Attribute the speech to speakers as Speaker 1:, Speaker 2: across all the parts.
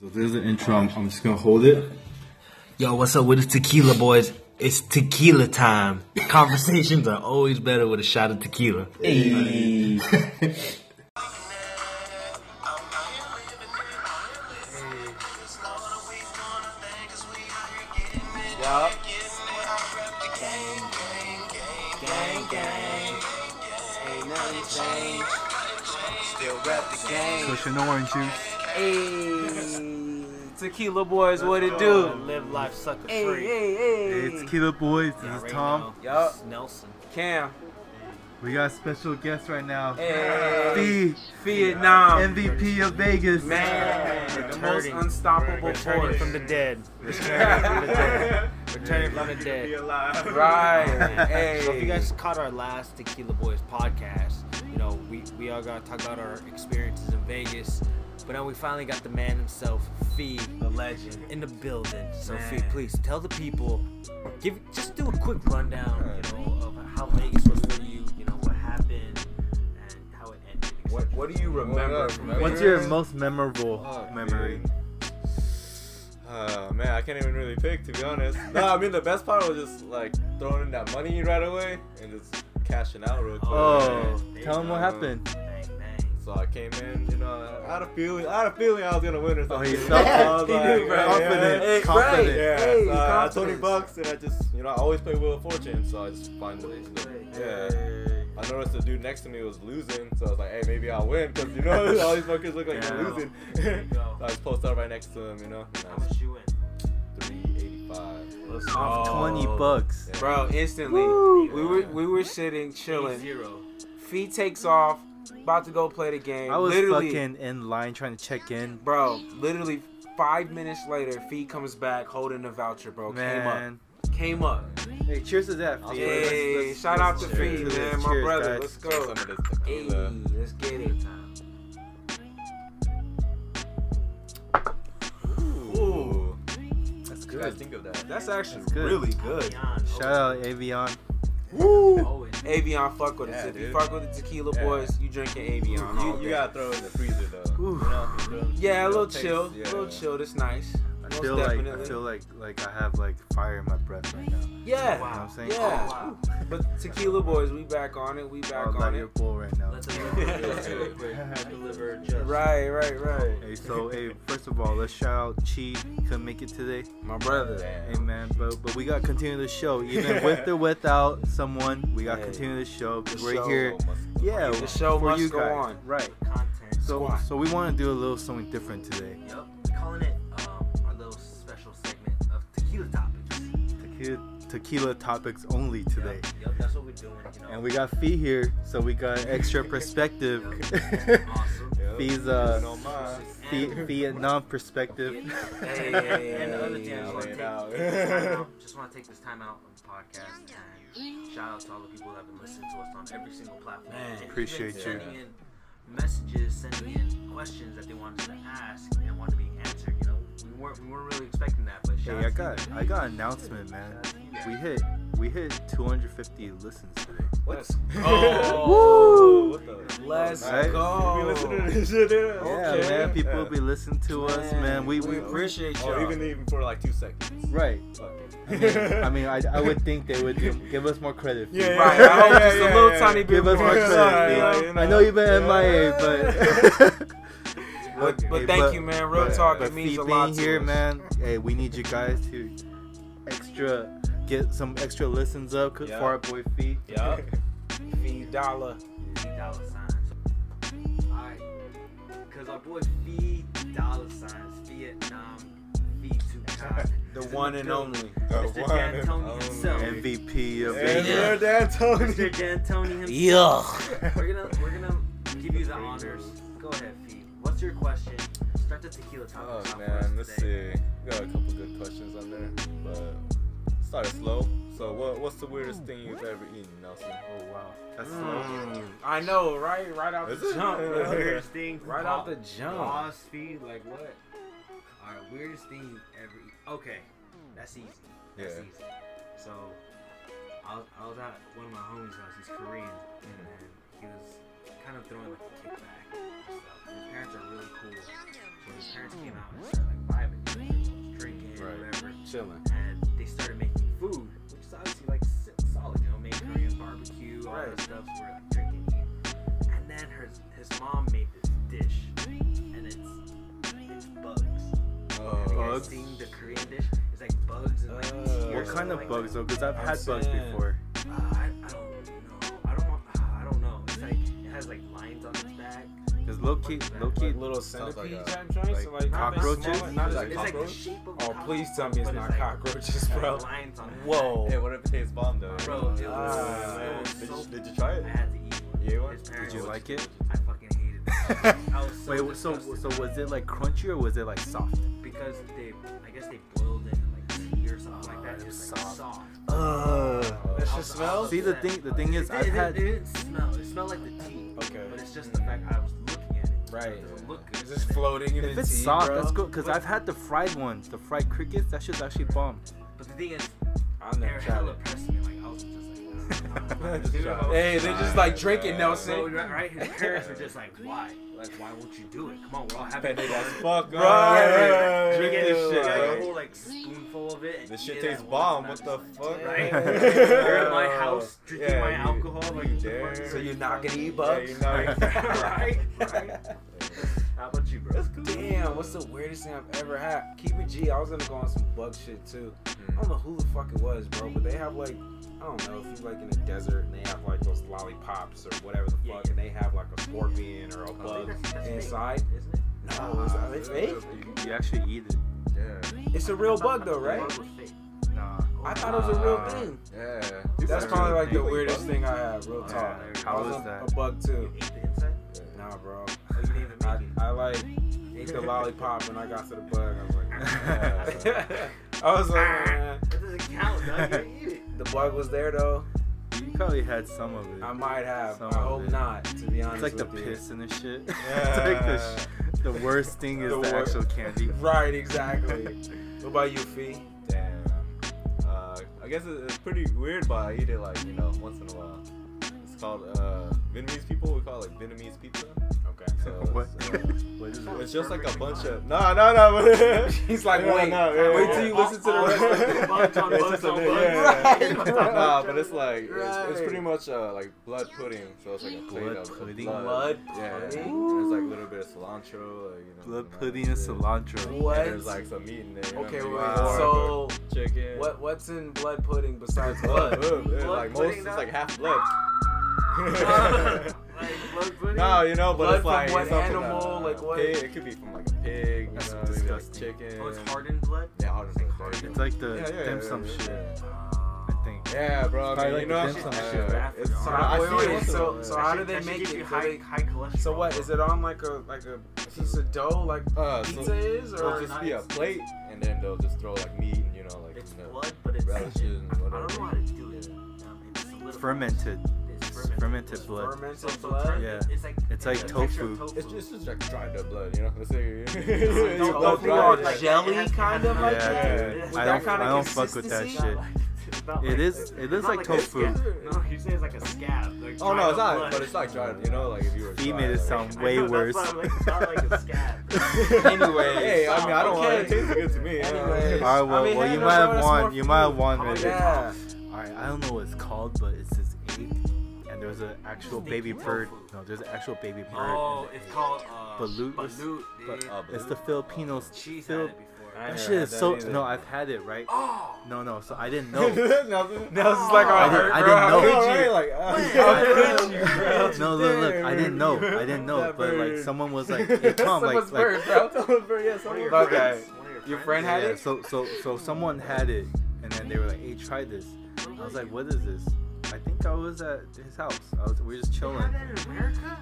Speaker 1: So there's the intro. I'm, I'm just gonna hold it.
Speaker 2: Yo, what's up with the tequila boys? It's tequila time. Conversations are always better with a shot of tequila.
Speaker 3: Pushing orange juice.
Speaker 4: Hey, tequila boys, what it do?
Speaker 5: Live life sucker
Speaker 4: Hey,
Speaker 5: free.
Speaker 4: hey, hey.
Speaker 3: It's Killer Boys. This is Tom.
Speaker 4: Yup.
Speaker 5: It's Nelson.
Speaker 4: Cam.
Speaker 3: We got a special guest right now.
Speaker 4: Hey,
Speaker 3: The
Speaker 4: Vietnam.
Speaker 3: MVP of Vegas.
Speaker 4: Man, the most
Speaker 5: Returning.
Speaker 4: unstoppable
Speaker 5: Returning
Speaker 4: force.
Speaker 5: from the dead. Returning from the dead. Returning from the dead.
Speaker 4: Right.
Speaker 5: So if you
Speaker 4: Hey.
Speaker 5: guys caught our last Tequila Boys podcast, you know, we, we all got to talk about our experiences in Vegas. But then we finally got the man himself, Fee,
Speaker 2: The legend.
Speaker 5: in the building. So
Speaker 2: Man.
Speaker 5: Fee, please tell the people, give just do a quick rundown, you know, of how Vegas was for you, you know, what happened, and how it ended.
Speaker 4: What, what do you remember from
Speaker 3: What's
Speaker 4: Vegas?
Speaker 3: your most memorable
Speaker 6: Fuck,
Speaker 3: memory?
Speaker 6: dude. Oh, Uh, man, I can't even really pick to be honest. No, I mean the best part was just like throwing in that money right away and just cashing out real quick.
Speaker 3: Oh,
Speaker 5: Yeah.
Speaker 3: tell them what happened.
Speaker 5: Bang, bang.
Speaker 6: So I came in, you know, I had a feeling, I had a feeling I was gonna win or something.
Speaker 3: he felt
Speaker 6: I was
Speaker 3: it. He
Speaker 6: like,
Speaker 3: knew, bro.
Speaker 6: yeah,
Speaker 3: Confident.
Speaker 6: Yeah,
Speaker 4: Hey,
Speaker 3: confident.
Speaker 4: right.
Speaker 6: yeah.
Speaker 4: Hey,
Speaker 6: So I had twenty
Speaker 4: confidence.
Speaker 6: bucks and I just, you know, I always play Wheel of Fortune, so I just find the ways. to- Yeah. I noticed the dude next to me was losing, so I was like, hey, maybe I'll win, cause you know, all these fuckers look like
Speaker 5: Yeah.
Speaker 6: they're losing.
Speaker 5: There you
Speaker 6: so
Speaker 5: go.
Speaker 6: I just posted up right next to him, you know. and I
Speaker 5: How
Speaker 6: was
Speaker 5: much you win?
Speaker 6: 385.
Speaker 3: Off
Speaker 4: Oh.
Speaker 3: 20 bucks.
Speaker 6: Yeah.
Speaker 4: Bro, instantly. We were we were sitting, chilling.
Speaker 5: Zero.
Speaker 4: Feet takes off, about to go play the game.
Speaker 3: I was
Speaker 4: literally,
Speaker 3: fucking in line trying to check in.
Speaker 4: bro. Literally five minutes later, Fee comes back holding the voucher, bro.
Speaker 3: Man.
Speaker 4: Came up, came
Speaker 3: Hey, cheers to that.
Speaker 4: up.
Speaker 6: Let's-
Speaker 3: Fee.
Speaker 6: let's-
Speaker 4: Hey,
Speaker 6: let's-
Speaker 4: shout
Speaker 6: let's
Speaker 4: out to
Speaker 6: cheers
Speaker 3: to
Speaker 4: Fee,
Speaker 3: this.
Speaker 4: man, my
Speaker 3: Cheers,
Speaker 4: brother.
Speaker 3: guys.
Speaker 4: Let's
Speaker 6: Drink
Speaker 4: go.
Speaker 6: Some of this
Speaker 4: Hey,
Speaker 6: tequila.
Speaker 4: let's get it.
Speaker 6: Ooh.
Speaker 3: That's
Speaker 6: What do you guys
Speaker 3: good.
Speaker 6: think of that?
Speaker 4: That's actually
Speaker 3: That's good.
Speaker 4: really good.
Speaker 3: Shout out Avion.
Speaker 5: Always.
Speaker 4: Avion, fuck with us.
Speaker 6: Yeah,
Speaker 4: If you
Speaker 6: dude.
Speaker 4: fuck with the Tequila
Speaker 6: Yeah.
Speaker 4: Boys, you drinking Avion. all
Speaker 6: You, you
Speaker 4: day.
Speaker 6: gotta throw it in the freezer though.
Speaker 3: Ooh.
Speaker 6: You know, you throw it in the
Speaker 4: Oh, yeah,
Speaker 6: freezer,
Speaker 4: a little
Speaker 6: taste,
Speaker 4: chill, a
Speaker 6: yeah.
Speaker 4: little chill. That's nice.
Speaker 3: I
Speaker 4: Most
Speaker 3: feel like I
Speaker 4: definitely.
Speaker 3: feel like like I have like fire in my breath right now. You
Speaker 4: yeah.
Speaker 3: know what I'm saying?
Speaker 4: Yeah. But Tequila Boys, we back on it. We back
Speaker 3: I
Speaker 4: on
Speaker 3: love your
Speaker 4: it.
Speaker 3: bowl right now.
Speaker 5: Let's deliver just.
Speaker 4: Right, right, right.
Speaker 3: Hey, so hey, first of all, let's shout out Chi. Couldn't make it today.
Speaker 4: My brother.
Speaker 6: Damn.
Speaker 3: Hey man, but but we gotta continue the show, even with or without someone. We gotta
Speaker 4: Hey.
Speaker 3: continue the show because
Speaker 4: The
Speaker 3: we're
Speaker 4: show
Speaker 3: here.
Speaker 6: So must-
Speaker 3: Yeah,
Speaker 4: The show
Speaker 3: for
Speaker 4: must
Speaker 3: you
Speaker 4: go
Speaker 3: guys.
Speaker 4: on.
Speaker 3: Right.
Speaker 5: Content.
Speaker 3: So
Speaker 4: Squad.
Speaker 3: so we want to do a little something different today.
Speaker 5: Yep. Calling it um, our little special segment of tequila topics.
Speaker 3: Tequila, tequila topics only today.
Speaker 5: Yep. Yep. That's what we're doing. You know.
Speaker 3: And we got Fee here, so we got an extra perspective.
Speaker 5: awesome.
Speaker 6: Yep.
Speaker 3: Fee's, uh,
Speaker 6: Doing all mine.
Speaker 3: Fee, Vietnam perspective.
Speaker 4: Hey,
Speaker 5: And the other thing I
Speaker 4: yeah,
Speaker 5: just want
Speaker 6: yeah.
Speaker 5: to take this time out. Just want to take this time out on the podcast and shout out to all the people that have been listening to us on every single platform.
Speaker 4: Man,
Speaker 5: And even
Speaker 3: appreciate you.
Speaker 5: sending in Messages sending in questions that they wanted us to ask and wanted to be answered. You know, we weren't we weren't really expecting that, but
Speaker 3: Hey,
Speaker 5: shout
Speaker 3: I
Speaker 5: out to
Speaker 3: got I got an announcement, man. We hit we hit 250 listens today.
Speaker 4: Let's
Speaker 6: Oh, what the?
Speaker 4: Let's
Speaker 3: Right?
Speaker 4: go.
Speaker 6: You be listening to this shit, dude?
Speaker 3: Yeah,
Speaker 6: Okay.
Speaker 3: man. People
Speaker 6: Yeah.
Speaker 3: will be listening to us, man. We we
Speaker 4: appreciate y'all.
Speaker 6: Oh, even even for like two seconds.
Speaker 3: right.
Speaker 6: Fuck it.
Speaker 3: I mean, I, I would think they would give, give us more credit. for
Speaker 6: Yeah,
Speaker 3: it.
Speaker 4: right, I
Speaker 6: yeah,
Speaker 4: hope
Speaker 6: yeah,
Speaker 4: just
Speaker 6: yeah,
Speaker 4: a little
Speaker 6: yeah.
Speaker 4: tiny bit
Speaker 3: Give us
Speaker 4: more.
Speaker 3: more
Speaker 4: Sorry,
Speaker 3: credit.
Speaker 4: you know?
Speaker 3: dude. I know you've been
Speaker 6: Yeah.
Speaker 3: MIA, but
Speaker 4: But,
Speaker 3: Okay,
Speaker 4: but thank you, man. Real
Speaker 3: but-
Speaker 4: talk,
Speaker 3: But
Speaker 4: it means
Speaker 3: Fee
Speaker 4: a
Speaker 3: being
Speaker 4: lot to
Speaker 3: here,
Speaker 4: us.
Speaker 3: man. Hey, we need you guys to extra get some extra listens up
Speaker 6: Yeah.
Speaker 3: for our boy Fee.
Speaker 6: Yeah.
Speaker 4: Fee dollar.
Speaker 5: Fee dollar signs. Alright. Cause our boy Fee dollar signs, Vietnam, Fee to God.
Speaker 4: The one and only.
Speaker 5: Mr. D'Antoni himself.
Speaker 3: MVP of
Speaker 6: Hey,
Speaker 3: Vegas.
Speaker 6: Lord D'Antoni.
Speaker 5: Mr. D'Antoni himself. We're gonna we're gonna give you the honors. Go ahead, Fee. What's your question? Start the tequila
Speaker 6: Oh
Speaker 5: topic.
Speaker 6: man, let's see. We got a couple good questions on there, but started slow. So what what's the weirdest thing you've ever eaten, Nelson?
Speaker 3: Oh wow, that's
Speaker 4: Mm, I know, right? Right out
Speaker 6: Is
Speaker 4: the
Speaker 6: it?
Speaker 4: jump.
Speaker 6: Yeah.
Speaker 4: man.
Speaker 6: Weirdest
Speaker 5: thing.
Speaker 4: Right out the jump.
Speaker 5: Pause, Fee. Like what? Alright, weirdest thing you ever eat. Okay, that's easy. That's
Speaker 6: Yeah.
Speaker 5: easy. So, I was, I was at one of my homies' house. He's Korean,
Speaker 6: Mm-hmm.
Speaker 5: and he was kind of throwing like a kickback. and stuff. His parents are really cool. when his parents came out and started like vibing, like, I was drinking,
Speaker 6: Right.
Speaker 5: whatever,
Speaker 6: Chilling.
Speaker 5: and they started making food, which is obviously like si- solid, you know, made Korean barbecue, all
Speaker 4: Right.
Speaker 5: that stuff. So we're like drinking, eating. and then her his mom made this dish, and it's it's bugs.
Speaker 6: Uh,
Speaker 5: Have you guys
Speaker 6: Bugs.
Speaker 5: seen the Korean dish? It's like bugs and like
Speaker 4: Oh.
Speaker 5: tears
Speaker 3: What
Speaker 5: and,
Speaker 3: kind of
Speaker 5: like,
Speaker 3: bugs though? Because I've
Speaker 6: I'm
Speaker 3: had bugs
Speaker 6: saying.
Speaker 3: before.
Speaker 5: Uh, I, I don't know. I don't. want- uh, I don't know. It's like it has like lines on its back.
Speaker 3: Because low key, low key,
Speaker 6: Like little
Speaker 4: Centipede
Speaker 6: sounds like
Speaker 5: uh,
Speaker 6: a,
Speaker 4: type joints,
Speaker 6: like
Speaker 4: like, not that
Speaker 3: cockroaches?
Speaker 4: small, not as
Speaker 6: Like
Speaker 5: It's
Speaker 4: big.
Speaker 5: like the
Speaker 6: cockroach?
Speaker 5: shape of. a
Speaker 4: Oh,
Speaker 5: cockroach,
Speaker 4: please tell me it's
Speaker 5: but
Speaker 4: not
Speaker 5: like-
Speaker 4: cockroaches,
Speaker 5: it's like
Speaker 4: bro.
Speaker 5: lines on its
Speaker 4: Whoa.
Speaker 6: Hey, what if it tastes bomb though?
Speaker 5: back. Bro, it was,
Speaker 4: Ah,
Speaker 5: it
Speaker 6: Man,
Speaker 5: was
Speaker 6: did,
Speaker 5: so
Speaker 6: you, did you try
Speaker 5: I
Speaker 6: it?
Speaker 5: had to eat one.
Speaker 6: You ate one?
Speaker 5: His
Speaker 6: Did
Speaker 5: parents-
Speaker 3: did you like it?
Speaker 5: I fucking hated it. I was so
Speaker 3: Wait, wh- so
Speaker 5: disgusted
Speaker 3: so was it like crunchy or was it like soft?
Speaker 5: because they, I guess they boiled it in like tea or something like
Speaker 6: Ah,
Speaker 5: that.
Speaker 3: it was
Speaker 5: It's like
Speaker 3: soft.
Speaker 5: soft.
Speaker 6: Uh,
Speaker 4: That
Speaker 5: I
Speaker 4: shit
Speaker 5: was- I
Speaker 4: smells.
Speaker 5: was
Speaker 3: See the
Speaker 5: upset.
Speaker 3: thing, the thing is,
Speaker 5: It didn't-
Speaker 3: I've
Speaker 5: it,
Speaker 3: had.
Speaker 5: It didn't smell. It smelled like the tea.
Speaker 4: Okay.
Speaker 5: But it's just the fact I was looking at it.
Speaker 4: Right.
Speaker 5: It doesn't look good.
Speaker 4: It's just
Speaker 5: And it-
Speaker 4: floating in
Speaker 3: If
Speaker 4: the
Speaker 3: it's
Speaker 4: tea,
Speaker 3: soft,
Speaker 4: bro.
Speaker 3: that's good. Cause I've had the fried ones, the fried crickets. That shit's actually bomb.
Speaker 5: But the thing is,
Speaker 4: I'll never
Speaker 5: they're
Speaker 4: try
Speaker 5: hella
Speaker 4: it.
Speaker 5: pressed me. Like I was just like, nah, nah, nah, nah,
Speaker 6: Just
Speaker 5: dude,
Speaker 6: try
Speaker 5: I was-
Speaker 4: Hey, they're just like drinking
Speaker 6: Uh,
Speaker 5: So
Speaker 4: Nelson.
Speaker 5: right, right, his parents were just like, why? Like, why won't you do it? Come on, we're all having
Speaker 6: Offended as
Speaker 5: fun.
Speaker 6: fuck, bro.
Speaker 5: Drink
Speaker 4: Right. Drinking
Speaker 5: this
Speaker 4: this
Speaker 5: shit.
Speaker 4: shit,
Speaker 5: Like, a
Speaker 4: right?
Speaker 5: whole like spoonful of it. And
Speaker 6: This
Speaker 5: eat
Speaker 6: shit
Speaker 5: it
Speaker 6: tastes
Speaker 5: at once,
Speaker 6: bomb.
Speaker 5: and I
Speaker 6: What
Speaker 5: was
Speaker 6: the
Speaker 5: just
Speaker 6: fuck?
Speaker 5: Right?
Speaker 4: You're
Speaker 5: You're in my house drinking
Speaker 6: Yeah,
Speaker 5: my
Speaker 6: you-
Speaker 5: alcohol. Like,
Speaker 6: you
Speaker 5: what the
Speaker 6: dare.
Speaker 5: fuck?
Speaker 4: So you're not gonna eat
Speaker 6: Yeah, you
Speaker 4: bugs?
Speaker 6: know.
Speaker 5: right? Right? How about you, bro?
Speaker 4: Damn, what's the weirdest thing I've ever had? Keep it G. I was gonna go on some bug shit too. I
Speaker 5: Hmm.
Speaker 4: don't know who the fuck it was, bro, but they have like, I don't know, if you like in the desert and they have like those lollipops or whatever the fuck,
Speaker 5: Yeah, yeah.
Speaker 4: and they have like a scorpion or a
Speaker 5: I think
Speaker 4: bug
Speaker 5: that's- that's fake,
Speaker 4: inside.
Speaker 5: isn't it?
Speaker 4: No, is- are they fake?
Speaker 3: You, you actually eat it.
Speaker 6: Yeah.
Speaker 4: It's a real bug though,
Speaker 5: I
Speaker 4: right?
Speaker 5: thought the bug was fake.
Speaker 3: Nah.
Speaker 4: I thought it was a real thing.
Speaker 6: Yeah.
Speaker 4: That's
Speaker 6: Dude,
Speaker 4: probably like the
Speaker 6: dude,
Speaker 4: weirdest
Speaker 6: bugs?
Speaker 4: thing I had, real
Speaker 5: Yeah,
Speaker 4: talk.
Speaker 5: there you
Speaker 4: I
Speaker 3: go. How
Speaker 4: was
Speaker 3: is
Speaker 4: a,
Speaker 3: that?
Speaker 4: a bug
Speaker 5: You
Speaker 4: too.
Speaker 5: ate the inside?
Speaker 4: Nah, bro.
Speaker 5: Oh, you didn't even
Speaker 4: I,
Speaker 5: make it.
Speaker 4: I like ate the lollipop and I got to the bug. I was
Speaker 6: Yeah.
Speaker 4: like, I was like, man.
Speaker 5: That doesn't count, dog. You didn't eat it.
Speaker 4: The bug was there though.
Speaker 3: You probably had some of it.
Speaker 4: I might have.
Speaker 3: Some
Speaker 4: I
Speaker 3: of
Speaker 4: hope
Speaker 3: it.
Speaker 4: not. To be
Speaker 3: it's
Speaker 4: honest,
Speaker 3: like the
Speaker 4: with you.
Speaker 3: piss and the shit.
Speaker 6: Yeah.
Speaker 3: it's like the, sh- the worst thing is
Speaker 4: The
Speaker 3: the,
Speaker 4: wor-
Speaker 3: actual candy.
Speaker 4: Right, exactly. what about you, Fee?
Speaker 6: Damn. Uh, I guess it- it's pretty weird, but I eat it like you know once in a while. It's called uh, Vietnamese people. We call it like Vietnamese pizza.
Speaker 4: Okay.
Speaker 6: So
Speaker 3: What?
Speaker 6: It's, uh,
Speaker 3: what is it?
Speaker 6: it's just like a bunch of no, no, no.
Speaker 4: He's like,
Speaker 6: Yeah,
Speaker 4: wait,
Speaker 6: no, yeah,
Speaker 4: wait
Speaker 6: yeah.
Speaker 4: till you listen to the
Speaker 6: Oh,
Speaker 4: rest. of
Speaker 6: oh,
Speaker 4: it.
Speaker 5: Bugs on
Speaker 6: It's
Speaker 5: bugs
Speaker 6: just a
Speaker 5: on
Speaker 6: bit-
Speaker 5: bugs.
Speaker 6: yeah, yeah,
Speaker 4: Right.
Speaker 6: yeah. nah, but it's like it's, it's
Speaker 4: Right.
Speaker 6: pretty much uh, like blood pudding. So it's like a plate
Speaker 3: Blood
Speaker 6: of of
Speaker 3: pudding?
Speaker 4: Blood
Speaker 6: Yeah, yeah.
Speaker 4: pudding?
Speaker 6: And it's like a little bit of cilantro, like, you know.
Speaker 3: Blood
Speaker 6: that
Speaker 3: pudding and
Speaker 6: shit.
Speaker 3: cilantro.
Speaker 6: And
Speaker 4: What?
Speaker 6: There's like some meat in there. you know
Speaker 4: okay, wait.
Speaker 6: what I mean? Pork
Speaker 4: So,
Speaker 6: or chicken.
Speaker 4: what what's in blood pudding besides
Speaker 6: Blood.
Speaker 4: blood?
Speaker 6: Ugh, it's like most,
Speaker 5: pudding,
Speaker 6: it's
Speaker 5: though?
Speaker 6: like half blood.
Speaker 5: Like, blood pudding?
Speaker 6: no, you know, but
Speaker 4: Blood
Speaker 6: it's
Speaker 4: from
Speaker 6: like
Speaker 4: what
Speaker 6: it's not
Speaker 4: animal?
Speaker 6: From a
Speaker 4: Like what?
Speaker 6: Pig. It could be from like a pig. You
Speaker 3: That's
Speaker 6: know, maybe like
Speaker 3: disgusting.
Speaker 6: chicken.
Speaker 5: Oh, it's hardened blood?
Speaker 6: Yeah, hard as
Speaker 5: It's like
Speaker 6: fuck.
Speaker 5: hard.
Speaker 3: It's like the
Speaker 6: Yeah, yeah,
Speaker 3: dim
Speaker 6: yeah,
Speaker 3: sum
Speaker 6: yeah,
Speaker 3: shit.
Speaker 6: yeah.
Speaker 5: Uh,
Speaker 3: I think.
Speaker 6: Yeah, bro. I
Speaker 3: Probably
Speaker 6: mean,
Speaker 3: like the
Speaker 6: you know,
Speaker 3: dim
Speaker 6: shit-
Speaker 3: sum
Speaker 6: yeah,
Speaker 3: shit.
Speaker 6: it's,
Speaker 5: So,
Speaker 6: I
Speaker 4: wait,
Speaker 6: see
Speaker 4: wait,
Speaker 6: it once in a
Speaker 4: so-
Speaker 6: while,
Speaker 4: so
Speaker 6: yeah.
Speaker 4: how
Speaker 5: That
Speaker 4: do
Speaker 5: shit-
Speaker 4: they
Speaker 5: that shit
Speaker 4: make
Speaker 5: gives
Speaker 4: it?
Speaker 5: you
Speaker 4: Do
Speaker 5: high,
Speaker 4: they-
Speaker 5: high cholesterol.
Speaker 4: So what is it on like a like a piece of dough like
Speaker 6: Uh, so-
Speaker 4: pizza is
Speaker 6: It'll
Speaker 4: or
Speaker 6: just be a plate, and then they'll just throw like meat and you know like
Speaker 5: It's
Speaker 6: you know,
Speaker 5: blood, but it's.
Speaker 6: relishes and
Speaker 5: I don't
Speaker 6: whatever.
Speaker 5: know how to do it. Um, it's solidified.
Speaker 3: Fermented.
Speaker 5: It's
Speaker 3: It's
Speaker 5: fermented.
Speaker 3: fermented blood.
Speaker 4: fermented
Speaker 5: So, so
Speaker 4: blood?
Speaker 5: turn-
Speaker 3: Yeah.
Speaker 5: It's like
Speaker 3: It's like
Speaker 5: a texture
Speaker 3: tofu.
Speaker 5: of
Speaker 6: It's just, it's just like dried up blood, you know. Let's say you-
Speaker 4: Don't-
Speaker 6: you
Speaker 4: don't
Speaker 6: blood
Speaker 4: think
Speaker 6: dried,
Speaker 4: about
Speaker 6: yeah.
Speaker 4: like jelly kind of like
Speaker 3: Yeah.
Speaker 4: that?
Speaker 5: Yeah.
Speaker 4: With
Speaker 5: I
Speaker 4: that
Speaker 5: don't-
Speaker 4: kind
Speaker 5: I
Speaker 4: of
Speaker 3: don't fuck with that
Speaker 4: consistency?
Speaker 3: shit. It is. It is like tofu.
Speaker 5: No, you say it's like a scab. Like
Speaker 6: Oh no,
Speaker 5: dried
Speaker 6: it's
Speaker 5: up
Speaker 6: not.
Speaker 5: blood.
Speaker 6: But it's like dried, you know. Like if you were.
Speaker 3: He
Speaker 6: dried,
Speaker 3: made it
Speaker 6: like-
Speaker 3: sound
Speaker 5: I
Speaker 3: way
Speaker 5: know, that's
Speaker 3: worse.
Speaker 5: why I'm like, it's not like a scab. bro.
Speaker 4: Anyways.
Speaker 6: Hey, I mean, I don't want it. It
Speaker 4: Okay.
Speaker 6: tastes good to me. you know?
Speaker 4: Anyways.
Speaker 3: All right, well,
Speaker 4: I mean,
Speaker 3: well
Speaker 4: hey,
Speaker 3: you
Speaker 4: no,
Speaker 3: might
Speaker 4: no,
Speaker 3: have
Speaker 4: that's
Speaker 3: won.
Speaker 4: more
Speaker 3: You
Speaker 4: food.
Speaker 3: might have won,
Speaker 5: Oh,
Speaker 3: man.
Speaker 4: Yeah.
Speaker 3: All right, I don't know what it's called, but it's this egg, and there's an actual
Speaker 5: Stinky
Speaker 3: baby bird.
Speaker 5: tofu.
Speaker 3: No, there's an actual baby bird. in
Speaker 5: Oh,
Speaker 3: the
Speaker 5: it's
Speaker 3: egg.
Speaker 5: called uh,
Speaker 3: Balut. oh,
Speaker 5: Balut, dude.
Speaker 6: Uh,
Speaker 3: It's the Filipinos.
Speaker 5: She's
Speaker 3: Fil-
Speaker 5: had it before.
Speaker 4: I
Speaker 3: that
Speaker 4: never
Speaker 3: shit
Speaker 4: had
Speaker 3: is
Speaker 4: that
Speaker 3: so.
Speaker 4: either.
Speaker 3: No, I've had it, right?
Speaker 5: Oh,
Speaker 3: No, no. So I didn't
Speaker 6: No,
Speaker 3: know.
Speaker 4: Nelson's like,
Speaker 3: I
Speaker 4: oh,
Speaker 3: didn't, I
Speaker 4: bro,
Speaker 3: didn't
Speaker 4: how
Speaker 3: know.
Speaker 4: could
Speaker 6: right? Like,
Speaker 3: I
Speaker 6: uh,
Speaker 3: didn't-
Speaker 4: you, bro?
Speaker 3: No, look, look, I didn't know. I didn't know.
Speaker 4: That
Speaker 3: But like
Speaker 4: bird.
Speaker 3: someone was like, hey, Tom, like,
Speaker 4: Someone's
Speaker 3: like
Speaker 4: bird, bro.
Speaker 5: one of your
Speaker 4: Okay.
Speaker 5: friends. One of
Speaker 4: Your
Speaker 5: friends?
Speaker 4: friend had
Speaker 3: yeah,
Speaker 4: it.
Speaker 3: so so so someone had it, and then they were like, hey, try this. I was like, what is this? I think I was at his house. I was, we were just
Speaker 5: You
Speaker 3: chilling.
Speaker 5: have that in America?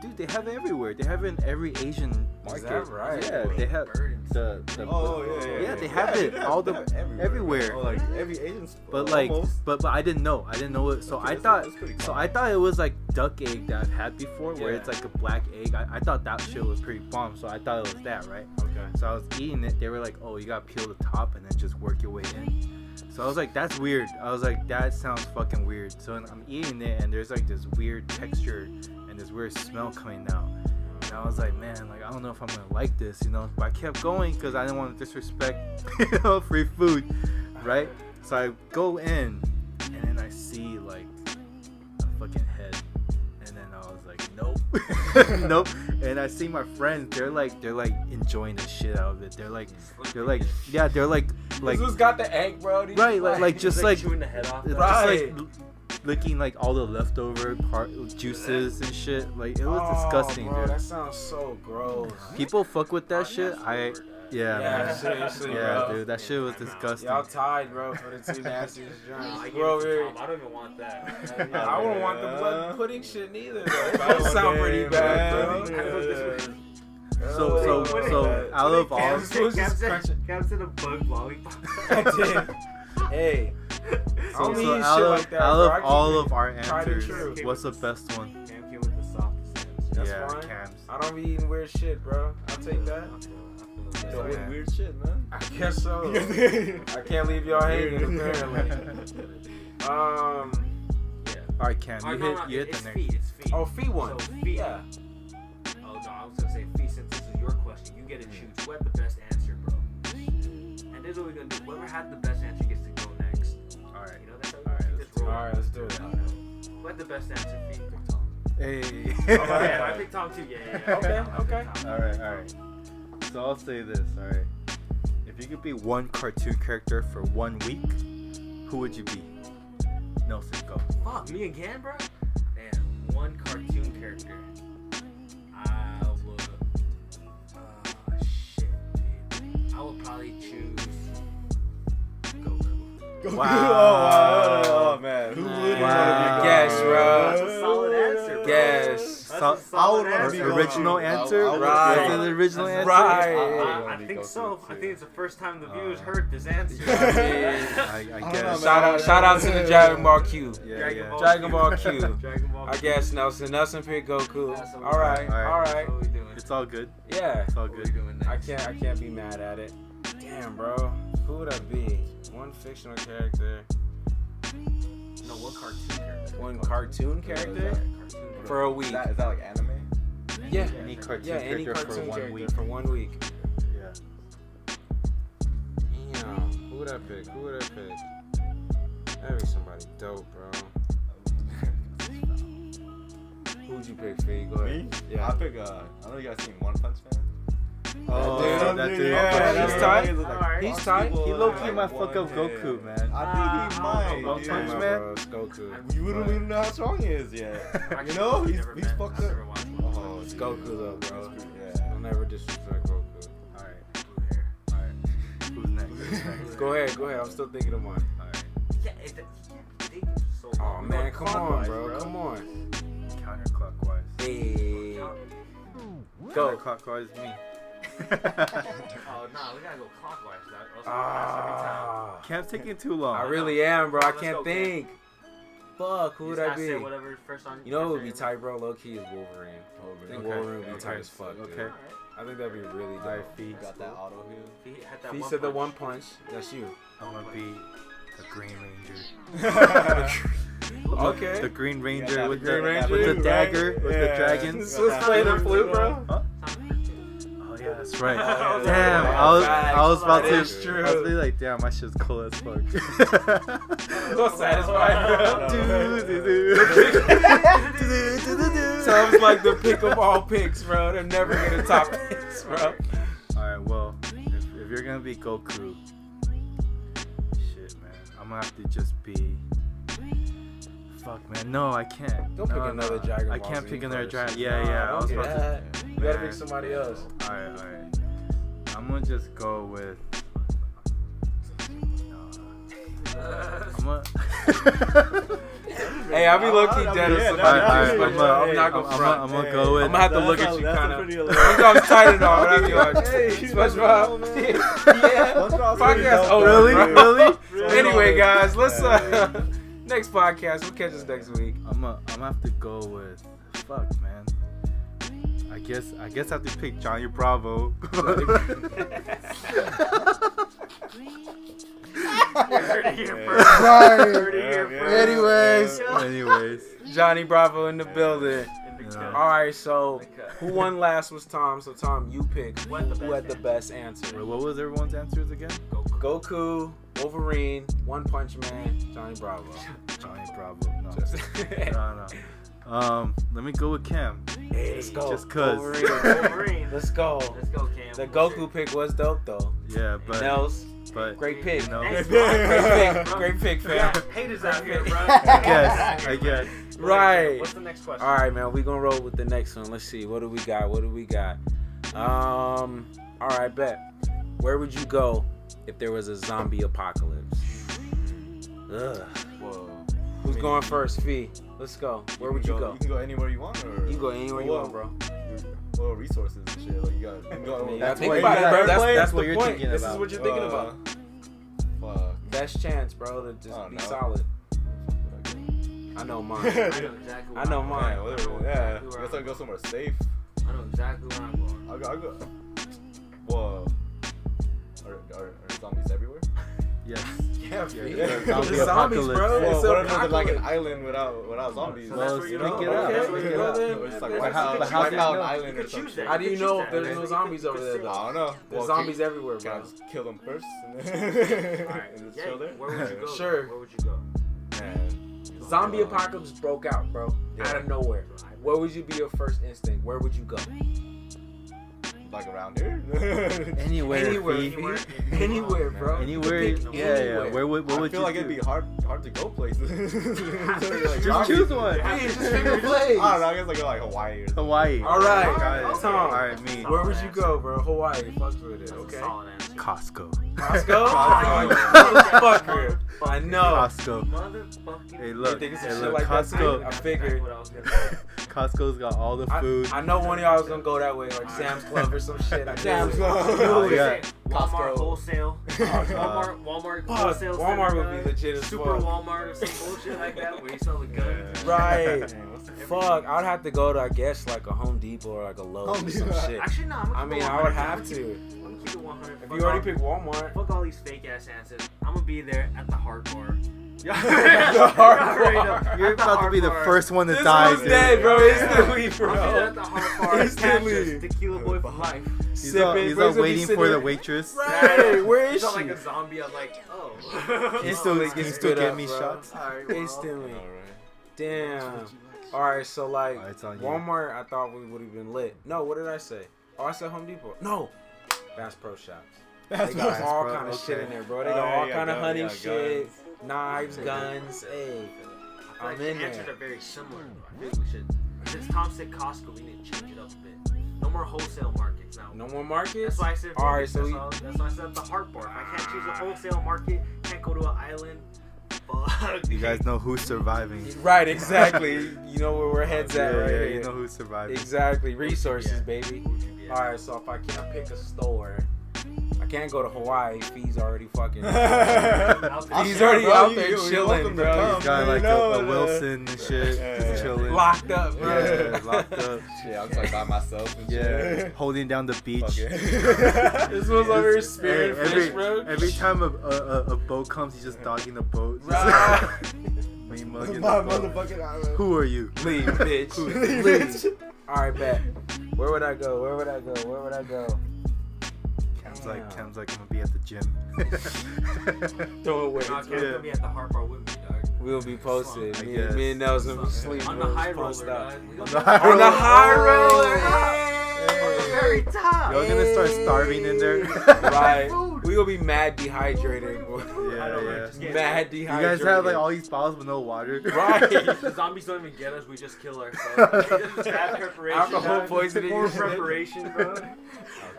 Speaker 3: Dude, they have it everywhere. They have it in every Asian market.
Speaker 4: Is that right?
Speaker 3: Yeah, they have
Speaker 5: Bird and-
Speaker 3: the, the
Speaker 6: Oh yeah, yeah.
Speaker 3: Yeah, they have it all the everywhere.
Speaker 6: Oh, like every Asian's.
Speaker 3: But like,
Speaker 6: almost.
Speaker 3: but but I didn't know. I didn't know it. So
Speaker 6: Okay,
Speaker 3: I
Speaker 6: that's-
Speaker 3: thought,
Speaker 6: that's pretty
Speaker 3: so
Speaker 6: common.
Speaker 3: I thought it was like duck egg that I've had before, where
Speaker 4: Yeah.
Speaker 3: it's like a black egg. I, I thought that shit was pretty bomb. So I thought it was that, right?
Speaker 4: Okay.
Speaker 3: So I was eating it. They were like, "Oh, you gotta peel the top and then just work your way in." So I was like, "That's weird." I was like, "That sounds fucking weird." So I'm eating it, and there's like this weird texture and this weird smell coming out. And I I was like, man, like I don't know if I'm gonna like this, you know. But I kept going because I didn't want to disrespect, you know, free food, right? So I go in, and then I see like a fucking head, and then I was like, nope, nope. And I see my friends, they're like, they're like enjoying the shit out of it. They're like, they're like, yeah, they're like, like,
Speaker 4: who's got the egg, bro? These
Speaker 3: Right, like- like,
Speaker 4: he's,
Speaker 3: just like-
Speaker 4: chewing the head off.
Speaker 3: it's just like l- licking like all the leftover part juices and shit. Like it was
Speaker 4: Oh,
Speaker 3: disgusting,
Speaker 4: bro,
Speaker 3: dude.
Speaker 4: That sounds so gross.
Speaker 3: People fuck with that shit. I yeah,
Speaker 4: Yeah,
Speaker 3: man.
Speaker 4: seriously,
Speaker 3: yeah,
Speaker 4: bro.
Speaker 3: dude, that shit was disgusting.
Speaker 4: Y'all tied, bro, for the two nastiest
Speaker 5: Uh,
Speaker 4: drinks. We're over here.
Speaker 5: I don't even want that.
Speaker 4: Yeah, I wouldn't want the
Speaker 6: Yeah.
Speaker 4: blood pudding shit neither. Though.
Speaker 6: That
Speaker 4: That sound pretty bad, bro.
Speaker 3: So so
Speaker 4: Oh,
Speaker 3: so
Speaker 6: yeah.
Speaker 3: out of all
Speaker 4: Cam said- Cam said-
Speaker 5: Cam said a bug lollipop.
Speaker 4: I did. Hey, I
Speaker 3: so,
Speaker 4: don't
Speaker 3: so
Speaker 4: eat
Speaker 3: out
Speaker 4: shit
Speaker 3: of,
Speaker 4: like that,
Speaker 3: out
Speaker 4: bro.
Speaker 3: of
Speaker 4: I keep
Speaker 3: all
Speaker 4: it
Speaker 3: of our
Speaker 4: tried and
Speaker 3: answers,
Speaker 4: true.
Speaker 3: what's the best one?
Speaker 5: Cam came with the softest answer.
Speaker 4: That's
Speaker 3: yeah,
Speaker 4: fine.
Speaker 3: Cam's.
Speaker 4: I don't be eating weird shit, bro. I'll take that.
Speaker 6: So
Speaker 4: Yeah.
Speaker 6: weird shit, man.
Speaker 4: I guess so. I can't leave y'all hanging, apparently. Um,
Speaker 3: All right, Cam,
Speaker 5: Oh,
Speaker 3: you
Speaker 5: no,
Speaker 3: hit
Speaker 5: no,
Speaker 3: you hit
Speaker 5: it's
Speaker 3: the next.
Speaker 5: feet. It's feet.
Speaker 4: oh, fee one.
Speaker 5: So feet.
Speaker 4: Yeah.
Speaker 5: Oh no, I was gonna say feet since this is your question. You get to choose. Who had the best answer, bro? And this is what we're gonna do. Whoever had the best answer gets to go next.
Speaker 3: All right,
Speaker 5: You know that's how we
Speaker 3: All right,
Speaker 5: keep
Speaker 3: let's
Speaker 5: this
Speaker 4: All
Speaker 5: rolling.
Speaker 4: right, let's do it.
Speaker 5: Who had the best answer, feet?
Speaker 3: hey.
Speaker 4: All
Speaker 5: Oh,
Speaker 4: right.
Speaker 5: yeah, I picked Tom too. Yeah, yeah. yeah.
Speaker 4: Okay,
Speaker 5: I picked
Speaker 4: okay.
Speaker 5: Tom.
Speaker 3: All right, all right. So I'll say this. All right, if you could be one cartoon character for one week, who would you be? Nelson, go.
Speaker 5: Fuck, me again, bro? Damn, one cartoon character. I would. Uh, shit, dude. I would probably choose. Goku.
Speaker 6: Wow. oh, man. Who
Speaker 5: Nah.
Speaker 6: wouldn't
Speaker 3: Wow.
Speaker 6: wanna be
Speaker 4: Guess,
Speaker 6: Goku?
Speaker 4: bro.
Speaker 5: That's a solid answer, bro.
Speaker 4: Yes.
Speaker 5: That's
Speaker 3: So-
Speaker 5: a solid
Speaker 6: I would
Speaker 5: answer.
Speaker 6: wanna be
Speaker 3: Original
Speaker 6: Goku. I- I
Speaker 3: answer?
Speaker 6: would-
Speaker 4: Right.
Speaker 6: yeah.
Speaker 3: Is it the original answer?
Speaker 4: Right.
Speaker 5: I, I
Speaker 6: Yeah.
Speaker 5: think
Speaker 6: Goku,
Speaker 5: so. I
Speaker 6: too.
Speaker 5: think it's the first time the viewers
Speaker 3: Uh,
Speaker 5: heard this answer.
Speaker 4: yeah.
Speaker 3: I, I
Speaker 6: I
Speaker 3: guess.
Speaker 6: don't
Speaker 4: Shout out, shout out to the Dragon Ball Q.
Speaker 3: Yeah,
Speaker 5: Dragon,
Speaker 3: yeah.
Speaker 5: Ball
Speaker 4: Dragon Ball
Speaker 5: Q.
Speaker 4: Q.
Speaker 5: Dragon Ball
Speaker 4: I
Speaker 5: Q.
Speaker 4: guess Nelson. Nelson picked Goku.
Speaker 5: That's what we
Speaker 4: All right,
Speaker 3: got.
Speaker 4: all
Speaker 3: All
Speaker 5: That's
Speaker 4: right.
Speaker 5: what we doing.
Speaker 3: It's all good.
Speaker 4: Yeah.
Speaker 3: It's all
Speaker 5: What we
Speaker 3: good.
Speaker 5: doing next?
Speaker 4: I can't I can't be mad at it. Damn, bro. Who would I be? One fictional character,
Speaker 5: No, one cartoon character.
Speaker 4: one cartoon character
Speaker 5: Cartoon
Speaker 4: for a week.
Speaker 6: Is that, is that like anime?
Speaker 4: Yeah.
Speaker 3: Any cartoon
Speaker 4: Yeah, any
Speaker 3: character
Speaker 4: cartoon
Speaker 3: for one
Speaker 4: character
Speaker 3: week.
Speaker 4: for one week.
Speaker 3: Yeah.
Speaker 4: Damn. Who would I pick? Who would I pick? That'd be somebody dope, bro. Who'd you pick, Fee? Go ahead.
Speaker 6: Me?
Speaker 4: Yeah.
Speaker 6: I pick, uh, I don't know if you guys seen One Punch Man.
Speaker 3: Oh,
Speaker 4: dude,
Speaker 3: that dude.
Speaker 4: yeah,
Speaker 3: Yeah,
Speaker 4: he's
Speaker 3: yeah.
Speaker 4: tight.
Speaker 5: Alright.
Speaker 4: He's tight.
Speaker 3: He low key might fuck up Goku, man.
Speaker 6: I
Speaker 5: Uh,
Speaker 6: think he might.
Speaker 3: One
Speaker 6: dude.
Speaker 3: Punch
Speaker 4: Come on,
Speaker 3: Man?
Speaker 4: bro, It's Goku.
Speaker 6: You wouldn't even know how strong he is yet.
Speaker 5: Actually,
Speaker 6: you know,
Speaker 5: I've
Speaker 6: he's,
Speaker 5: never
Speaker 6: he's
Speaker 5: met-
Speaker 6: fucked
Speaker 5: I've
Speaker 6: up.
Speaker 5: never watched one.
Speaker 6: Oh,
Speaker 4: It's
Speaker 6: dude.
Speaker 4: Goku though, bro.
Speaker 6: Yeah.
Speaker 4: Don't ever disrespect Goku.
Speaker 3: All right.
Speaker 5: Blue hair.
Speaker 3: Who's next? Who's next?
Speaker 4: Go ahead, go ahead. I'm still thinking of mine.
Speaker 3: All right.
Speaker 5: Yeah, it, yeah, they do so
Speaker 4: Oh
Speaker 5: long.
Speaker 4: man, come on,
Speaker 3: clockwise,
Speaker 4: bro.
Speaker 3: bro.
Speaker 4: Come on.
Speaker 3: Counterclockwise.
Speaker 4: Hey.
Speaker 3: Go. Counterclockwise, me.
Speaker 5: Oh nah, we gotta go clockwise. Dog. Or else we're gonna
Speaker 4: Ah,
Speaker 3: Cam's taking too long.
Speaker 4: I really am, bro. I
Speaker 5: Let's
Speaker 4: can't
Speaker 5: go,
Speaker 4: think. Fuck, who
Speaker 5: pass every time. You
Speaker 4: would
Speaker 5: just
Speaker 4: I
Speaker 5: gotta
Speaker 4: be?
Speaker 5: say whatever first on.
Speaker 4: You know who would be
Speaker 5: first
Speaker 4: tight, bro? Low key is Wolverine. I think
Speaker 6: Wolverine.
Speaker 4: Wolverine would be
Speaker 6: Okay,
Speaker 4: tight as
Speaker 6: so-
Speaker 4: fuck, dude.
Speaker 3: okay.
Speaker 4: I think that'd be really
Speaker 3: All right,
Speaker 4: dope.
Speaker 3: Fee.
Speaker 6: Got that auto heal.
Speaker 5: name. He had that
Speaker 4: He
Speaker 5: one
Speaker 4: said the
Speaker 5: punch.
Speaker 4: one punch. That's you.
Speaker 3: I'm gonna be the Green Ranger.
Speaker 4: Okay.
Speaker 3: The Green Ranger
Speaker 6: Yeah,
Speaker 3: with
Speaker 6: the
Speaker 3: the,
Speaker 6: Green Ranger,
Speaker 3: with the
Speaker 6: right?
Speaker 3: dagger, with the
Speaker 6: Yeah.
Speaker 3: dragon.
Speaker 6: Let's
Speaker 4: Let's play the flute, bro.
Speaker 3: Oh yeah, that's right.
Speaker 6: Oh, yeah.
Speaker 3: damn, I was I was about
Speaker 4: That
Speaker 3: to.
Speaker 4: is true.
Speaker 3: I was really like, damn, my shit's cool as fuck.
Speaker 4: So satisfied, bro.
Speaker 3: Sounds
Speaker 4: Tom's like the pick of all picks, bro. They're never gonna top this, bro.
Speaker 3: All right, well, if, if you're gonna be Goku, shit, man, I'm gonna have to just be. Fuck, man, no, I can't. No,
Speaker 4: Don't pick
Speaker 3: no,
Speaker 4: another Dragon
Speaker 3: I
Speaker 4: Ball
Speaker 3: can't
Speaker 4: Z
Speaker 3: pick another
Speaker 4: person.
Speaker 3: dragon. Yeah, yeah, I was about to.
Speaker 4: You gotta pick somebody else.
Speaker 3: All right, all right. I'm gonna just go with. I'm gonna.
Speaker 4: Hey, I'll be low key
Speaker 6: I'll be-
Speaker 4: dead or
Speaker 6: yeah,
Speaker 4: somebody.
Speaker 3: that-
Speaker 6: that-
Speaker 4: but,
Speaker 6: that-
Speaker 4: yo, I'm not gonna
Speaker 3: I'm,
Speaker 4: front.
Speaker 3: gonna, I'm gonna go with.
Speaker 4: I'ma have to look
Speaker 6: That's
Speaker 4: at you
Speaker 6: a- that's a
Speaker 4: kinda-
Speaker 6: pretty
Speaker 4: I'm,
Speaker 6: alert.
Speaker 4: tired of all, but I'll be like,
Speaker 6: Hey,
Speaker 4: Smash Bob. yeah. oh,
Speaker 6: That's what I was
Speaker 4: Podcast
Speaker 6: thinking about,
Speaker 4: over,
Speaker 6: bro.
Speaker 3: really, really.
Speaker 6: Really?
Speaker 4: Anyway, guys, let's uh, next podcast. We'll catch us next week.
Speaker 3: I'm gonna, I'm gonna have to go with. Fuck, man. I guess, I guess I have to pick Johnny Bravo.
Speaker 6: Yeah, yeah.
Speaker 3: Anyways, anyways.
Speaker 4: Johnny Bravo in the building.
Speaker 5: In the
Speaker 3: Yeah.
Speaker 4: All right, so
Speaker 5: Okay.
Speaker 4: who won last was Tom. So Tom, you pick who
Speaker 5: What the best
Speaker 4: had the best answer.
Speaker 3: Wait, what was everyone's answers again?
Speaker 4: Goku, Wolverine, One Punch Man, Johnny Bravo.
Speaker 3: Johnny Bravo. No. no, no. Um, let me go with Cam.
Speaker 4: Hey, let's go.
Speaker 3: Just 'cause.
Speaker 4: Wolverine.
Speaker 5: Wolverine.
Speaker 4: let's go.
Speaker 5: Let's go, Cam.
Speaker 4: The Goku pick was dope though.
Speaker 3: Yeah, but
Speaker 4: Nels,
Speaker 3: but
Speaker 4: great pick.
Speaker 3: No.
Speaker 5: Thanks,
Speaker 4: Great pick.
Speaker 5: bro.
Speaker 4: Great pick,
Speaker 5: We
Speaker 4: fam.
Speaker 5: got haters out here, bro.
Speaker 3: I guess. I guess.
Speaker 4: Right.
Speaker 5: What's the next question?
Speaker 4: All right, man. We gonna roll with the next one. Let's see. What do we got? What do we got? Um. All right, bet. Where would you go if there was a zombie apocalypse? Ugh.
Speaker 6: Whoa.
Speaker 4: Who's going first, Fee? Let's go. Where would you go?
Speaker 6: You can go anywhere you want. Or
Speaker 4: You can go anywhere you
Speaker 6: Well,
Speaker 4: want, bro.
Speaker 6: Well, resources and shit. Like you got. You can go,
Speaker 4: Yeah,
Speaker 6: that's
Speaker 4: think
Speaker 6: why you
Speaker 4: about it,
Speaker 6: got
Speaker 4: bro. That's-
Speaker 6: airplanes.
Speaker 4: that's the point.
Speaker 6: This is what you're thinking about. Uh,
Speaker 4: Best chance, bro, to just
Speaker 6: I don't
Speaker 4: be
Speaker 6: know.
Speaker 4: solid.
Speaker 6: Fuck.
Speaker 4: I know
Speaker 5: I
Speaker 4: mine.
Speaker 5: know exactly
Speaker 4: I know mine.
Speaker 6: Man, whatever. Yeah,
Speaker 5: Exactly where
Speaker 6: I guess
Speaker 5: I'm
Speaker 6: I'll go somewhere safe.
Speaker 5: going. I know exactly where I'm going.
Speaker 6: I'll go. I'll go. Whoa. Are, are, are zombies everywhere?
Speaker 3: Yes.
Speaker 4: yeah, Fee.
Speaker 6: yeah.
Speaker 4: It's
Speaker 6: Zombie
Speaker 4: zombies,
Speaker 3: apocalypse.
Speaker 4: bro.
Speaker 6: Whoa,
Speaker 4: It's
Speaker 6: what if it's like
Speaker 4: apocalypse.
Speaker 6: an island without without zombies?
Speaker 5: So that's where you
Speaker 6: know?
Speaker 5: pick it
Speaker 6: Okay,
Speaker 5: up. That's
Speaker 6: okay,
Speaker 5: where you
Speaker 6: okay.
Speaker 5: go
Speaker 4: then.
Speaker 6: It's like
Speaker 4: That's
Speaker 6: White
Speaker 4: how-
Speaker 6: House,
Speaker 4: the
Speaker 6: White House
Speaker 4: house is
Speaker 6: Island
Speaker 4: built.
Speaker 5: You
Speaker 6: Island or
Speaker 5: could choose
Speaker 6: something.
Speaker 5: that.
Speaker 4: How do you
Speaker 5: could
Speaker 4: know
Speaker 5: choose
Speaker 4: if
Speaker 5: that,
Speaker 4: there's
Speaker 5: right?
Speaker 4: no zombies over there,
Speaker 6: I don't know.
Speaker 4: There's
Speaker 6: Well,
Speaker 4: zombies
Speaker 6: Can,
Speaker 4: everywhere,
Speaker 6: can I
Speaker 4: bro.
Speaker 6: just kill them first and
Speaker 5: All
Speaker 6: then
Speaker 5: right.
Speaker 6: and just
Speaker 5: Yeah,
Speaker 6: chill there?
Speaker 5: Where would you go?
Speaker 4: Sure.
Speaker 5: Where would you go?
Speaker 6: Man.
Speaker 4: Zombie
Speaker 6: Yeah.
Speaker 4: apocalypse broke out, bro.
Speaker 6: uh, Yeah.
Speaker 4: Out of nowhere. What would you be your first instinct? Where would you go?
Speaker 6: Like around here?
Speaker 3: Anywhere.
Speaker 4: anywhere,
Speaker 3: Fee.
Speaker 4: anywhere, anywhere, bro.
Speaker 3: Anywhere.
Speaker 4: You
Speaker 3: Yeah,
Speaker 4: can pick
Speaker 3: yeah. Where would what
Speaker 6: I
Speaker 3: would
Speaker 6: feel
Speaker 3: you
Speaker 6: like
Speaker 3: do?
Speaker 6: it'd be hard hard to go places. Like,
Speaker 3: Just choose one.
Speaker 4: Hey, just pick a place.
Speaker 6: I don't know. I guess like go like Hawaii or something.
Speaker 3: Hawaii.
Speaker 4: All right,
Speaker 3: Got it.
Speaker 4: okay.
Speaker 3: All right, me.
Speaker 4: Where would you go, bro? Hawaii. Fuck with it. Okay.
Speaker 5: Solid answer.
Speaker 3: Costco.
Speaker 4: Costco.
Speaker 5: Costco.
Speaker 4: Motherfucker. I know.
Speaker 3: Costco.
Speaker 5: Motherfucking.
Speaker 3: Hey, look.
Speaker 4: think it's some
Speaker 3: hey,
Speaker 4: shit
Speaker 3: look.
Speaker 4: like that?
Speaker 5: That's
Speaker 4: Costco.
Speaker 5: what
Speaker 3: Costco.
Speaker 5: I
Speaker 4: I
Speaker 5: was
Speaker 4: figured.
Speaker 5: gonna say.
Speaker 3: Costco's got all the
Speaker 4: I,
Speaker 3: food.
Speaker 4: I know one of y'all was gonna go that way, like Sam's Club or some shit. I
Speaker 6: Sam's
Speaker 4: guess.
Speaker 6: Club.
Speaker 4: Knew
Speaker 5: Oh,
Speaker 4: it.
Speaker 5: yeah.
Speaker 4: Costco.
Speaker 5: Walmart wholesale.
Speaker 3: God.
Speaker 5: Walmart, Walmart
Speaker 4: Fuck,
Speaker 5: wholesale.
Speaker 4: Walmart
Speaker 5: selling
Speaker 4: would
Speaker 5: guns.
Speaker 4: be legit as
Speaker 5: Super
Speaker 4: fuck.
Speaker 5: Walmart or some bullshit like that where you sell the guns.
Speaker 6: Yeah.
Speaker 4: Right.
Speaker 6: Man, what's the-
Speaker 4: Fuck, I'd have to go to I guess like a Home Depot or like a Lowe's
Speaker 6: Home
Speaker 4: or some
Speaker 6: Depot.
Speaker 4: shit.
Speaker 5: Actually, no, I'm gonna
Speaker 4: I
Speaker 5: keep
Speaker 4: mean,
Speaker 5: it
Speaker 4: I
Speaker 5: 100.
Speaker 4: would have
Speaker 5: I'm
Speaker 4: to.
Speaker 5: gonna keep it 100.
Speaker 4: If
Speaker 5: Fuck
Speaker 4: you already
Speaker 5: all-
Speaker 4: picked Walmart,
Speaker 5: Fuck all these fake ass answers. I'm gonna be there at the hard bar. Y'all already know.
Speaker 4: hardcore.
Speaker 5: At
Speaker 3: You're
Speaker 5: the
Speaker 3: about to be the
Speaker 5: hardcore.
Speaker 3: first one to
Speaker 4: This
Speaker 3: die.
Speaker 4: one's
Speaker 3: dude.
Speaker 4: dead, bro. Instantly,
Speaker 5: I'm be there at
Speaker 4: bro.
Speaker 5: the hard bar.
Speaker 4: Instantly.
Speaker 5: Captures Tequila boy for life.
Speaker 3: He's
Speaker 4: Sipping,
Speaker 3: all, he's
Speaker 4: bro,
Speaker 3: all
Speaker 4: he's gonna be
Speaker 3: waiting
Speaker 4: sitting
Speaker 3: for the
Speaker 4: there.
Speaker 3: waitress.
Speaker 4: Right, where is
Speaker 5: He's not like
Speaker 4: she?
Speaker 5: a zombie. I'm like, oh.
Speaker 3: Instantly,
Speaker 4: Alright.
Speaker 3: can you still
Speaker 4: Stood
Speaker 3: get
Speaker 4: up,
Speaker 3: me
Speaker 4: bro.
Speaker 3: shots?
Speaker 5: Alright, well,
Speaker 4: Instantly.
Speaker 6: All right.
Speaker 4: Damn. All right, so like
Speaker 3: Alright, it's on you.
Speaker 4: Walmart, I thought we would have been lit. No, what did I say? Oh, I said Home Depot. No, Bass Pro Shops.
Speaker 6: That's
Speaker 4: They got
Speaker 3: Bass
Speaker 4: all
Speaker 3: Pro,
Speaker 4: kind of
Speaker 3: okay.
Speaker 4: shit in there, bro. They
Speaker 6: Oh,
Speaker 4: got
Speaker 6: yeah,
Speaker 4: all
Speaker 6: you got
Speaker 4: kind of
Speaker 6: gun-
Speaker 4: honey
Speaker 6: you got
Speaker 4: shit,
Speaker 6: guns.
Speaker 4: knives,
Speaker 5: Yeah.
Speaker 4: guns. Hey,
Speaker 5: I
Speaker 4: I'm
Speaker 5: feel like
Speaker 4: in
Speaker 5: the answers
Speaker 4: there.
Speaker 5: are very similar. I feel like we should. Since Tom said Costco, we need to change it up a bit. No more wholesale markets now.
Speaker 4: no more markets.
Speaker 5: That's why I said.
Speaker 4: All right, so
Speaker 5: that's,
Speaker 4: we,
Speaker 5: all- that's why I said the hard part. If I can't choose a wholesale market, can't go to an island. Fuck.
Speaker 3: You guys know who's surviving.
Speaker 4: right, exactly. you know where we're heads at,
Speaker 3: yeah,
Speaker 4: right?
Speaker 3: yeah,
Speaker 4: here.
Speaker 3: you know who's surviving.
Speaker 4: Exactly, resources,
Speaker 5: Yeah.
Speaker 4: baby.
Speaker 5: Yeah.
Speaker 4: All right, so if I can't pick a store, I can't go to Hawaii. Fees already fucking.
Speaker 5: Out there.
Speaker 4: He's already
Speaker 6: bro,
Speaker 4: out
Speaker 6: you-
Speaker 4: there
Speaker 6: you're
Speaker 4: chilling,
Speaker 6: welcome to
Speaker 4: bro.
Speaker 6: come.
Speaker 4: He's
Speaker 3: He's got
Speaker 6: You
Speaker 3: like a,
Speaker 6: know
Speaker 3: a
Speaker 6: that.
Speaker 3: Wilson and shit, just
Speaker 6: Yeah.
Speaker 3: chilling.
Speaker 4: locked up, bro.
Speaker 3: Yeah, locked up.
Speaker 6: Shit, I'm just like by myself and
Speaker 3: Yeah,
Speaker 6: shit.
Speaker 3: holding down the
Speaker 6: Fuck
Speaker 3: beach.
Speaker 6: it.
Speaker 4: This was over here spirit
Speaker 3: Hey,
Speaker 4: fish,
Speaker 3: every,
Speaker 4: bro.
Speaker 3: every time a, a, a- a boat comes, he's just dogging the boat. Just
Speaker 4: Right.
Speaker 3: me
Speaker 6: My
Speaker 3: mugging the boat.
Speaker 6: motherfucking island.
Speaker 3: Who are you?
Speaker 4: Leave, bitch.
Speaker 6: Please.
Speaker 4: All right, bet. Where would I go? Where would I go? Where would I go?
Speaker 3: Cam's like, Cam's like, I'm gonna be at the gym.
Speaker 4: Throw away.
Speaker 5: Nah, Cam's gonna be at the hard bar with me, dog.
Speaker 4: We'll be posted.
Speaker 3: I
Speaker 4: Me, and-
Speaker 3: guess.
Speaker 4: me and Nelson will be sleeping.
Speaker 5: On the high roller,
Speaker 4: post up.
Speaker 5: dog.
Speaker 4: Oh.
Speaker 5: We
Speaker 3: On
Speaker 5: gonna-
Speaker 3: the high
Speaker 4: On the
Speaker 3: roller.
Speaker 4: high roller.
Speaker 5: On the
Speaker 4: Hey.
Speaker 5: very top.
Speaker 3: Y'all gonna start starving in there.
Speaker 4: Right. We gonna be mad dehydrated, boy.
Speaker 5: I don't know,
Speaker 3: yeah.
Speaker 5: just get-
Speaker 4: Mad dehydrated.
Speaker 3: You guys have like all these bottles with no water.
Speaker 4: Right.
Speaker 5: The zombies don't even get us. We just kill ourselves. Just bad preparation.
Speaker 4: Alcohol
Speaker 5: dog.
Speaker 4: poisoning.
Speaker 5: Poor preparation, bro.
Speaker 6: Alcohol.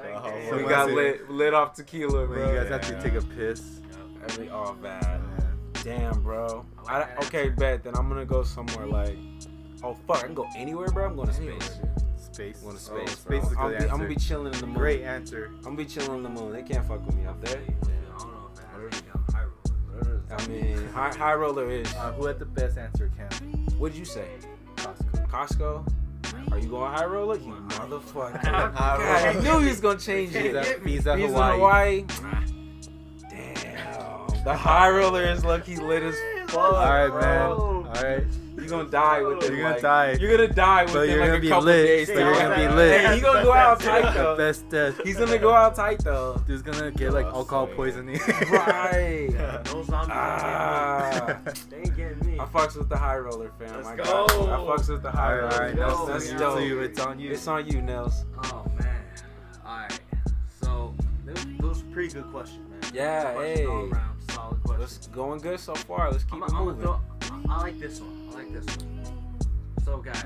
Speaker 5: Like,
Speaker 3: So
Speaker 4: we
Speaker 5: damn.
Speaker 4: got lit, lit off tequila,
Speaker 3: when
Speaker 4: bro.
Speaker 3: you guys have to take a piss.
Speaker 4: Every all bad. Damn, bro. I, okay, bet. Then I'm gonna go somewhere like. Oh fuck! I can go anywhere, bro. I'm going to space.
Speaker 3: Space.
Speaker 4: I'm going to
Speaker 3: Oh,
Speaker 4: space. bro.
Speaker 3: space is a
Speaker 4: I'm,
Speaker 3: good
Speaker 4: be, I'm
Speaker 3: answer.
Speaker 4: gonna be chilling in the moon.
Speaker 3: Great answer.
Speaker 4: I'm gonna be chilling in the moon. They can't fuck with me out there.
Speaker 5: I don't know if I have anything on high roller.
Speaker 4: I mean, high, high roller is.
Speaker 3: Uh, who had the best answer, Cam?
Speaker 4: What'd you say?
Speaker 3: Costco.
Speaker 4: Costco? Are you going high roller? You motherfucker! God, I
Speaker 6: High roller.
Speaker 4: knew he was gonna change it.
Speaker 3: Visa,
Speaker 4: He's
Speaker 3: Visa
Speaker 4: in
Speaker 3: Ah, Hawaii.
Speaker 4: Hawaii. Damn. The high roller is lucky lit as fuck.
Speaker 3: All right,
Speaker 4: bro.
Speaker 3: man.
Speaker 7: All right.
Speaker 4: You're gonna die with
Speaker 7: You're
Speaker 4: it,
Speaker 7: gonna
Speaker 4: like-
Speaker 7: die.
Speaker 4: You're gonna die
Speaker 7: So
Speaker 4: within
Speaker 7: you're
Speaker 4: like
Speaker 7: gonna
Speaker 4: a
Speaker 7: be
Speaker 4: couple
Speaker 7: lit.
Speaker 4: days.
Speaker 7: So
Speaker 4: though.
Speaker 7: you're gonna be lit.
Speaker 4: Hey, he gonna go out tight
Speaker 7: The
Speaker 4: though.
Speaker 7: best
Speaker 3: uh,
Speaker 7: test.
Speaker 4: He's gonna go out tight though.
Speaker 7: There's gonna get like alcohol poisoning.
Speaker 4: Right.
Speaker 5: No zombies.
Speaker 4: Ah.
Speaker 5: they ain't getting me.
Speaker 4: I fucks with the high roller, fam.
Speaker 5: Let's
Speaker 4: I
Speaker 5: go.
Speaker 4: got you. I fucks with the high
Speaker 7: All
Speaker 4: roller.
Speaker 7: right.
Speaker 4: That's,
Speaker 5: go.
Speaker 4: that's
Speaker 5: Yeah.
Speaker 4: dope.
Speaker 7: on you. It's on you.
Speaker 4: It's on you, Nels.
Speaker 5: Oh man. Alright. So those those pretty good question, man.
Speaker 4: Yeah,
Speaker 5: Good question all
Speaker 4: hey.
Speaker 5: around, solid question.
Speaker 4: It's going good so far. Let's keep
Speaker 5: I'm,
Speaker 4: it
Speaker 5: I'm
Speaker 4: moving.
Speaker 5: gonna throw, I, I like this one. I like this one. So guys,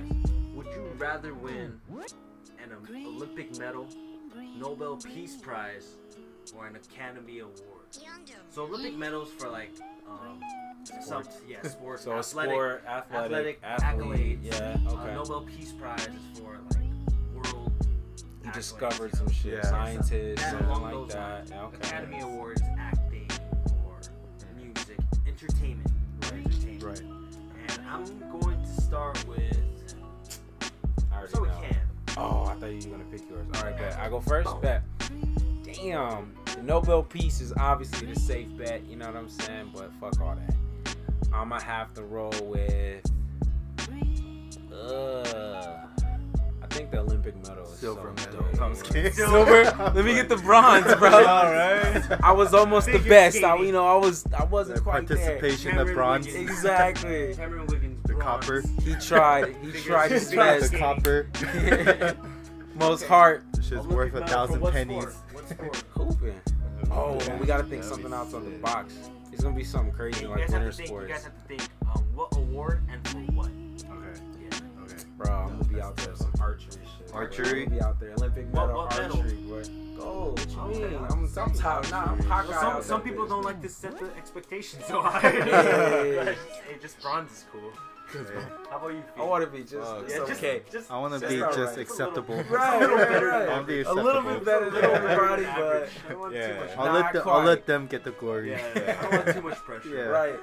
Speaker 5: would you rather win an Olymp- Olympic medal, Nobel Peace Prize, or an Academy Award? So Olympic medals for like um, some yeah sports,
Speaker 4: So a
Speaker 5: athletic,
Speaker 4: sport, athletic,
Speaker 5: athletic, accolades.
Speaker 4: athlete. Yeah.
Speaker 5: uh,
Speaker 4: Okay.
Speaker 5: Nobel Peace Prize is for like world.
Speaker 4: He
Speaker 5: accolades,
Speaker 4: discovered
Speaker 5: you know?
Speaker 4: some shit.
Speaker 7: Yeah.
Speaker 4: Scientist,
Speaker 5: That
Speaker 4: something
Speaker 5: along
Speaker 4: like
Speaker 5: those
Speaker 4: that.
Speaker 5: lines.
Speaker 4: Yeah, okay.
Speaker 5: Academy Awards, acting, or music, entertainment. Entertainment.
Speaker 7: Right.
Speaker 5: And I'm going to start with.
Speaker 4: I already
Speaker 5: So we
Speaker 4: know.
Speaker 5: can.
Speaker 4: Oh, I thought you were gonna pick yours. All right, bet. I go first. Bet. Damn, the Nobel Peace is obviously the safe bet. You know what I'm saying? But fuck all that. I'm gonna have to roll with. Uh, I think the Olympic medal is
Speaker 7: Silver
Speaker 4: so
Speaker 7: medal.
Speaker 4: dope.
Speaker 7: I'm just kidding.
Speaker 4: Silver. Let me get the bronze, bro.
Speaker 7: All right.
Speaker 4: I was almost the
Speaker 5: Figure
Speaker 4: best. I,
Speaker 5: skating.
Speaker 4: you know, I was, I wasn't
Speaker 7: The
Speaker 4: quite there.
Speaker 7: participation, the
Speaker 5: Cameron
Speaker 7: bronze,
Speaker 5: Wiggins.
Speaker 4: Exactly.
Speaker 5: Cameron Wiggins.
Speaker 7: the
Speaker 5: bronze.
Speaker 7: copper,
Speaker 4: He tried. He
Speaker 5: Figure
Speaker 4: tried his
Speaker 5: skating. Tried
Speaker 7: the
Speaker 4: best.
Speaker 5: Yes.
Speaker 7: copper.
Speaker 4: Most heart.
Speaker 3: This shit's
Speaker 5: Olympic
Speaker 3: worth a
Speaker 5: medal
Speaker 3: thousand
Speaker 5: for what
Speaker 3: pennies.
Speaker 5: sport? What sport?
Speaker 4: Hooping. Oh,
Speaker 3: Mm-hmm. Yeah.
Speaker 4: we gotta think
Speaker 3: That'd
Speaker 4: something
Speaker 3: be
Speaker 4: else on the
Speaker 3: sick.
Speaker 4: box. It's gonna be something
Speaker 5: Yeah,
Speaker 4: crazy
Speaker 5: you
Speaker 4: like
Speaker 5: guys
Speaker 4: winter
Speaker 5: have to think. You
Speaker 4: sports,
Speaker 5: guys have to think. Um, what award and for what?
Speaker 7: Okay.
Speaker 5: Yeah.
Speaker 7: Okay.
Speaker 4: bro. I'm gonna be out there with some archery shit. bro.
Speaker 3: Archery?
Speaker 4: I'm gonna be out there, Olympic
Speaker 5: What-
Speaker 4: medal
Speaker 5: what medal?
Speaker 4: archery, bro. Gold.
Speaker 5: Oh,
Speaker 4: I mean,
Speaker 5: okay.
Speaker 4: I'm, I'm top. Nah, I'm cockeyed.
Speaker 5: Well, some
Speaker 4: out
Speaker 5: some
Speaker 4: there,
Speaker 5: people
Speaker 4: bitch.
Speaker 5: don't like to set the expectations so high.
Speaker 4: Yeah.
Speaker 5: Hey, just bronze is cool. How about you?
Speaker 4: I
Speaker 5: Fee?
Speaker 4: want to be just.
Speaker 6: Oh,
Speaker 4: it's
Speaker 5: yeah,
Speaker 4: okay.
Speaker 5: just, just
Speaker 3: I want to
Speaker 4: That's
Speaker 3: be
Speaker 4: all
Speaker 3: just
Speaker 4: right.
Speaker 3: acceptable.
Speaker 4: Right,
Speaker 5: little
Speaker 4: right,
Speaker 5: better.
Speaker 4: right.
Speaker 3: I'll be
Speaker 4: A little
Speaker 3: acceptable.
Speaker 4: bit better than everybody, but
Speaker 5: I don't want
Speaker 6: Yeah.
Speaker 5: too much.
Speaker 3: I'll
Speaker 4: Nah,
Speaker 3: let the, I'll
Speaker 4: quite.
Speaker 3: let them get the glory.
Speaker 5: Yeah, I don't want too much pressure.
Speaker 3: Yeah.
Speaker 4: right.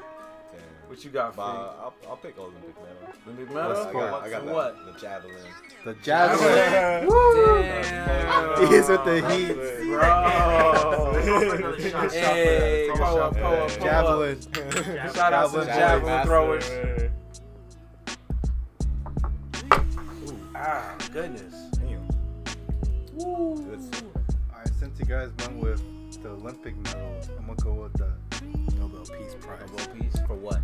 Speaker 6: Damn.
Speaker 4: What you got
Speaker 6: But
Speaker 4: for
Speaker 6: I'll, I'll pick Olympic medal.
Speaker 4: Olympic
Speaker 3: What
Speaker 4: medal?
Speaker 3: sport?
Speaker 6: I got
Speaker 4: For what?
Speaker 6: The, the javelin.
Speaker 3: The javelin.
Speaker 4: Damn.
Speaker 3: He's with the heat.
Speaker 5: Throw another
Speaker 6: Bro.
Speaker 5: shot, shot,
Speaker 4: Hey,
Speaker 5: shot,
Speaker 4: power
Speaker 5: shot.
Speaker 4: up, power up,
Speaker 6: Yeah.
Speaker 4: power up.
Speaker 3: Javelin.
Speaker 4: Shout out to the
Speaker 3: Javelin.
Speaker 4: javelin throwers.
Speaker 6: Master.
Speaker 4: Ah, goodness.
Speaker 6: Damn. That's-
Speaker 3: Alright, since you guys went with the Olympic medal, I'm gonna go with the Nobel Peace Prize.
Speaker 4: Nobel Peace for what?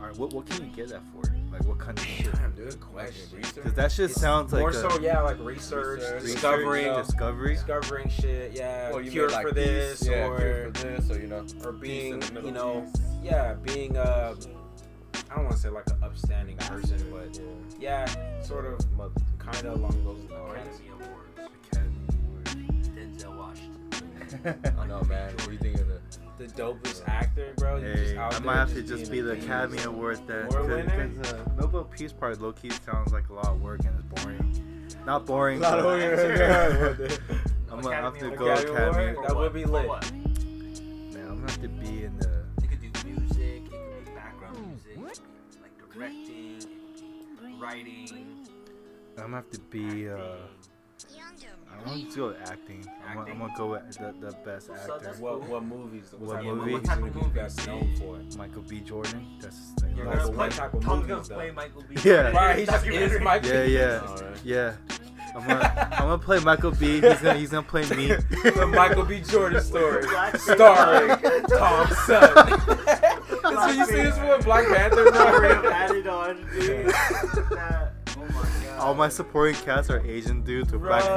Speaker 3: Alright, what, what can you get that for? Like what kind of shit?
Speaker 4: Damn, dude. Question.
Speaker 3: Because that shit sounds like
Speaker 4: More
Speaker 3: a
Speaker 4: so, yeah, like research,
Speaker 6: Research.
Speaker 4: discovering,
Speaker 6: Research,
Speaker 3: discovery.
Speaker 4: discovering shit. Yeah,
Speaker 6: Well, you
Speaker 4: cure
Speaker 6: made, like,
Speaker 4: for this,
Speaker 6: peace, yeah,
Speaker 4: or
Speaker 6: cure for this, or you know,
Speaker 4: or
Speaker 6: in
Speaker 4: being,
Speaker 6: the middle.
Speaker 4: you know, yeah, being uh, I don't want to say like an upstanding person, but yeah, sort of,
Speaker 6: mother.
Speaker 4: kind of along those lines.
Speaker 5: Academy Awards.
Speaker 3: Academy
Speaker 5: Denzel Washington.
Speaker 3: Award.
Speaker 6: I know, man. What do you think of the?
Speaker 4: The dopest actor, bro. you
Speaker 3: Hey,
Speaker 4: out
Speaker 3: I
Speaker 4: there
Speaker 3: might have to
Speaker 4: being
Speaker 3: just
Speaker 4: a
Speaker 3: be the
Speaker 4: beast.
Speaker 3: Academy Award then.
Speaker 4: Award winner?
Speaker 3: Because uh, Nobel Peace Prize low key sounds like a lot of work and it's boring. Not boring. but- I'm gonna have to
Speaker 5: Academy
Speaker 3: go
Speaker 4: Academy
Speaker 3: Academy.
Speaker 4: Award?
Speaker 5: For
Speaker 4: That
Speaker 5: what?
Speaker 4: would be
Speaker 5: For
Speaker 4: lit.
Speaker 5: what?
Speaker 3: Man, I'm gonna have to be in the.
Speaker 5: It could do music, it could be background music, it could be, like directing, it could be writing,
Speaker 3: I'm gonna have to be. Uh, I want to go acting. I'm, gonna- I'm gonna go with the, the best
Speaker 5: So
Speaker 3: actor.
Speaker 5: that's-
Speaker 4: What what movies?
Speaker 3: What
Speaker 4: type of
Speaker 3: movie?
Speaker 4: movies
Speaker 3: What
Speaker 5: type of
Speaker 4: would you be
Speaker 5: movie?
Speaker 4: best known for?
Speaker 3: Michael B. Jordan. That's like, yeah,
Speaker 4: You're gonna
Speaker 3: that's
Speaker 4: play
Speaker 3: one.
Speaker 4: type of
Speaker 5: Tom's
Speaker 4: movies,
Speaker 5: gonna
Speaker 4: though.
Speaker 5: play Michael B.
Speaker 3: Yeah.
Speaker 4: Right, he just is
Speaker 5: Documentary.
Speaker 4: Michael.
Speaker 3: Yeah, yeah, yeah. I'm gonna, I'm gonna play Michael B. He's gonna, he's gonna play me.
Speaker 4: the Michael B. Jordan story,
Speaker 5: Black-
Speaker 4: starring Tom Selleck. That's what you see this for Black Panther.
Speaker 5: Sorry,
Speaker 4: bro?
Speaker 5: added on, dude. That- oh my god.
Speaker 3: All my supporting cast are Asian dudes with black faces.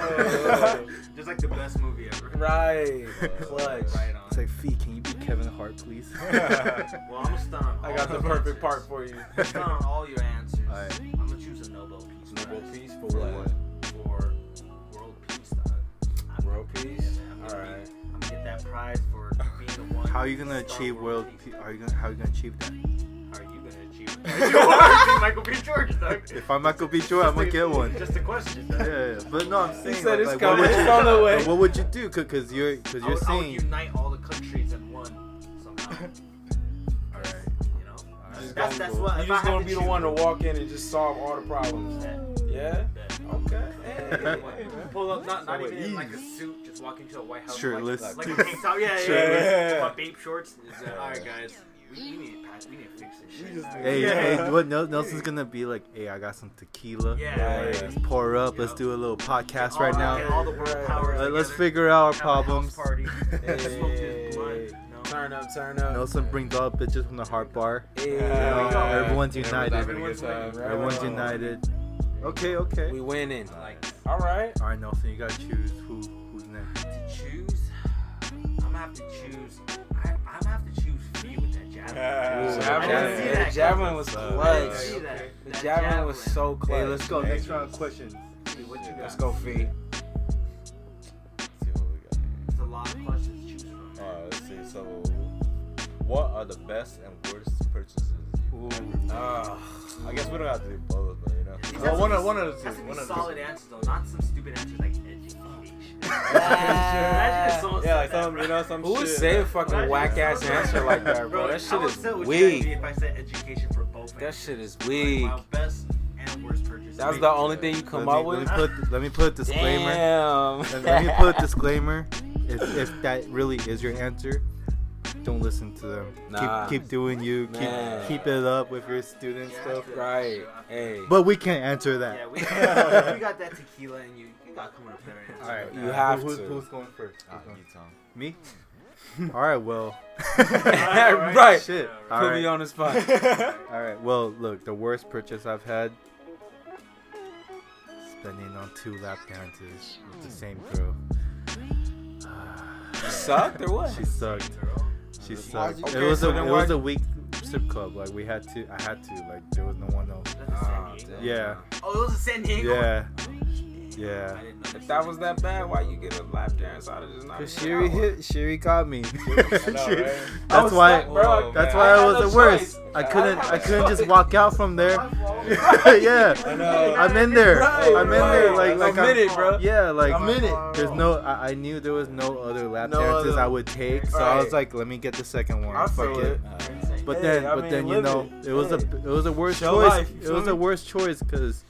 Speaker 4: Bro.
Speaker 5: Just like the best movie ever.
Speaker 4: Right, clutch.
Speaker 5: Right on.
Speaker 3: it's like, Fee, can you be Kevin Hart, please?
Speaker 5: Well, I'm gonna stun on
Speaker 4: I
Speaker 5: all
Speaker 4: got the
Speaker 5: your
Speaker 4: perfect part
Speaker 5: answers.
Speaker 4: for you.
Speaker 5: I'm stun on all your answers.
Speaker 3: Alright.
Speaker 5: I'm gonna choose a Nobel Peace
Speaker 4: Nobel
Speaker 5: Prize
Speaker 4: Peace for what?
Speaker 5: for world peace, dog. I'm-
Speaker 4: World peace.
Speaker 5: Yeah, man, I'm
Speaker 4: All
Speaker 5: gonna be-
Speaker 4: right.
Speaker 5: I'm gonna get that prize for being the one.
Speaker 3: How are you gonna
Speaker 5: to start
Speaker 3: achieve world? Pe- are you gonna how are you gonna achieve that?
Speaker 5: How are you gonna achieve it? Michael B. Jordan, dog.
Speaker 3: If I'm Michael B. Jordan, I'm gonna get one.
Speaker 5: Just a question.
Speaker 3: Yeah,
Speaker 5: Dog.
Speaker 3: yeah, but no, I'm
Speaker 4: He
Speaker 3: saying like,
Speaker 4: said it's
Speaker 3: like, what
Speaker 4: coming.
Speaker 3: would
Speaker 4: It's
Speaker 3: you,
Speaker 4: on the
Speaker 3: like,
Speaker 4: way.
Speaker 3: what would you do? Because you're because
Speaker 5: I
Speaker 3: you're
Speaker 5: would, I would
Speaker 3: saying.
Speaker 5: unite all the countries in one somehow.
Speaker 3: All right.
Speaker 5: You know. That's that's what.
Speaker 4: You
Speaker 5: if I
Speaker 4: just
Speaker 5: had
Speaker 4: gonna be the
Speaker 5: choose-
Speaker 4: one to walk in and just solve all the problems.
Speaker 5: Bet,
Speaker 4: Yeah.
Speaker 5: bet.
Speaker 4: Okay. Hey.
Speaker 5: Pull up, not, not
Speaker 6: So
Speaker 5: even in like
Speaker 6: easy.
Speaker 5: a suit, just walk into a White House.
Speaker 3: Shirtless.
Speaker 5: Like, like a tank top, yeah, yeah, yeah.
Speaker 6: Shirtless.
Speaker 5: yeah. My babe shorts. Alright, guys. uh, We, we need to pack. We need to fix this
Speaker 6: We
Speaker 5: shit.
Speaker 6: just
Speaker 5: dog.
Speaker 6: need-
Speaker 3: Hey,
Speaker 6: Yeah.
Speaker 3: hey, what Nel- Nelson's gonna be like? Hey, I got some tequila.
Speaker 5: Yeah.
Speaker 6: Yeah.
Speaker 3: Let's pour up. Let's
Speaker 5: Yo.
Speaker 3: do a little podcast
Speaker 5: All-
Speaker 3: right
Speaker 5: get
Speaker 3: now.
Speaker 5: All the world powers.
Speaker 3: Let, us
Speaker 5: together,
Speaker 3: figure out our
Speaker 5: have a house
Speaker 3: problems.
Speaker 5: Party. Smoke
Speaker 4: Hey.
Speaker 5: this blunt. No.
Speaker 4: Turn up, turn up.
Speaker 3: Nelson brings all bitches from the heart bar.
Speaker 4: Hey.
Speaker 6: Yeah.
Speaker 3: You know, everyone's united.
Speaker 6: Everyone's
Speaker 5: Everyone's
Speaker 6: having a good time.
Speaker 4: winning.
Speaker 3: Everyone's
Speaker 4: Right.
Speaker 3: united. Okay, okay.
Speaker 4: We winning.
Speaker 5: I like to
Speaker 4: All right.
Speaker 3: All right, Nelson, you gotta choose who who's next.
Speaker 5: choose. I'm gonna have to choose. I, I'm gonna have to choose for you with that javelin.
Speaker 6: Yeah.
Speaker 5: I didn't see
Speaker 4: Javelin.
Speaker 5: that
Speaker 4: The javelin was
Speaker 3: coming.
Speaker 5: I didn't see
Speaker 4: clutch.
Speaker 5: that.
Speaker 4: The
Speaker 5: That
Speaker 4: javelin was so clutch.
Speaker 3: Hey, let's go. Next round questions.
Speaker 5: Hey, what you got?
Speaker 4: Let's go, Fee.
Speaker 6: Let's see what we got here.
Speaker 5: It's a lot of questions to choose from.
Speaker 6: Uh, let's see. So, what are the best and worst purchases? you
Speaker 4: Oh,
Speaker 6: I guess we don't have to do both, but you know.
Speaker 5: It
Speaker 6: Well,
Speaker 5: has
Speaker 6: one
Speaker 5: to
Speaker 6: of
Speaker 5: be-
Speaker 6: one of the
Speaker 5: has
Speaker 6: two.
Speaker 5: to be
Speaker 6: One of the
Speaker 5: solid
Speaker 6: two.
Speaker 5: answers though, not some stupid answers like education. Imagine if
Speaker 4: yeah.
Speaker 5: someone
Speaker 6: Yeah,
Speaker 5: said
Speaker 6: like
Speaker 5: that,
Speaker 6: some,
Speaker 5: bro.
Speaker 6: you know, some
Speaker 4: Who would
Speaker 6: shit.
Speaker 4: say a fucking
Speaker 5: Imagine
Speaker 4: whack
Speaker 5: if
Speaker 4: ass
Speaker 5: someone said
Speaker 4: answer like that, bro?
Speaker 5: Bro,
Speaker 4: That
Speaker 5: I
Speaker 4: shit
Speaker 5: would
Speaker 4: is
Speaker 5: sit with you
Speaker 4: weak.
Speaker 5: if I said education for both.
Speaker 4: That shit is
Speaker 5: Like,
Speaker 4: weak.
Speaker 5: my best and worst purchase.
Speaker 4: That's the only thing you come
Speaker 3: let
Speaker 4: up
Speaker 3: me, let
Speaker 4: with.
Speaker 3: me put let me put a disclaimer.
Speaker 4: Damn.
Speaker 3: Let, let me put a disclaimer. If, if that really is your answer, don't listen to them.
Speaker 4: Nah.
Speaker 3: Keep keep doing you. Keep
Speaker 4: Man.
Speaker 3: keep it up with your student
Speaker 5: Yeah.
Speaker 3: stuff.
Speaker 4: Right. Hey.
Speaker 3: But we can't answer
Speaker 5: Yeah,
Speaker 3: that.
Speaker 5: we, we got that tequila and you. You got coming up there.
Speaker 3: All right,
Speaker 4: You have
Speaker 3: who's,
Speaker 4: to.
Speaker 3: Who's going first?
Speaker 6: Ah,
Speaker 3: Who's going-
Speaker 6: you, Tom.
Speaker 3: Me. All right. Well.
Speaker 4: right.
Speaker 3: Shit.
Speaker 5: Yeah,
Speaker 3: All
Speaker 4: Put me
Speaker 3: right.
Speaker 4: on the spot.
Speaker 3: All right. Well, look. The worst purchase I've had. Spending on two lap dances with the same girl.
Speaker 4: Sucked or what?
Speaker 3: She sucked. She
Speaker 6: Why'd
Speaker 3: sucked.
Speaker 6: you-
Speaker 3: It
Speaker 4: Okay,
Speaker 3: was a
Speaker 4: so then
Speaker 3: it was
Speaker 4: why-
Speaker 3: a weak strip club. Like we had to. I had to. Like there was no one else.
Speaker 4: Oh, damn.
Speaker 3: Yeah.
Speaker 5: Oh, it was a San Diego.
Speaker 3: Yeah.
Speaker 5: I
Speaker 3: Yeah.
Speaker 5: didn't know.
Speaker 4: If that was that bad, why you get a lap dance? I'd have just not.
Speaker 3: Cause
Speaker 4: even
Speaker 3: Sherry
Speaker 4: got one.
Speaker 3: hit. Sherry got me.
Speaker 6: I know, right?
Speaker 4: I
Speaker 3: That's
Speaker 4: was
Speaker 3: why.
Speaker 4: stuck, Oh, bro.
Speaker 6: Whoa,
Speaker 3: That's
Speaker 6: man.
Speaker 3: why
Speaker 4: I
Speaker 3: I
Speaker 4: had
Speaker 3: was
Speaker 4: no
Speaker 3: the worst.
Speaker 4: choice.
Speaker 3: I
Speaker 6: I
Speaker 3: couldn't.
Speaker 6: had
Speaker 3: I
Speaker 6: no
Speaker 3: couldn't just
Speaker 4: choice.
Speaker 3: walk out from there. yeah.
Speaker 6: I know.
Speaker 3: I'm in there.
Speaker 4: Right,
Speaker 3: I'm in there. Like
Speaker 4: right.
Speaker 3: like
Speaker 4: a minute,
Speaker 3: I'm,
Speaker 4: bro.
Speaker 3: Yeah, like
Speaker 4: a minute.
Speaker 3: There's no. I, I knew there was no other lap
Speaker 6: No
Speaker 3: dances
Speaker 6: other-
Speaker 3: I would take, so I was
Speaker 4: Right.
Speaker 3: like, let me get the second one.
Speaker 4: I
Speaker 3: Fuck
Speaker 4: feel
Speaker 3: it.
Speaker 4: it.
Speaker 3: But
Speaker 4: Hey,
Speaker 3: then,
Speaker 4: I
Speaker 3: but
Speaker 4: mean,
Speaker 3: then you
Speaker 4: live
Speaker 3: know,
Speaker 4: it.
Speaker 3: it was a
Speaker 4: Hey.
Speaker 3: it was a worse
Speaker 4: Show
Speaker 3: choice.
Speaker 4: life, you
Speaker 3: it
Speaker 4: feel
Speaker 3: was
Speaker 4: me?
Speaker 3: a worse choice because,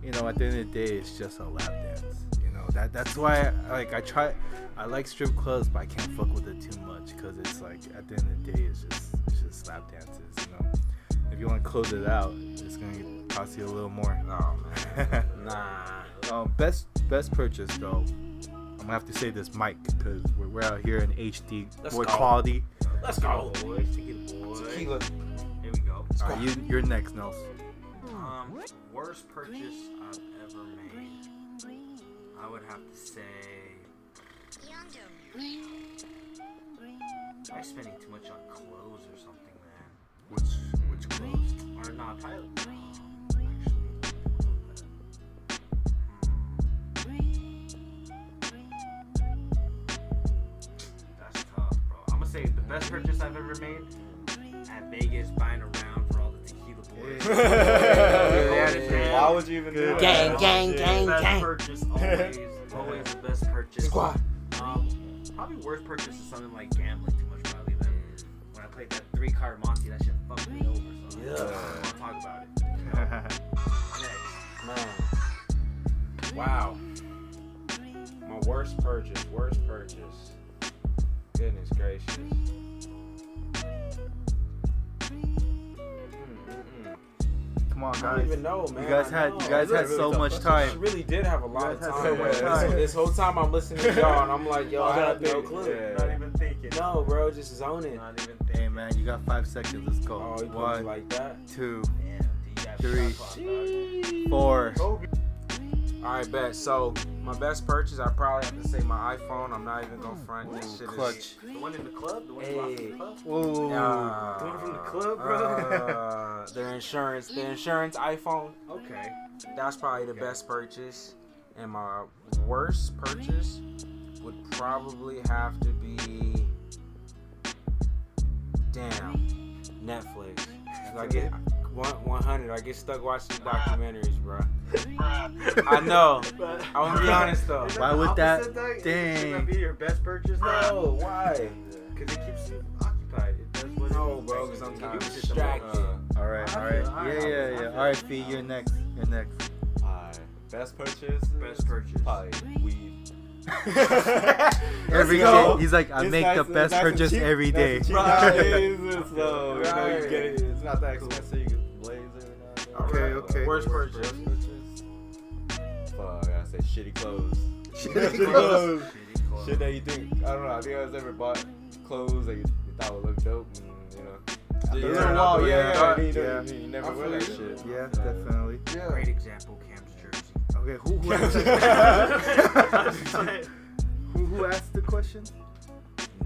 Speaker 3: you know, at the end of the day, it's just a lap dance. You know that that's why like I try, I like strip clubs, but I can't fuck with it too much because it's like at the end of the day, it's just it's just lap dances. You know, if you want to close it out, it's gonna cost you a little more.
Speaker 4: No Oh, man. Nah.
Speaker 3: um, best best purchase though. I'm gonna have to say this mic because we're, we're out here in HD
Speaker 4: Let's
Speaker 3: more
Speaker 4: go.
Speaker 3: quality.
Speaker 4: Let's go.
Speaker 5: Boys, tequila, boys.
Speaker 4: Tequila.
Speaker 5: Here we go.
Speaker 3: All right, you, you're next, Nelson.
Speaker 5: Um, worst purchase I've ever made. I would have to say. I'm spending too much on clothes or something, man.
Speaker 3: Which which clothes?
Speaker 5: Or not, probably. um, actually, hmm. That's tough, bro. I'm gonna say the best purchase I've ever made at Vegas, buying around for all the tequila boys.
Speaker 6: Why would you even do
Speaker 5: Gang,
Speaker 6: that?
Speaker 5: gang, gang,
Speaker 8: Best
Speaker 5: gang. purchase always, always the best purchase. Squad. Um, probably worst purchase is something like gambling too much. Probably then when I played that three card Monty, that shit fucked me over. So yeah. I don't want to talk about it. Next.
Speaker 4: Man. Wow. My worst purchase. Worst purchase. Goodness gracious. Hmm, mm, Mm-mm-mm.
Speaker 3: Come on,
Speaker 4: I don't
Speaker 3: guys.
Speaker 4: even know, man.
Speaker 3: You guys
Speaker 4: I
Speaker 3: had you
Speaker 4: know.
Speaker 3: guys had
Speaker 6: Really
Speaker 3: so
Speaker 6: tough
Speaker 3: much
Speaker 4: She
Speaker 3: time.
Speaker 4: really did have a lot
Speaker 3: You guys had
Speaker 4: of time.
Speaker 3: so
Speaker 4: bro.
Speaker 3: much
Speaker 4: This,
Speaker 3: time.
Speaker 4: this whole time I'm listening to y'all, and I'm like, yo, I have no clue.
Speaker 6: Yeah.
Speaker 5: even thinking.
Speaker 4: No, bro, just zone it.
Speaker 5: Not even
Speaker 3: Hey man, you got five seconds. Let's go.
Speaker 4: Oh, you put it
Speaker 3: One,
Speaker 4: like that.
Speaker 3: two, Three.
Speaker 5: thinking.
Speaker 3: four.
Speaker 4: All right, bet. So my best purchase, I probably have to say my iPhone. I'm not even gonna front. This shit is.
Speaker 3: Clutch.
Speaker 5: The one in the club? The one in the locker
Speaker 4: Hey.
Speaker 5: club?
Speaker 3: Ooh.
Speaker 4: Uh,
Speaker 5: The one from the club, bro?
Speaker 4: uh, their insurance, their insurance iPhone.
Speaker 5: Okay.
Speaker 4: That's probably the best purchase. And my worst purchase would probably have to be, damn, Netflix. 'Cause I get one- 100. I get stuck watching documentaries, bro. I know. I'm gonna be honest though.
Speaker 3: Why would that-
Speaker 5: Dang.
Speaker 3: dang.
Speaker 5: be your best purchase though?
Speaker 4: No, why?
Speaker 5: Because it keeps you occupied. It does what
Speaker 4: No,
Speaker 5: it
Speaker 4: bro,
Speaker 5: makes
Speaker 4: because
Speaker 5: you
Speaker 4: I'm
Speaker 5: do.
Speaker 4: kind
Speaker 5: You
Speaker 4: of
Speaker 5: just-
Speaker 4: distracted.
Speaker 3: All right, all right. Yeah, yeah, yeah. All right, Fee, you're next. You're next.
Speaker 6: Alright, Best purchase?
Speaker 5: Best purchase.
Speaker 6: Probably weed.
Speaker 7: every day.
Speaker 6: go.
Speaker 7: He's like, I
Speaker 6: It's
Speaker 7: make
Speaker 6: nice
Speaker 7: the
Speaker 6: and-
Speaker 7: best
Speaker 6: nice and
Speaker 7: purchase
Speaker 6: cheap,
Speaker 7: every
Speaker 6: nice
Speaker 7: day.
Speaker 6: and cheap nowadays, so you know you get it. It's not that expensive. You can blaze every now and then.
Speaker 3: Okay, okay.
Speaker 4: Worst purchase.
Speaker 6: Fuck, I said shitty clothes.
Speaker 3: Shitty
Speaker 6: clothes.
Speaker 5: Shitty clothes.
Speaker 6: Shit that you think I don't know. Have you guys ever bought clothes that you, you thought would look dope? And, you know,
Speaker 3: Yeah,
Speaker 6: They're like, wow,
Speaker 3: yeah,
Speaker 6: yeah, yeah, you,
Speaker 3: yeah.
Speaker 6: don't- you never wear that shit.
Speaker 3: Yeah, definitely.
Speaker 5: Great example, Cam's jersey.
Speaker 3: Okay, who who asked, who, who asked the question?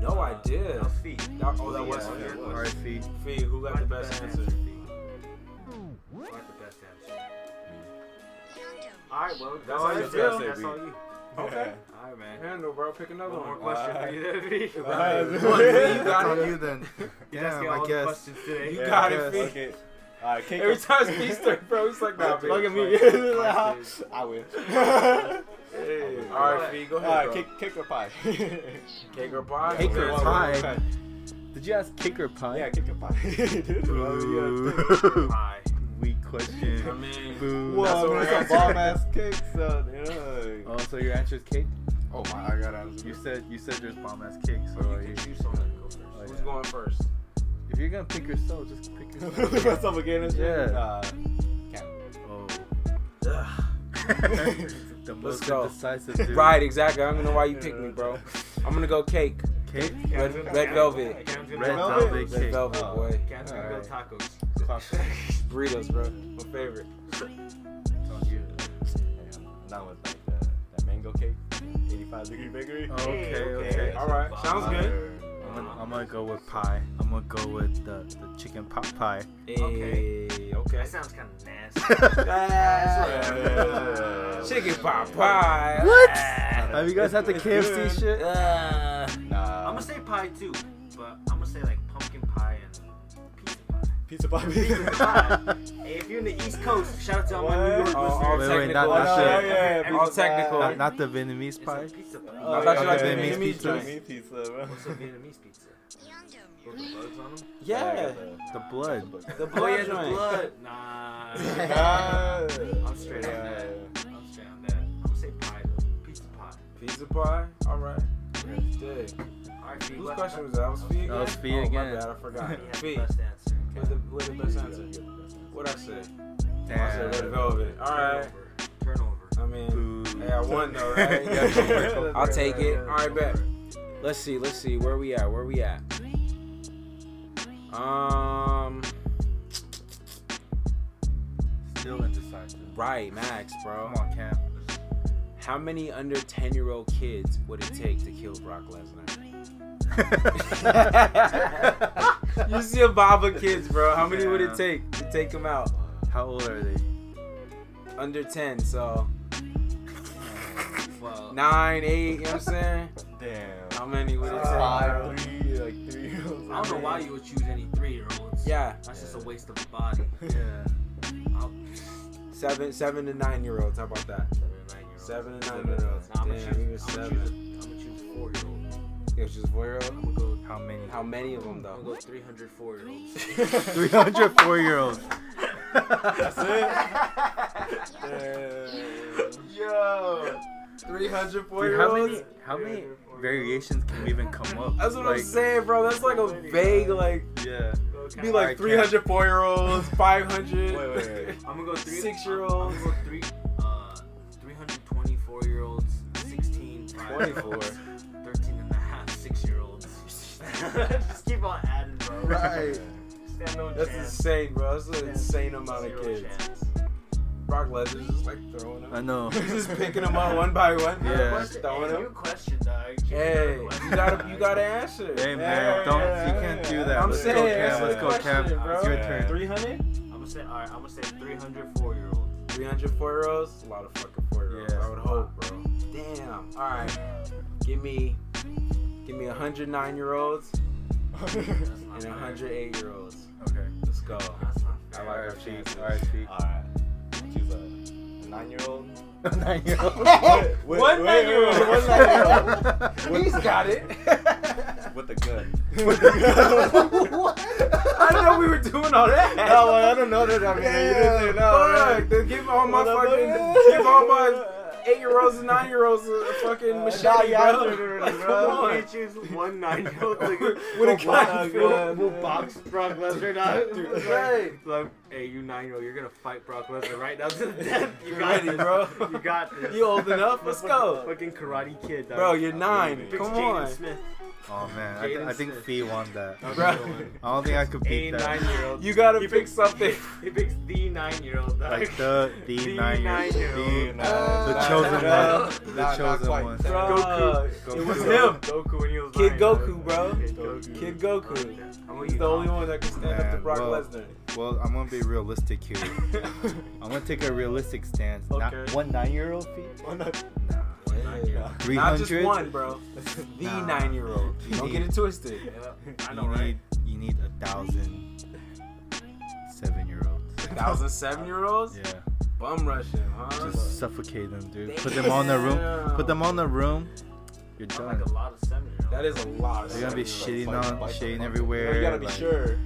Speaker 4: No idea.
Speaker 5: Uh, feet.
Speaker 4: That, oh, that was
Speaker 5: Yeah,
Speaker 4: fair.
Speaker 5: that was-
Speaker 3: RFE.
Speaker 4: Fee, who got the best answer?
Speaker 5: Like the best answer. Alright, well, that's
Speaker 4: That's
Speaker 5: all
Speaker 4: all
Speaker 5: you
Speaker 4: you
Speaker 5: feel.
Speaker 4: gotta
Speaker 6: say,
Speaker 5: That's
Speaker 6: B.
Speaker 5: all you.
Speaker 6: Okay.
Speaker 5: Alright, man.
Speaker 4: Handle, bro. Pick another
Speaker 5: One more
Speaker 4: one.
Speaker 5: question for you there, B.
Speaker 3: That's
Speaker 4: got
Speaker 3: on
Speaker 4: it.
Speaker 3: you then.
Speaker 5: Asking
Speaker 3: Damn,
Speaker 5: all
Speaker 3: I
Speaker 5: the
Speaker 3: guess.
Speaker 5: questions today.
Speaker 4: You got it,
Speaker 3: Yes.
Speaker 4: Fee.
Speaker 6: Okay. All right, kick
Speaker 4: Every
Speaker 6: it.
Speaker 4: time Fee starts, bro, it's like, nah,
Speaker 6: Look
Speaker 4: bitch.
Speaker 6: at me. I win.
Speaker 4: All right, Fee, go
Speaker 6: All
Speaker 4: ahead.
Speaker 6: right,
Speaker 4: bro.
Speaker 6: kick, kick or pie.
Speaker 4: Cake or pie?
Speaker 3: Cake or
Speaker 4: Yeah.
Speaker 3: pie? Did you ask kicker pie?
Speaker 6: Yeah, kick or pie. Dude, well, yeah.
Speaker 3: Ooh,
Speaker 4: Pie.
Speaker 3: Weak question.
Speaker 4: I mean,
Speaker 3: Boo.
Speaker 6: Well, I mean,
Speaker 4: That's
Speaker 6: it's a
Speaker 4: what
Speaker 6: bomb ass cake, so you know,
Speaker 3: Oh, so your answer is cake?
Speaker 6: like- Oh my, I gotta answer.
Speaker 3: You
Speaker 6: this.
Speaker 3: said you said there's bomb ass cake. So
Speaker 5: You
Speaker 3: you-
Speaker 5: can choose someone to go first.
Speaker 3: oh,
Speaker 4: who's
Speaker 3: yeah.
Speaker 4: going first?
Speaker 3: if you're gonna pick yourself, just pick yourself.
Speaker 6: What's up again? and shit?
Speaker 3: Yeah.
Speaker 6: Nah.
Speaker 3: oh.
Speaker 4: Ugh.
Speaker 3: the most
Speaker 4: go.
Speaker 3: decisive dude.
Speaker 4: Right, exactly. I don't know why you picked me, bro. I'm gonna go cake.
Speaker 3: Cake?
Speaker 4: Red, red velvet.
Speaker 5: Cam's gonna
Speaker 3: Red
Speaker 5: go-
Speaker 6: velvet?
Speaker 3: velvet
Speaker 4: Red
Speaker 3: cake.
Speaker 4: velvet,
Speaker 6: Oh.
Speaker 4: boy.
Speaker 5: Cam's gonna go
Speaker 3: Alright.
Speaker 5: tacos.
Speaker 4: Burritos, bro. My favorite.
Speaker 6: That was like the, the mango cake, 85 degree bakery.
Speaker 3: Okay, okay.
Speaker 4: All right, sounds good.
Speaker 3: I'm gonna, I'm gonna go with pie. I'm gonna go with the, the chicken pot pie.
Speaker 5: Okay.
Speaker 4: Hey, Eh, okay.
Speaker 5: That sounds kind of nasty.
Speaker 4: Ah, Chicken pot pie.
Speaker 3: Have you guys had the KFC shit?
Speaker 4: Ah.
Speaker 6: Nah.
Speaker 5: I'm gonna say pie too, but I'm gonna say like pumpkin pie and pizza pie.
Speaker 6: pizza pie.
Speaker 5: Pizza pie. Hey, if you're in the East Coast, shout out to all my New York
Speaker 6: What?
Speaker 5: listeners.
Speaker 3: Wait, wait, not-
Speaker 4: All, all technical.
Speaker 6: Oh,
Speaker 3: not
Speaker 6: yeah,
Speaker 3: shit.
Speaker 6: yeah, yeah,
Speaker 4: All
Speaker 6: pizza pie.
Speaker 4: technical.
Speaker 3: Not, not the Vietnamese
Speaker 5: It's
Speaker 3: pie.
Speaker 5: like pizza pie.
Speaker 6: Oh,
Speaker 4: I thought you
Speaker 6: yeah,
Speaker 4: liked
Speaker 6: yeah,
Speaker 4: Vietnamese
Speaker 6: yeah,
Speaker 4: pizza.
Speaker 6: Vietnamese pizza, bro.
Speaker 5: What's a Vietnamese pizza? With the bugs on them?
Speaker 4: Yeah.
Speaker 3: The blood.
Speaker 4: The
Speaker 5: Oh
Speaker 4: blood
Speaker 5: yeah, the
Speaker 4: joint.
Speaker 5: blood. Nah.
Speaker 6: Nah.
Speaker 5: I'm straight on that. I'm straight on that. I'm gonna say pie though. Pizza pie.
Speaker 4: Pizza pie. All right. Dig.
Speaker 5: Alright, Fee,
Speaker 4: Whose
Speaker 5: what-
Speaker 4: question was that? That was Fee again.
Speaker 3: That was Fee
Speaker 4: oh,
Speaker 3: again.
Speaker 4: My bad, I forgot.
Speaker 5: He had the
Speaker 4: Fee.
Speaker 5: best answer.
Speaker 4: With the, with the best answer. What I say? I said red velvet. All right.
Speaker 5: Turnover. Turnover.
Speaker 4: I mean,
Speaker 3: Boo.
Speaker 4: hey, I won though, right? Yeah, I'll take it. All right, bet. Let's see. Let's see. Where we at? Where we at? Um.
Speaker 3: Still indecisive.
Speaker 4: Right, Max, bro.
Speaker 3: Come on, Cam.
Speaker 4: How many under 10 year old kids would it take to kill Brock Lesnar? you see a Baba kids, bro. How many would
Speaker 3: Yeah.
Speaker 4: it take to take him out?
Speaker 3: How old are they?
Speaker 4: Under 10, so
Speaker 5: Well,
Speaker 4: 9, 8, you know what I'm saying?
Speaker 6: Damn.
Speaker 4: How many would it take?
Speaker 6: Five, three, like three years old.
Speaker 5: I don't know why you would choose any three-year-olds.
Speaker 4: Yeah,
Speaker 5: That's just a waste of a body.
Speaker 3: Yeah.
Speaker 5: I'll,
Speaker 4: seven, seven to nine year olds. How about that?
Speaker 5: Seven
Speaker 4: Seven to nine year olds.
Speaker 5: and nine year olds. Nah, I'm
Speaker 4: Damn,
Speaker 5: gonna
Speaker 4: even
Speaker 5: choose. I'm gonna choose,
Speaker 4: seven.
Speaker 5: a- I'm gonna choose four year olds.
Speaker 4: It was just four year
Speaker 5: I'm
Speaker 4: old.
Speaker 5: gonna go.
Speaker 3: How many?
Speaker 4: How many of them
Speaker 5: I'm gonna
Speaker 4: though?
Speaker 5: go 304 year olds.
Speaker 3: 304 year olds.
Speaker 6: That's it. Damn.
Speaker 5: Yo.
Speaker 4: 300 four
Speaker 3: Dude,
Speaker 4: year
Speaker 3: how
Speaker 4: olds?
Speaker 3: many? How many variations can we even come up?
Speaker 4: That's what I'm
Speaker 3: Like,
Speaker 4: saying, bro. That's like a vague, like,
Speaker 3: Yeah.
Speaker 4: be
Speaker 3: Alright,
Speaker 4: like
Speaker 3: Cam.
Speaker 4: 300 four year olds,
Speaker 6: Wait,
Speaker 4: 500.
Speaker 6: wait, wait.
Speaker 5: I'm gonna go three.
Speaker 4: Six-year-olds.
Speaker 5: I'm gonna go three. Uh, 324 year olds. 16. five-
Speaker 6: 24.
Speaker 5: 13 and a half. Six year olds. Just keep on adding, bro.
Speaker 4: Right.
Speaker 5: Stand no
Speaker 4: That's
Speaker 5: chance.
Speaker 4: insane, bro. That's an insane amount
Speaker 5: Zero
Speaker 4: of kids.
Speaker 5: chance.
Speaker 4: Brock Lesnar's just like throwing them.
Speaker 3: I know.
Speaker 4: just picking them up one by one.
Speaker 3: Yeah.
Speaker 5: Question,
Speaker 4: Throwing
Speaker 5: hey, new
Speaker 4: them.
Speaker 5: question, dog.
Speaker 4: Hey, you gotta, you gotta answer.
Speaker 3: Hey man, don't you can't do that.
Speaker 4: I'm
Speaker 3: Let's go,
Speaker 4: saying,
Speaker 3: Cam.
Speaker 4: answer
Speaker 3: Let's
Speaker 4: the
Speaker 3: go, Cam.
Speaker 4: question, bro.
Speaker 3: It's your
Speaker 6: Yeah.
Speaker 3: turn.
Speaker 4: 300?
Speaker 5: I'm gonna say, alright, I'm gonna say 304 year olds.
Speaker 4: 300 four year olds? A lot of fucking four year olds.
Speaker 3: Yeah.
Speaker 4: I would hope, bro. Damn. All right. Give me, give me 109 year olds
Speaker 5: That's not
Speaker 4: and
Speaker 5: fair.
Speaker 4: 108 year olds.
Speaker 3: Okay.
Speaker 4: Let's go.
Speaker 5: That's not
Speaker 4: I
Speaker 5: fair.
Speaker 4: like our
Speaker 3: RFP.
Speaker 4: chances.
Speaker 3: RFP.
Speaker 6: Alright. She's a nine year old.
Speaker 3: Nine year old.
Speaker 4: One nine-year-old.
Speaker 6: One nine year
Speaker 4: He's got it.
Speaker 6: old. With a gun.
Speaker 4: I didn't know we were doing all that.
Speaker 6: No, well, I don't know that. I mean, you didn't say no.
Speaker 4: Fuck,
Speaker 6: Right?
Speaker 4: then give all my
Speaker 6: Well,
Speaker 4: fucking,
Speaker 6: I'm like-
Speaker 4: give all my eight year olds and nine year olds fucking
Speaker 5: Uh,
Speaker 4: machete, bro. Like, come on.
Speaker 5: one nine year old
Speaker 4: With a
Speaker 6: Oh,
Speaker 4: gun.
Speaker 6: God,
Speaker 5: will
Speaker 6: man.
Speaker 5: box Brock Lesnar now.
Speaker 6: Dude,
Speaker 5: It's
Speaker 4: right.
Speaker 5: it's like, hey, you nine year old, you're gonna fight Brock Lesnar right now to the death. You got
Speaker 4: ready,
Speaker 5: this,
Speaker 4: bro.
Speaker 5: You got this.
Speaker 4: You old enough? Let's go.
Speaker 5: Fucking karate kid, dog.
Speaker 4: Bro, you're nine.
Speaker 5: Fix
Speaker 4: Come
Speaker 5: Jaden
Speaker 4: on.
Speaker 5: Smith.
Speaker 3: Oh man, I, th-
Speaker 5: Jaden
Speaker 3: I think
Speaker 5: Smith.
Speaker 3: Fee won that.
Speaker 4: Bro,
Speaker 3: I don't think I could
Speaker 5: A
Speaker 3: beat
Speaker 5: nine
Speaker 3: that.
Speaker 5: year old.
Speaker 4: you gotta
Speaker 5: He
Speaker 4: pick something.
Speaker 5: He picks the nine year old, dog.
Speaker 3: Like the the
Speaker 5: The
Speaker 3: nine year
Speaker 5: nine-year-old.
Speaker 3: old,
Speaker 6: Nah,
Speaker 4: Uh,
Speaker 3: the
Speaker 6: nah,
Speaker 3: chosen
Speaker 6: nah,
Speaker 3: one,
Speaker 6: nah,
Speaker 3: the
Speaker 6: not
Speaker 3: chosen
Speaker 6: quite.
Speaker 3: one.
Speaker 6: Nah,
Speaker 4: Bro,
Speaker 5: Goku.
Speaker 4: it was
Speaker 5: Goku.
Speaker 4: him.
Speaker 5: Goku when he was
Speaker 4: Kid
Speaker 5: nine,
Speaker 4: Goku,
Speaker 5: dog.
Speaker 4: bro.
Speaker 5: Kid Goku.
Speaker 4: Kid Goku. Oh,
Speaker 5: How about
Speaker 4: He's
Speaker 5: you,
Speaker 4: the only
Speaker 5: Tom?
Speaker 4: one that can stand up to
Speaker 3: Man,
Speaker 4: Brock
Speaker 3: well-
Speaker 4: Lesnar.
Speaker 3: Well, I'm gonna be realistic here. I'm gonna take a realistic stance. Not
Speaker 4: Okay.
Speaker 3: one nine year old Fee.
Speaker 6: Why not?
Speaker 3: Three
Speaker 4: Not just
Speaker 3: hundred.
Speaker 4: one, bro. The
Speaker 3: Nah.
Speaker 4: nine year old. Don't get it twisted.
Speaker 5: Yeah, I
Speaker 3: You
Speaker 5: know, right?
Speaker 3: need you need a thousand seven year olds.
Speaker 4: Thousand seven year olds?
Speaker 3: Yeah.
Speaker 4: Bum rushing, huh?
Speaker 3: Just suffocate them, dude. Put them on the room. Put them on the room. You're
Speaker 5: I'm
Speaker 3: done.
Speaker 5: like a lot of seven year olds.
Speaker 4: That is a lot.
Speaker 3: They're gonna be shitting on, shitting
Speaker 6: You,
Speaker 3: everywhere.
Speaker 6: gotta be
Speaker 3: like-
Speaker 6: sure.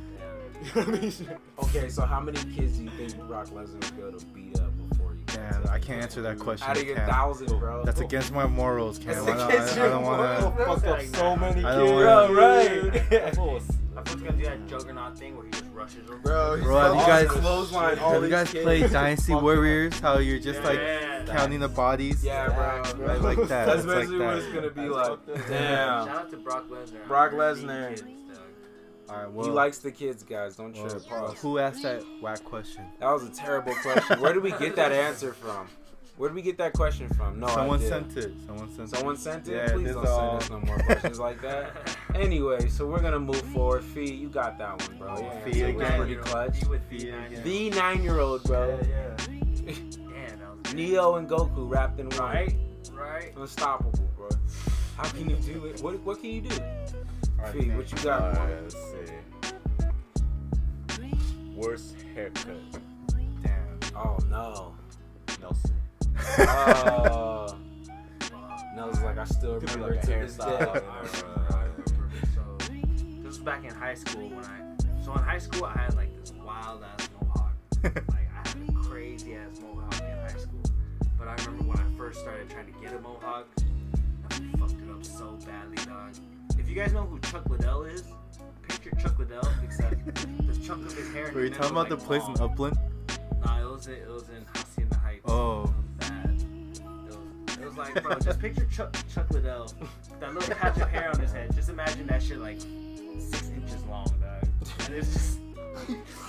Speaker 6: You gotta be sure.
Speaker 4: Okay, so how many kids do you think Brock Lesnar would be able to beat up before you?
Speaker 3: Yeah, I can't answer that question.
Speaker 4: Out of your
Speaker 3: Cam.
Speaker 4: thousand, bro.
Speaker 3: That's against my morals, Cam.
Speaker 4: That's
Speaker 3: I don't,
Speaker 4: against
Speaker 3: I, I
Speaker 4: your
Speaker 3: don't
Speaker 6: Bro,
Speaker 3: wanna.
Speaker 6: fucked up so many
Speaker 3: I
Speaker 6: kids.
Speaker 3: don't
Speaker 6: That
Speaker 4: Bro, right.
Speaker 6: fool was-
Speaker 5: I was gonna do that juggernaut thing where he just rushes them.
Speaker 4: Bro,
Speaker 3: Bro, have you guys-
Speaker 4: clothesline all
Speaker 3: Have you
Speaker 4: these
Speaker 3: guys
Speaker 4: kids.
Speaker 3: played Dynasty
Speaker 4: Fucked
Speaker 3: Warriors? How you're just
Speaker 5: Yeah.
Speaker 3: like counting the bodies?
Speaker 4: Yeah,
Speaker 6: Yeah,
Speaker 4: bro.
Speaker 6: bro.
Speaker 3: I like that.
Speaker 4: That's
Speaker 3: It's like
Speaker 4: basically what it's
Speaker 3: that.
Speaker 4: gonna be
Speaker 6: That's
Speaker 4: like.
Speaker 6: fucked up.
Speaker 5: Shout
Speaker 4: Damn.
Speaker 5: out to Brock Lesnar.
Speaker 4: Brock
Speaker 5: I'm really
Speaker 4: Lesnar.
Speaker 5: kids, dog.
Speaker 3: All right. Well,
Speaker 4: He likes the kids, guys. Don't
Speaker 3: well,
Speaker 4: trip.
Speaker 3: well, who asked that whack question?
Speaker 4: That was a terrible question. Where did we get that answer from? Where did we get that question from? No, Oh, I
Speaker 3: Someone
Speaker 4: didn't.
Speaker 3: sent it. Someone sent
Speaker 4: Someone sent it.
Speaker 3: Yeah,
Speaker 4: Please
Speaker 3: this
Speaker 4: don't send
Speaker 3: all-
Speaker 4: us no more questions like that. Anyway, so we're gonna move forward. Fee, you got that one, bro.
Speaker 3: Yeah,
Speaker 4: Yeah,
Speaker 3: Fee
Speaker 4: so
Speaker 3: again.
Speaker 4: we're pretty clutch.
Speaker 5: He would be
Speaker 3: Yeah,
Speaker 5: nine years
Speaker 4: The nine-year-old, bro.
Speaker 5: old. Damn, that was good.
Speaker 4: Neo and Goku wrapped in one.
Speaker 5: Right? Right?
Speaker 4: Unstoppable, bro. How can you do it? What What can you do?
Speaker 3: All
Speaker 4: Fee,
Speaker 3: man.
Speaker 4: what you got?
Speaker 6: Alright, let's see. Worst haircut.
Speaker 3: Damn.
Speaker 4: Oh no.
Speaker 6: Nelson.
Speaker 4: Uh, Nels like I still
Speaker 6: Could be
Speaker 4: remember
Speaker 6: like a
Speaker 4: to this
Speaker 6: hairstyle.
Speaker 4: day.
Speaker 5: I remember, I remember. So, this was back in high school when I. So in high school, I had like this wild ass mohawk. like I had a crazy ass mohawk in high school. But I remember when I first started trying to get a mohawk, I fucked it up so badly, dog. If you guys know who Chuck Liddell is, picture Chuck Liddell except
Speaker 4: Oh.
Speaker 5: the chunk of his hair. in
Speaker 3: Were you
Speaker 5: the
Speaker 3: talking
Speaker 5: middle
Speaker 3: about the
Speaker 5: is,
Speaker 3: place
Speaker 5: like,
Speaker 3: in Upland?
Speaker 5: long. Nah, it was in, it was in Hacienda Heights.
Speaker 3: Oh.
Speaker 5: bad. It was, it was like, bro, just picture Chuck, Chuck Liddell, that little patch of hair on his head. Just imagine that shit like six inches long, dog. And it's just,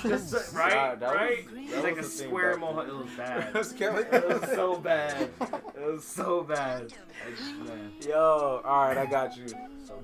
Speaker 5: just so- right,
Speaker 6: Nah, that was-
Speaker 5: right.
Speaker 6: that
Speaker 5: it's like a
Speaker 6: was the thing
Speaker 5: square
Speaker 6: back
Speaker 5: mohawk. It was bad.
Speaker 4: That's Kelly.
Speaker 5: It was so bad. It was so bad. Like, man.
Speaker 4: Yo, all right, I got you.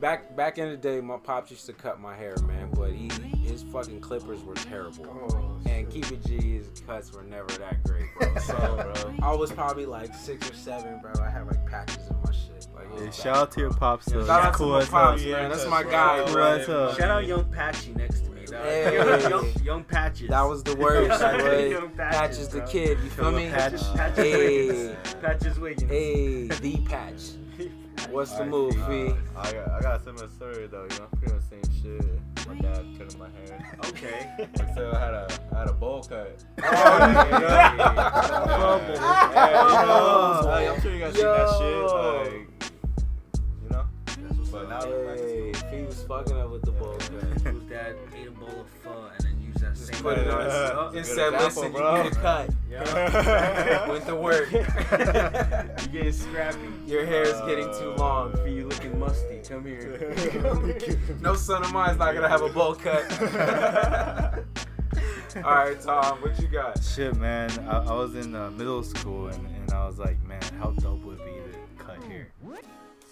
Speaker 4: Back back in the day, my pops used to cut my hair, man, but he his fucking clippers were terrible.
Speaker 6: Oh,
Speaker 4: And Keep It G, his cuts were never that great, bro. So I was probably like six or seven, bro. I had like patches in my shit. Like, it
Speaker 3: Yeah,
Speaker 4: was
Speaker 3: shout
Speaker 4: bad,
Speaker 3: out to your
Speaker 4: bro.
Speaker 3: pops though.
Speaker 4: Shout out
Speaker 3: You're
Speaker 4: to
Speaker 3: cool
Speaker 4: my
Speaker 3: as hell.
Speaker 4: pops, man. That's my guy,
Speaker 3: Cool
Speaker 4: bro.
Speaker 3: as hell.
Speaker 5: Shout out Young Patchy next to me, dog.
Speaker 4: Hey.
Speaker 5: Young, young, young Patches.
Speaker 4: That was the worst.
Speaker 5: Shout out
Speaker 4: That
Speaker 5: Young
Speaker 4: was Patches the
Speaker 5: bro.
Speaker 4: kid. You feel me?
Speaker 3: Patch.
Speaker 5: Patches, patches
Speaker 4: Hey.
Speaker 5: Wiggins. Patches Wiggins.
Speaker 4: Hey, the patch. What's the
Speaker 6: Alright,
Speaker 4: move,
Speaker 6: uh,
Speaker 4: V?
Speaker 6: I got, I got a similar story though, you know, pretty much the same shit. My dad cutting my hair.
Speaker 5: Okay.
Speaker 6: Except I had a, I had a bowl cut.
Speaker 3: Oh, Trouble.
Speaker 6: Hey, you know,
Speaker 3: Oh.
Speaker 6: like, I'm sure you guys seen that shit. Like, you know? But now looking back,
Speaker 4: Hey,
Speaker 6: it's
Speaker 4: V was fucking up with the ball, man.
Speaker 5: whose dad ate a bowl of pho and then used that same
Speaker 4: put it
Speaker 5: Oh,
Speaker 4: on.
Speaker 6: It's
Speaker 4: It
Speaker 6: a good
Speaker 4: said,
Speaker 6: example,
Speaker 4: listen,
Speaker 6: bro.
Speaker 4: you need a cut.
Speaker 6: cool.
Speaker 4: Went to work.
Speaker 5: you getting scrappy.
Speaker 4: Your hair is getting too long.
Speaker 5: For you looking musty. Come here.
Speaker 4: No son of mine's not gonna have a bowl cut. All right, Tom, what you got?
Speaker 3: Shit, man. I, I was in uh, middle school and, and I was like, man, how dope would it be to cut hair?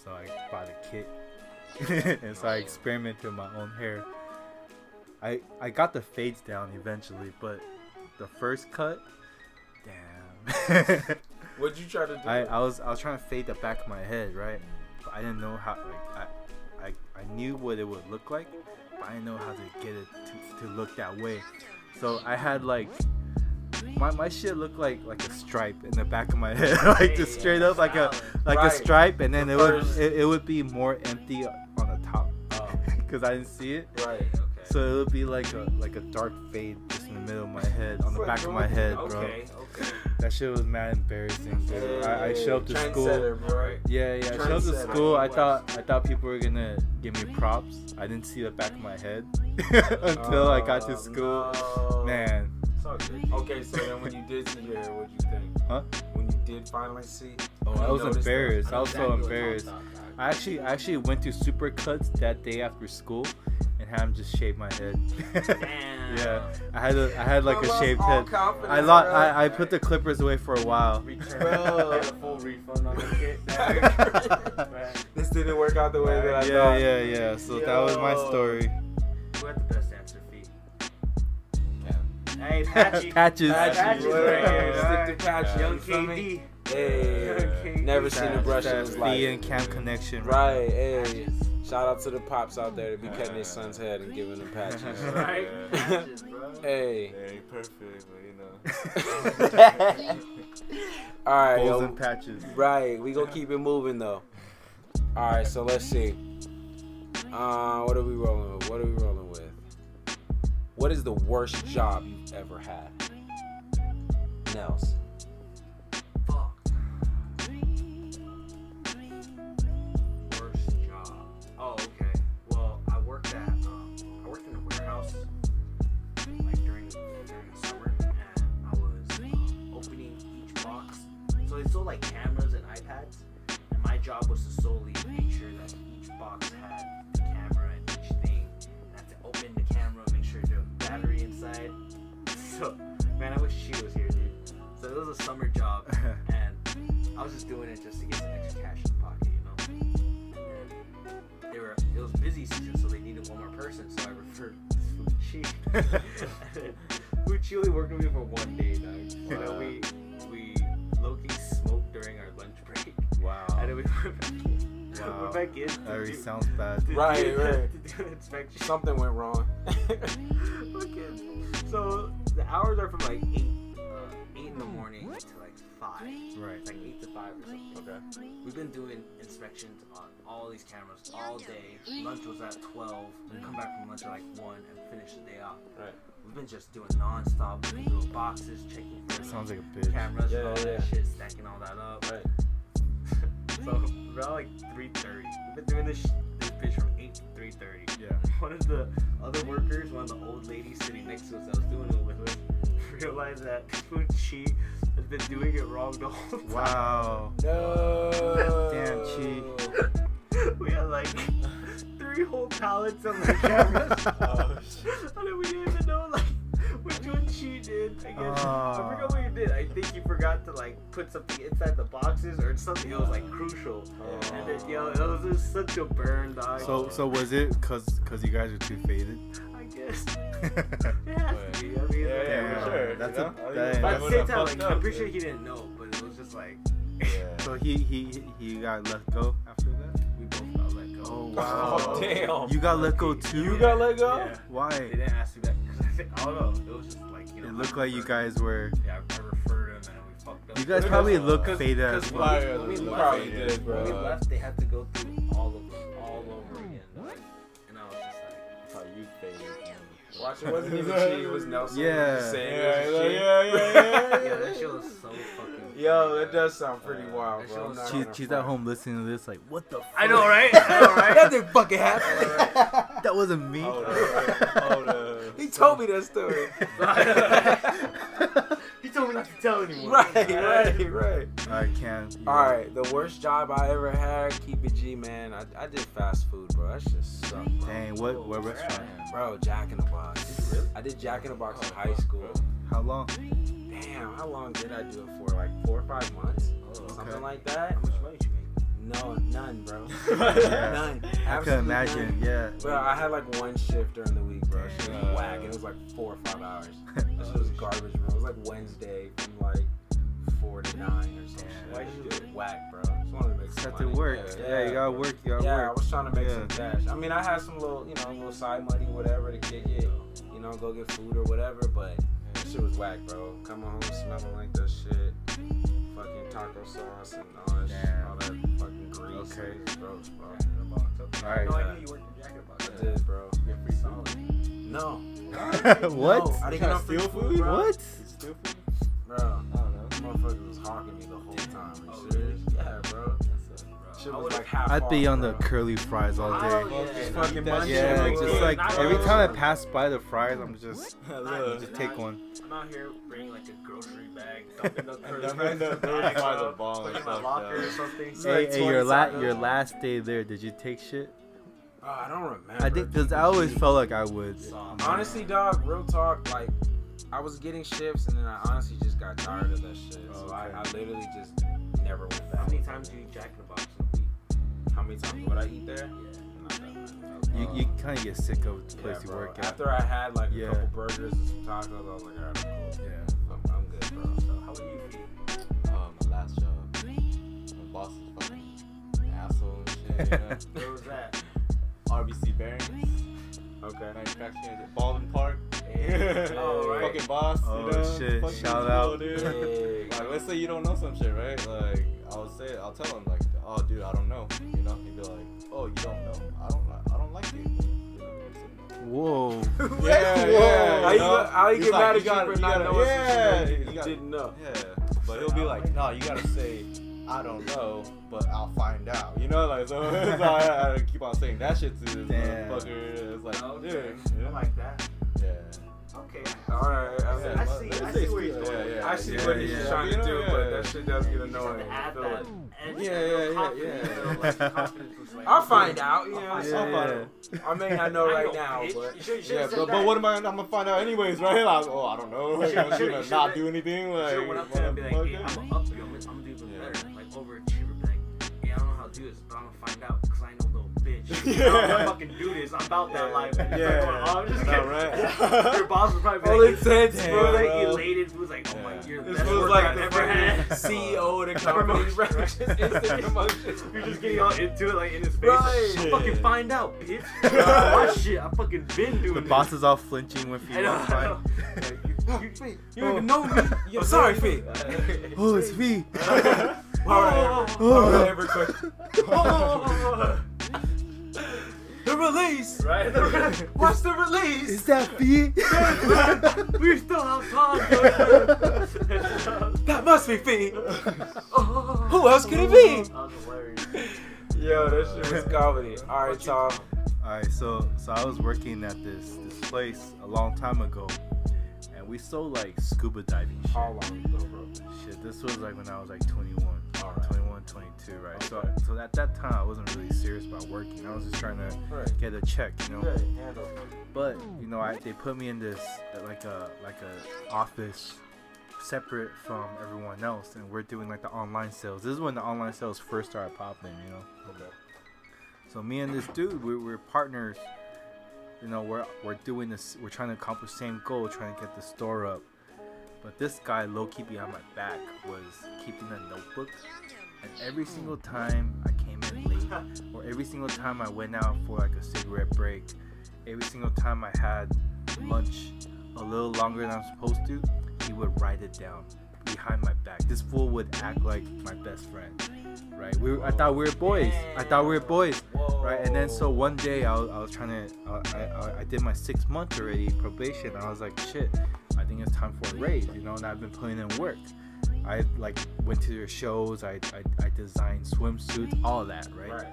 Speaker 3: So I bought a kit and so I experimented with my own hair. I I got the fades down eventually, but the first cut, damn.
Speaker 4: What'd you try to do?
Speaker 3: I, I was I was trying to fade the back of my head, right? But I didn't know how. Like, I, I I knew what it would look like, but I didn't know how to get it to, to look that way. So I had like my, my shit looked like like a stripe in the back of my head, like just straight up like a like
Speaker 4: Right.
Speaker 3: a stripe, and then it would
Speaker 4: First.
Speaker 3: it, it would be more empty on the top
Speaker 4: Oh,
Speaker 3: because I didn't see it.
Speaker 4: right.
Speaker 3: So it would be like a like a dark fade just in the middle of my head on the back of my head, bro.
Speaker 5: Okay, okay.
Speaker 3: That shit was mad embarrassing. dude. I, I showed up to school.
Speaker 4: Trendsetter, bro.
Speaker 3: Yeah, yeah. I showed up to
Speaker 4: Trendsetter.
Speaker 3: school. I thought I thought people were gonna give me props. I didn't see the back of my head until I got to
Speaker 4: Oh,
Speaker 3: school.
Speaker 4: no.
Speaker 3: Man,
Speaker 4: It's all good. Okay, so then when you did see her, what'd you think?
Speaker 3: Huh?
Speaker 4: When you did finally see,
Speaker 3: oh, I was
Speaker 4: noticed that.
Speaker 3: embarrassed. I was
Speaker 5: Exactly
Speaker 3: so
Speaker 5: what I'm
Speaker 3: embarrassed.
Speaker 5: talking about, dog.
Speaker 3: I actually I actually went to Supercuts that day after school and had him just shave my head.
Speaker 5: Damn.
Speaker 3: yeah, I had a, I had like
Speaker 4: I
Speaker 3: a
Speaker 4: lost
Speaker 3: shaved
Speaker 4: all
Speaker 3: head.
Speaker 4: confidence,
Speaker 3: I lost.
Speaker 4: bro.
Speaker 3: I, I put the clippers away for a while.
Speaker 5: Return.
Speaker 6: Bro.
Speaker 5: Get a full refund on the kit. Right.
Speaker 4: this didn't work out the way that I
Speaker 3: yeah,
Speaker 4: thought.
Speaker 3: yeah, yeah. So that was my
Speaker 6: Yo.
Speaker 3: story.
Speaker 5: Who had the best answer feet? Hey, Patchy.
Speaker 3: Patches.
Speaker 4: Patches,
Speaker 5: Patches
Speaker 4: bro.
Speaker 5: right here.
Speaker 4: Stick to patches.
Speaker 5: Young
Speaker 4: you feel me?
Speaker 5: KD.
Speaker 4: Hey,
Speaker 5: Yeah.
Speaker 4: never
Speaker 3: That-
Speaker 4: seen a brush in
Speaker 3: that
Speaker 4: his
Speaker 3: B
Speaker 4: life.
Speaker 3: and Cam connection.
Speaker 4: Right, hey.
Speaker 5: Patches.
Speaker 4: Shout out to the pops out there to be cutting his son's head and giving him patches.
Speaker 5: Right?
Speaker 6: Yeah.
Speaker 5: Patches, bro.
Speaker 4: hey.
Speaker 6: It ain't perfect, but you know.
Speaker 4: All right,
Speaker 3: Holes
Speaker 4: yo,
Speaker 3: and patches.
Speaker 4: right. We gonna keep it moving though. All right, so let's see. Uh, what are we rolling with? What are we rolling with? What is the worst job you've ever had? Nels.
Speaker 5: Fuck. Worst job. Oh, okay. Well, I worked at um, I worked in a warehouse like during during the summer, and I was um, opening each box. So they sold like cameras and iPads, and my job was to solely make sure that each box had the camera and each thing. And I had to open the camera, make sure there was battery inside. So, man, I wish she was here, dude. So it was a summer job, and I was just doing it just to get some extra cash in the pocket, you know. And then they were it was busy season, so they needed one more person, so I referred Fuchi. Fuchi only worked with me for one day, dog. And then we we Loki smoked during our lunch break, and
Speaker 3: Wow.
Speaker 5: then we went back in.
Speaker 3: Wow.
Speaker 5: Went back in.
Speaker 3: That
Speaker 5: to
Speaker 3: already
Speaker 5: do-
Speaker 3: sounds bad.
Speaker 5: to do-
Speaker 4: Right, right.
Speaker 5: To do an inspection.
Speaker 4: Something went wrong.
Speaker 5: Fucking- so the hours are from like eight, uh, eight in the morning to like five.
Speaker 3: Right.
Speaker 5: It's like eight to five or something. Okay. We've been doing inspections on all these cameras all day. Lunch was at twelve. We come back from lunch at like one and finish the day off.
Speaker 4: Right.
Speaker 5: We've been just doing nonstop, looking through boxes, checking for
Speaker 3: Sounds like a bitch.
Speaker 5: cameras and
Speaker 4: Yeah,
Speaker 5: all that
Speaker 4: yeah.
Speaker 5: shit, stacking all that up.
Speaker 4: Right.
Speaker 5: So around like three thirty, we've been doing this sh- this bitch from eight to three thirty.
Speaker 3: Yeah.
Speaker 5: One of the other workers, one of the old ladies sitting next to us, that was doing it with us, realized that she has been doing it wrong the whole time.
Speaker 3: Wow.
Speaker 4: No.
Speaker 3: Damn, Chi.
Speaker 5: we had like three whole pallets of
Speaker 6: Oh,
Speaker 5: the cameras. and then we didn't even know like which one she did. I guess
Speaker 3: Ah.
Speaker 5: I forgot what you did. I think you forgot to like put something inside the boxes or something that was like crucial. And then yo, it was just such a burn dog.
Speaker 3: So so was it cause cause you guys are too faded?
Speaker 5: I guess
Speaker 3: Damn.
Speaker 5: it has to be. I mean like,
Speaker 3: yeah,
Speaker 5: sure.
Speaker 3: sure. That's a-
Speaker 5: But at
Speaker 3: That
Speaker 5: the same time, like I'm pretty sure he didn't know, but it was just like
Speaker 3: So he he he got let go after that.
Speaker 5: we both got let go.
Speaker 3: Oh
Speaker 4: Oh,
Speaker 3: wow.
Speaker 4: damn.
Speaker 3: You got let go too.
Speaker 4: You got let go?
Speaker 5: Yeah. They
Speaker 3: Why?
Speaker 5: didn't ask me that because I think I don't know. It was just like you know.
Speaker 3: It
Speaker 5: I
Speaker 3: looked like you
Speaker 5: referred-
Speaker 3: guys were.
Speaker 5: Yeah, I, I referred him and we fucked up.
Speaker 3: You guys probably look faded as
Speaker 5: Because
Speaker 3: well.
Speaker 6: fire
Speaker 5: when we,
Speaker 6: was
Speaker 5: when we
Speaker 4: Probably
Speaker 5: left,
Speaker 6: faded,
Speaker 4: did,
Speaker 5: when we
Speaker 4: bro.
Speaker 5: left, they had to go through all of them, all over again. dog. And I was just like,
Speaker 6: you faded.
Speaker 4: Watch, it wasn't even Chi. It was Nelson.
Speaker 3: Yeah.
Speaker 4: Just saying
Speaker 6: Yeah,
Speaker 4: it was
Speaker 6: yeah,
Speaker 4: Chi.
Speaker 6: yeah, yeah,
Speaker 5: yeah,
Speaker 6: yeah.
Speaker 5: that shit was so fucking.
Speaker 4: Yo, that does sound pretty wild,
Speaker 5: that
Speaker 4: bro.
Speaker 5: shit
Speaker 4: I'm
Speaker 5: was-
Speaker 4: not
Speaker 3: She's,
Speaker 4: gonna
Speaker 3: she's
Speaker 4: front.
Speaker 3: at home listening to this, like, what the? Fuck?
Speaker 5: I know, right? I know, right?
Speaker 4: That didn't fucking happen.
Speaker 3: That wasn't me.
Speaker 6: Hold up. Hold up.
Speaker 4: He told me that story.
Speaker 5: he told me not to tell anyone.
Speaker 4: right, right, right.
Speaker 3: I can't.
Speaker 4: All right, the worst job I ever had, keep it G, man. I, I did fast food, bro. That shit sucked, bro.
Speaker 3: Dang, what what restaurant?
Speaker 4: Bro, Jack in the Box. I did Jack in the Box in high school.
Speaker 3: How long?
Speaker 4: Damn, how long did I do it for? Like four or five months? Something like that?
Speaker 5: How much money you make?
Speaker 4: No, none, bro.
Speaker 3: Yeah.
Speaker 4: None.
Speaker 3: I
Speaker 4: Absolutely
Speaker 3: could imagine.
Speaker 4: none.
Speaker 3: Yeah.
Speaker 4: Bro, I had like one shift during the week, bro. Shit was
Speaker 6: Damn.
Speaker 4: whack. It was like four or five hours. That shit was garbage, bro. It was like Wednesday from like four to nine or something.
Speaker 3: Damn.
Speaker 4: Why'd you do it? Whack, bro. Just wanted to make some
Speaker 3: Got to
Speaker 4: money.
Speaker 3: work. Yeah. you gotta work. You gotta
Speaker 4: Yeah, I
Speaker 3: work.
Speaker 4: was trying to make
Speaker 3: Yeah.
Speaker 4: some cash. I mean, I had some little, you know, little side money, whatever, to kick it, you know, go get food or whatever. But that shit was whack, bro. Coming home smelling like that shit, fucking taco sauce and all that, shit,
Speaker 3: Damn.
Speaker 4: all that fucking grease.
Speaker 3: Okay.
Speaker 4: Okay, gross, bro.
Speaker 3: All right.
Speaker 5: No, I knew you worked in Jack in the Box.
Speaker 4: I did, bro.
Speaker 5: You're pretty solid.
Speaker 4: No,
Speaker 3: what?
Speaker 4: No, I didn't
Speaker 6: Tryna
Speaker 4: get no free
Speaker 6: steal
Speaker 4: food,
Speaker 6: food?
Speaker 4: bro.
Speaker 3: What?
Speaker 6: Stupid.
Speaker 4: Bro,
Speaker 6: I don't know.
Speaker 4: talking to me the whole time. and
Speaker 5: Oh,
Speaker 4: shit.
Speaker 5: really?
Speaker 4: Yeah, bro. Shit
Speaker 5: I
Speaker 4: was
Speaker 5: would've-
Speaker 4: like half
Speaker 3: I'd be
Speaker 4: off,
Speaker 3: on the
Speaker 4: bro.
Speaker 3: curly fries all
Speaker 5: Oh,
Speaker 3: day.
Speaker 5: yeah.
Speaker 4: Fucking
Speaker 6: Eat that
Speaker 4: munch
Speaker 6: shit.
Speaker 3: Yeah,
Speaker 4: Yeah,
Speaker 3: just like
Speaker 5: not
Speaker 3: every
Speaker 5: really.
Speaker 3: time I pass by the fries, I'm just
Speaker 6: Look.
Speaker 3: just take one.
Speaker 5: I'm out here bringing like a grocery bag, dumping the
Speaker 6: And
Speaker 5: curly
Speaker 6: then when the third
Speaker 5: fries,
Speaker 6: time's a
Speaker 5: bro.
Speaker 6: bomb,
Speaker 5: Put it in
Speaker 6: it's
Speaker 5: my
Speaker 6: like,
Speaker 5: locker
Speaker 6: uh,
Speaker 5: or something.
Speaker 3: Hey, hey, your la-
Speaker 4: last,
Speaker 3: your last day there, did you take shit?
Speaker 4: Oh, I don't remember.
Speaker 3: I think because I
Speaker 4: Keep it
Speaker 3: always
Speaker 4: G.
Speaker 3: felt like I would.
Speaker 4: Honestly, dog, real talk, like I was getting shifts and then I honestly just got tired of that shit. So I,
Speaker 3: Okay.
Speaker 4: I literally just never went back.
Speaker 5: How many times do you eat Jack in the Box in a week?
Speaker 4: How many times would I eat there?
Speaker 5: Yeah.
Speaker 4: Not that much.
Speaker 3: You,
Speaker 4: Uh,
Speaker 3: you kind of get sick of the
Speaker 4: yeah,
Speaker 3: place you
Speaker 4: bro.
Speaker 3: work at.
Speaker 4: After I had like
Speaker 3: Yeah.
Speaker 4: a couple burgers and some tacos, I was like, all right, I'm cool.
Speaker 3: Yeah.
Speaker 4: I'm, I'm good, bro.
Speaker 5: So how would you feel?
Speaker 6: Uh, my last job. My boss is fucking asshole and shit. You know?
Speaker 5: Where was that?
Speaker 6: RBC Barons,
Speaker 4: Okay.
Speaker 6: manufacturing at Baldwin Park.
Speaker 5: Oh, right.
Speaker 6: Fucking boss.
Speaker 3: Oh,
Speaker 6: you know?
Speaker 3: shit.
Speaker 6: Fucking
Speaker 3: Shout
Speaker 6: cool,
Speaker 3: out.
Speaker 6: dude.
Speaker 4: Hey,
Speaker 6: Like, let's say you don't know some shit, right? Like, I'll say, I'll tell him, like, oh, dude, I don't know. You know, he'd be like, oh, you don't know? I don't, li- I don't like you. You know, he'd say,
Speaker 3: Whoa.
Speaker 6: no. yeah, yeah.
Speaker 4: How you,
Speaker 6: know?
Speaker 4: how you
Speaker 6: He's
Speaker 4: get
Speaker 6: like,
Speaker 4: mad at you
Speaker 6: gotta-
Speaker 4: for not
Speaker 6: gotta-
Speaker 4: knowing
Speaker 6: yeah,
Speaker 4: some shit that
Speaker 6: you
Speaker 4: you
Speaker 6: gotta-
Speaker 4: didn't know?
Speaker 6: Yeah, but he'll be like, no, you gotta say, I don't know, but I'll find out. You know, like so. so I, I keep on saying that shit to this
Speaker 3: Damn.
Speaker 6: motherfucker. It's like,
Speaker 5: Oh,
Speaker 6: dude,
Speaker 5: okay.
Speaker 6: yeah.
Speaker 5: I like that.
Speaker 6: yeah.
Speaker 5: Okay.
Speaker 4: All right. I, mean,
Speaker 6: Yeah,
Speaker 5: I
Speaker 6: let-
Speaker 5: see-
Speaker 6: let
Speaker 5: I
Speaker 6: it
Speaker 5: see
Speaker 6: stay
Speaker 5: where he's
Speaker 6: still.
Speaker 5: going.
Speaker 6: Yeah, yeah,
Speaker 4: I see
Speaker 6: yeah,
Speaker 4: what he's
Speaker 6: yeah.
Speaker 4: trying
Speaker 6: You
Speaker 4: to
Speaker 6: know,
Speaker 4: do,
Speaker 6: yeah.
Speaker 4: but that shit does get
Speaker 5: You just have
Speaker 4: annoying.
Speaker 5: to add that
Speaker 4: I feel
Speaker 5: edge,
Speaker 6: Yeah,
Speaker 5: that real
Speaker 6: yeah, yeah,
Speaker 5: confidence,
Speaker 6: yeah.
Speaker 5: you know, like, confidence was like-
Speaker 4: it. I'll find out. You know,
Speaker 5: I'll
Speaker 4: what I'm
Speaker 5: find
Speaker 4: saying?
Speaker 3: Yeah.
Speaker 4: I may not know right now,
Speaker 5: bitch.
Speaker 4: but
Speaker 5: You should- you should've
Speaker 6: Yeah,
Speaker 5: said
Speaker 6: but, but
Speaker 5: that.
Speaker 6: what am I? I'm gonna find out anyways, right? Like, oh, I don't know. Like, I'm
Speaker 5: Sure,
Speaker 6: gonna
Speaker 5: sure,
Speaker 6: not
Speaker 5: sure.
Speaker 6: do anything. Like,
Speaker 5: Should've went up to him and be like, hey,
Speaker 6: motherfucker.
Speaker 5: I'm gonna up you. I'm gonna, I'm gonna do even
Speaker 6: Yeah.
Speaker 5: better. Like overachiever, be like, hey, I don't know how to do this, but I'm gonna find out because I know little bitch.
Speaker 6: Yeah.
Speaker 5: I don't know how to fucking do this. I'm about that life. And
Speaker 6: Yeah.
Speaker 5: it's like, oh, I'm just
Speaker 6: I know,
Speaker 5: kidding.
Speaker 6: right?
Speaker 5: Your boss was probably
Speaker 4: all
Speaker 5: be like,
Speaker 4: it takes,
Speaker 6: Damn,
Speaker 5: bro,
Speaker 4: bro.
Speaker 5: like
Speaker 6: bro.
Speaker 5: elated. He was like, oh my,
Speaker 6: Yeah.
Speaker 5: you're the
Speaker 4: This
Speaker 5: best
Speaker 4: was
Speaker 5: worker
Speaker 4: like
Speaker 5: I've
Speaker 4: the
Speaker 5: ever
Speaker 4: fucking
Speaker 5: had.
Speaker 4: CEO of the company, bro. Just instant promotion.
Speaker 5: You're just getting all into it, like in his face.
Speaker 4: Right.
Speaker 5: Like, fucking find out, bitch. My shit, I fucking been doing
Speaker 3: The
Speaker 5: this.
Speaker 3: boss is all flinching when
Speaker 5: I
Speaker 3: he
Speaker 5: know,
Speaker 3: walks
Speaker 5: I
Speaker 3: by.
Speaker 5: know. Like, you, you, you don't even know me.
Speaker 4: I'm sorry, Fee.
Speaker 3: Oh, it's me.
Speaker 4: Why would I ever- why would I ever question? The release.
Speaker 5: Right?
Speaker 4: What's the release?
Speaker 3: Is that me?
Speaker 5: We're still outside.
Speaker 4: That must be Fee.
Speaker 5: oh,
Speaker 4: Who else could it be?
Speaker 5: that was hilarious.
Speaker 4: Yo, that shit was comedy. All right, y'all.
Speaker 3: All right, so so I was working at this this place a long time ago, and we sold like scuba diving shit.
Speaker 4: How long ago, bro?
Speaker 3: Shit, this was like when I was like 21,
Speaker 4: All right.
Speaker 3: 21, 22, right? So so at that time I wasn't really serious about working. I was just trying to
Speaker 4: Right.
Speaker 3: get a check, you know.
Speaker 4: Yeah, handle.
Speaker 3: But you know, I, they put me in this uh, like a like a office separate from everyone else, and we're doing like the online sales. This is when the online sales first started popping, you know.
Speaker 4: Okay.
Speaker 3: So me and this dude, we we're partners. You know, we're we're doing this. We're trying to accomplish the same goal, trying to get the store up. But this guy, low key behind my back, was keeping a notebook. And every single time I came in late, or every single time I went out for like a cigarette break, every single time I had lunch a little longer than I'm supposed to, he would write it down behind my back. This fool would act like my best friend, right? We were, I thought we were boys. I thought we were boys
Speaker 4: Whoa.
Speaker 3: right and then so one day i was, I was trying to I, I, I did my six month already probation i was like shit i think it's time for a raise you know and i've been putting in work i like went to their shows i i, I designed swimsuits all that right,
Speaker 4: Right.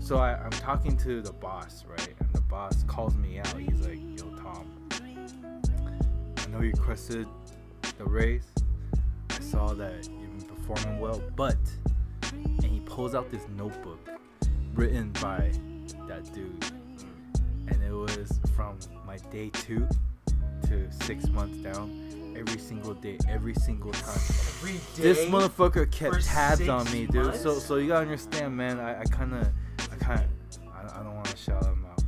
Speaker 3: so I, i'm talking to the boss right and the boss calls me out he's like yo tom i know you requested the raise i saw that you've been performing well but and he pulls out this notebook written by that dude. And it was from my day two to six months down, every single day, every single time.
Speaker 4: Every day.
Speaker 3: This motherfucker
Speaker 4: for
Speaker 3: kept tabs
Speaker 4: six
Speaker 3: on me, dude. So
Speaker 4: months?
Speaker 3: so you gotta understand, man. I, I kind of, I kind, of, I, I don't want to shout him out,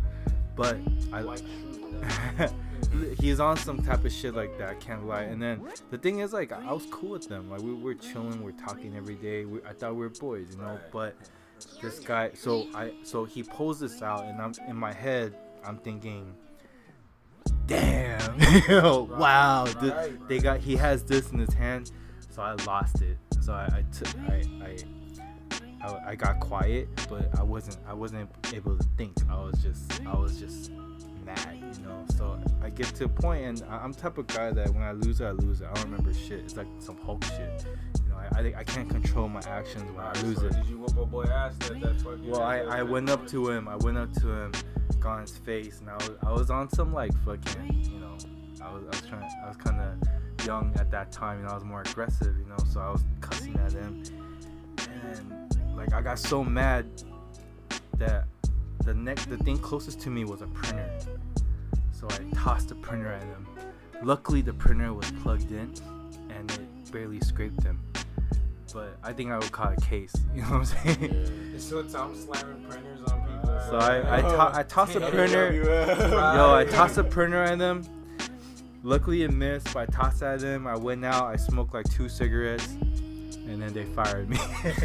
Speaker 3: but I. he's on some type of shit like that. I can't lie. And then the thing is, like, I I was cool with them. Like we were chilling, we're talking every day. We, I thought we were boys, you know.
Speaker 4: Right.
Speaker 3: But this guy, so I, so he pulls this out, and I'm in my head, I'm thinking. Damn! wow! th-
Speaker 4: right,
Speaker 3: They got. He has this in his hand, so I lost it. So I, I took. I, I I, I got quiet, but I wasn't I wasn't able to think. I was just I was just mad, you know. So I get to a point, and I- I'm type of guy that when I lose, it, I lose it. I don't remember shit. It's like some Hulk shit, you know. I, I, I can't control my actions when I lose
Speaker 4: so
Speaker 3: it.
Speaker 4: Did you whoop a boy ass that that fucking?
Speaker 3: Well, I, I went up to him. I went up to him, got in his face, and I was, I was on some like fucking, you know, I was, I was trying, I was kind of young at that time, and I was more aggressive, you know, so I was cussing at him, and like I got so mad that the next, the thing closest to me was a printer, so I tossed the printer at him. Luckily, the printer was plugged in, and it barely scraped him. But I think I would call it a case. You know what I'm saying?
Speaker 4: It's still time slamming printers on people.
Speaker 3: So I, I,
Speaker 4: Oh.
Speaker 3: to- I tossed a printer. Yo, I tossed a printer at them. Luckily it missed, but I tossed at them. I went out. I smoked like two cigarettes, and then they fired me.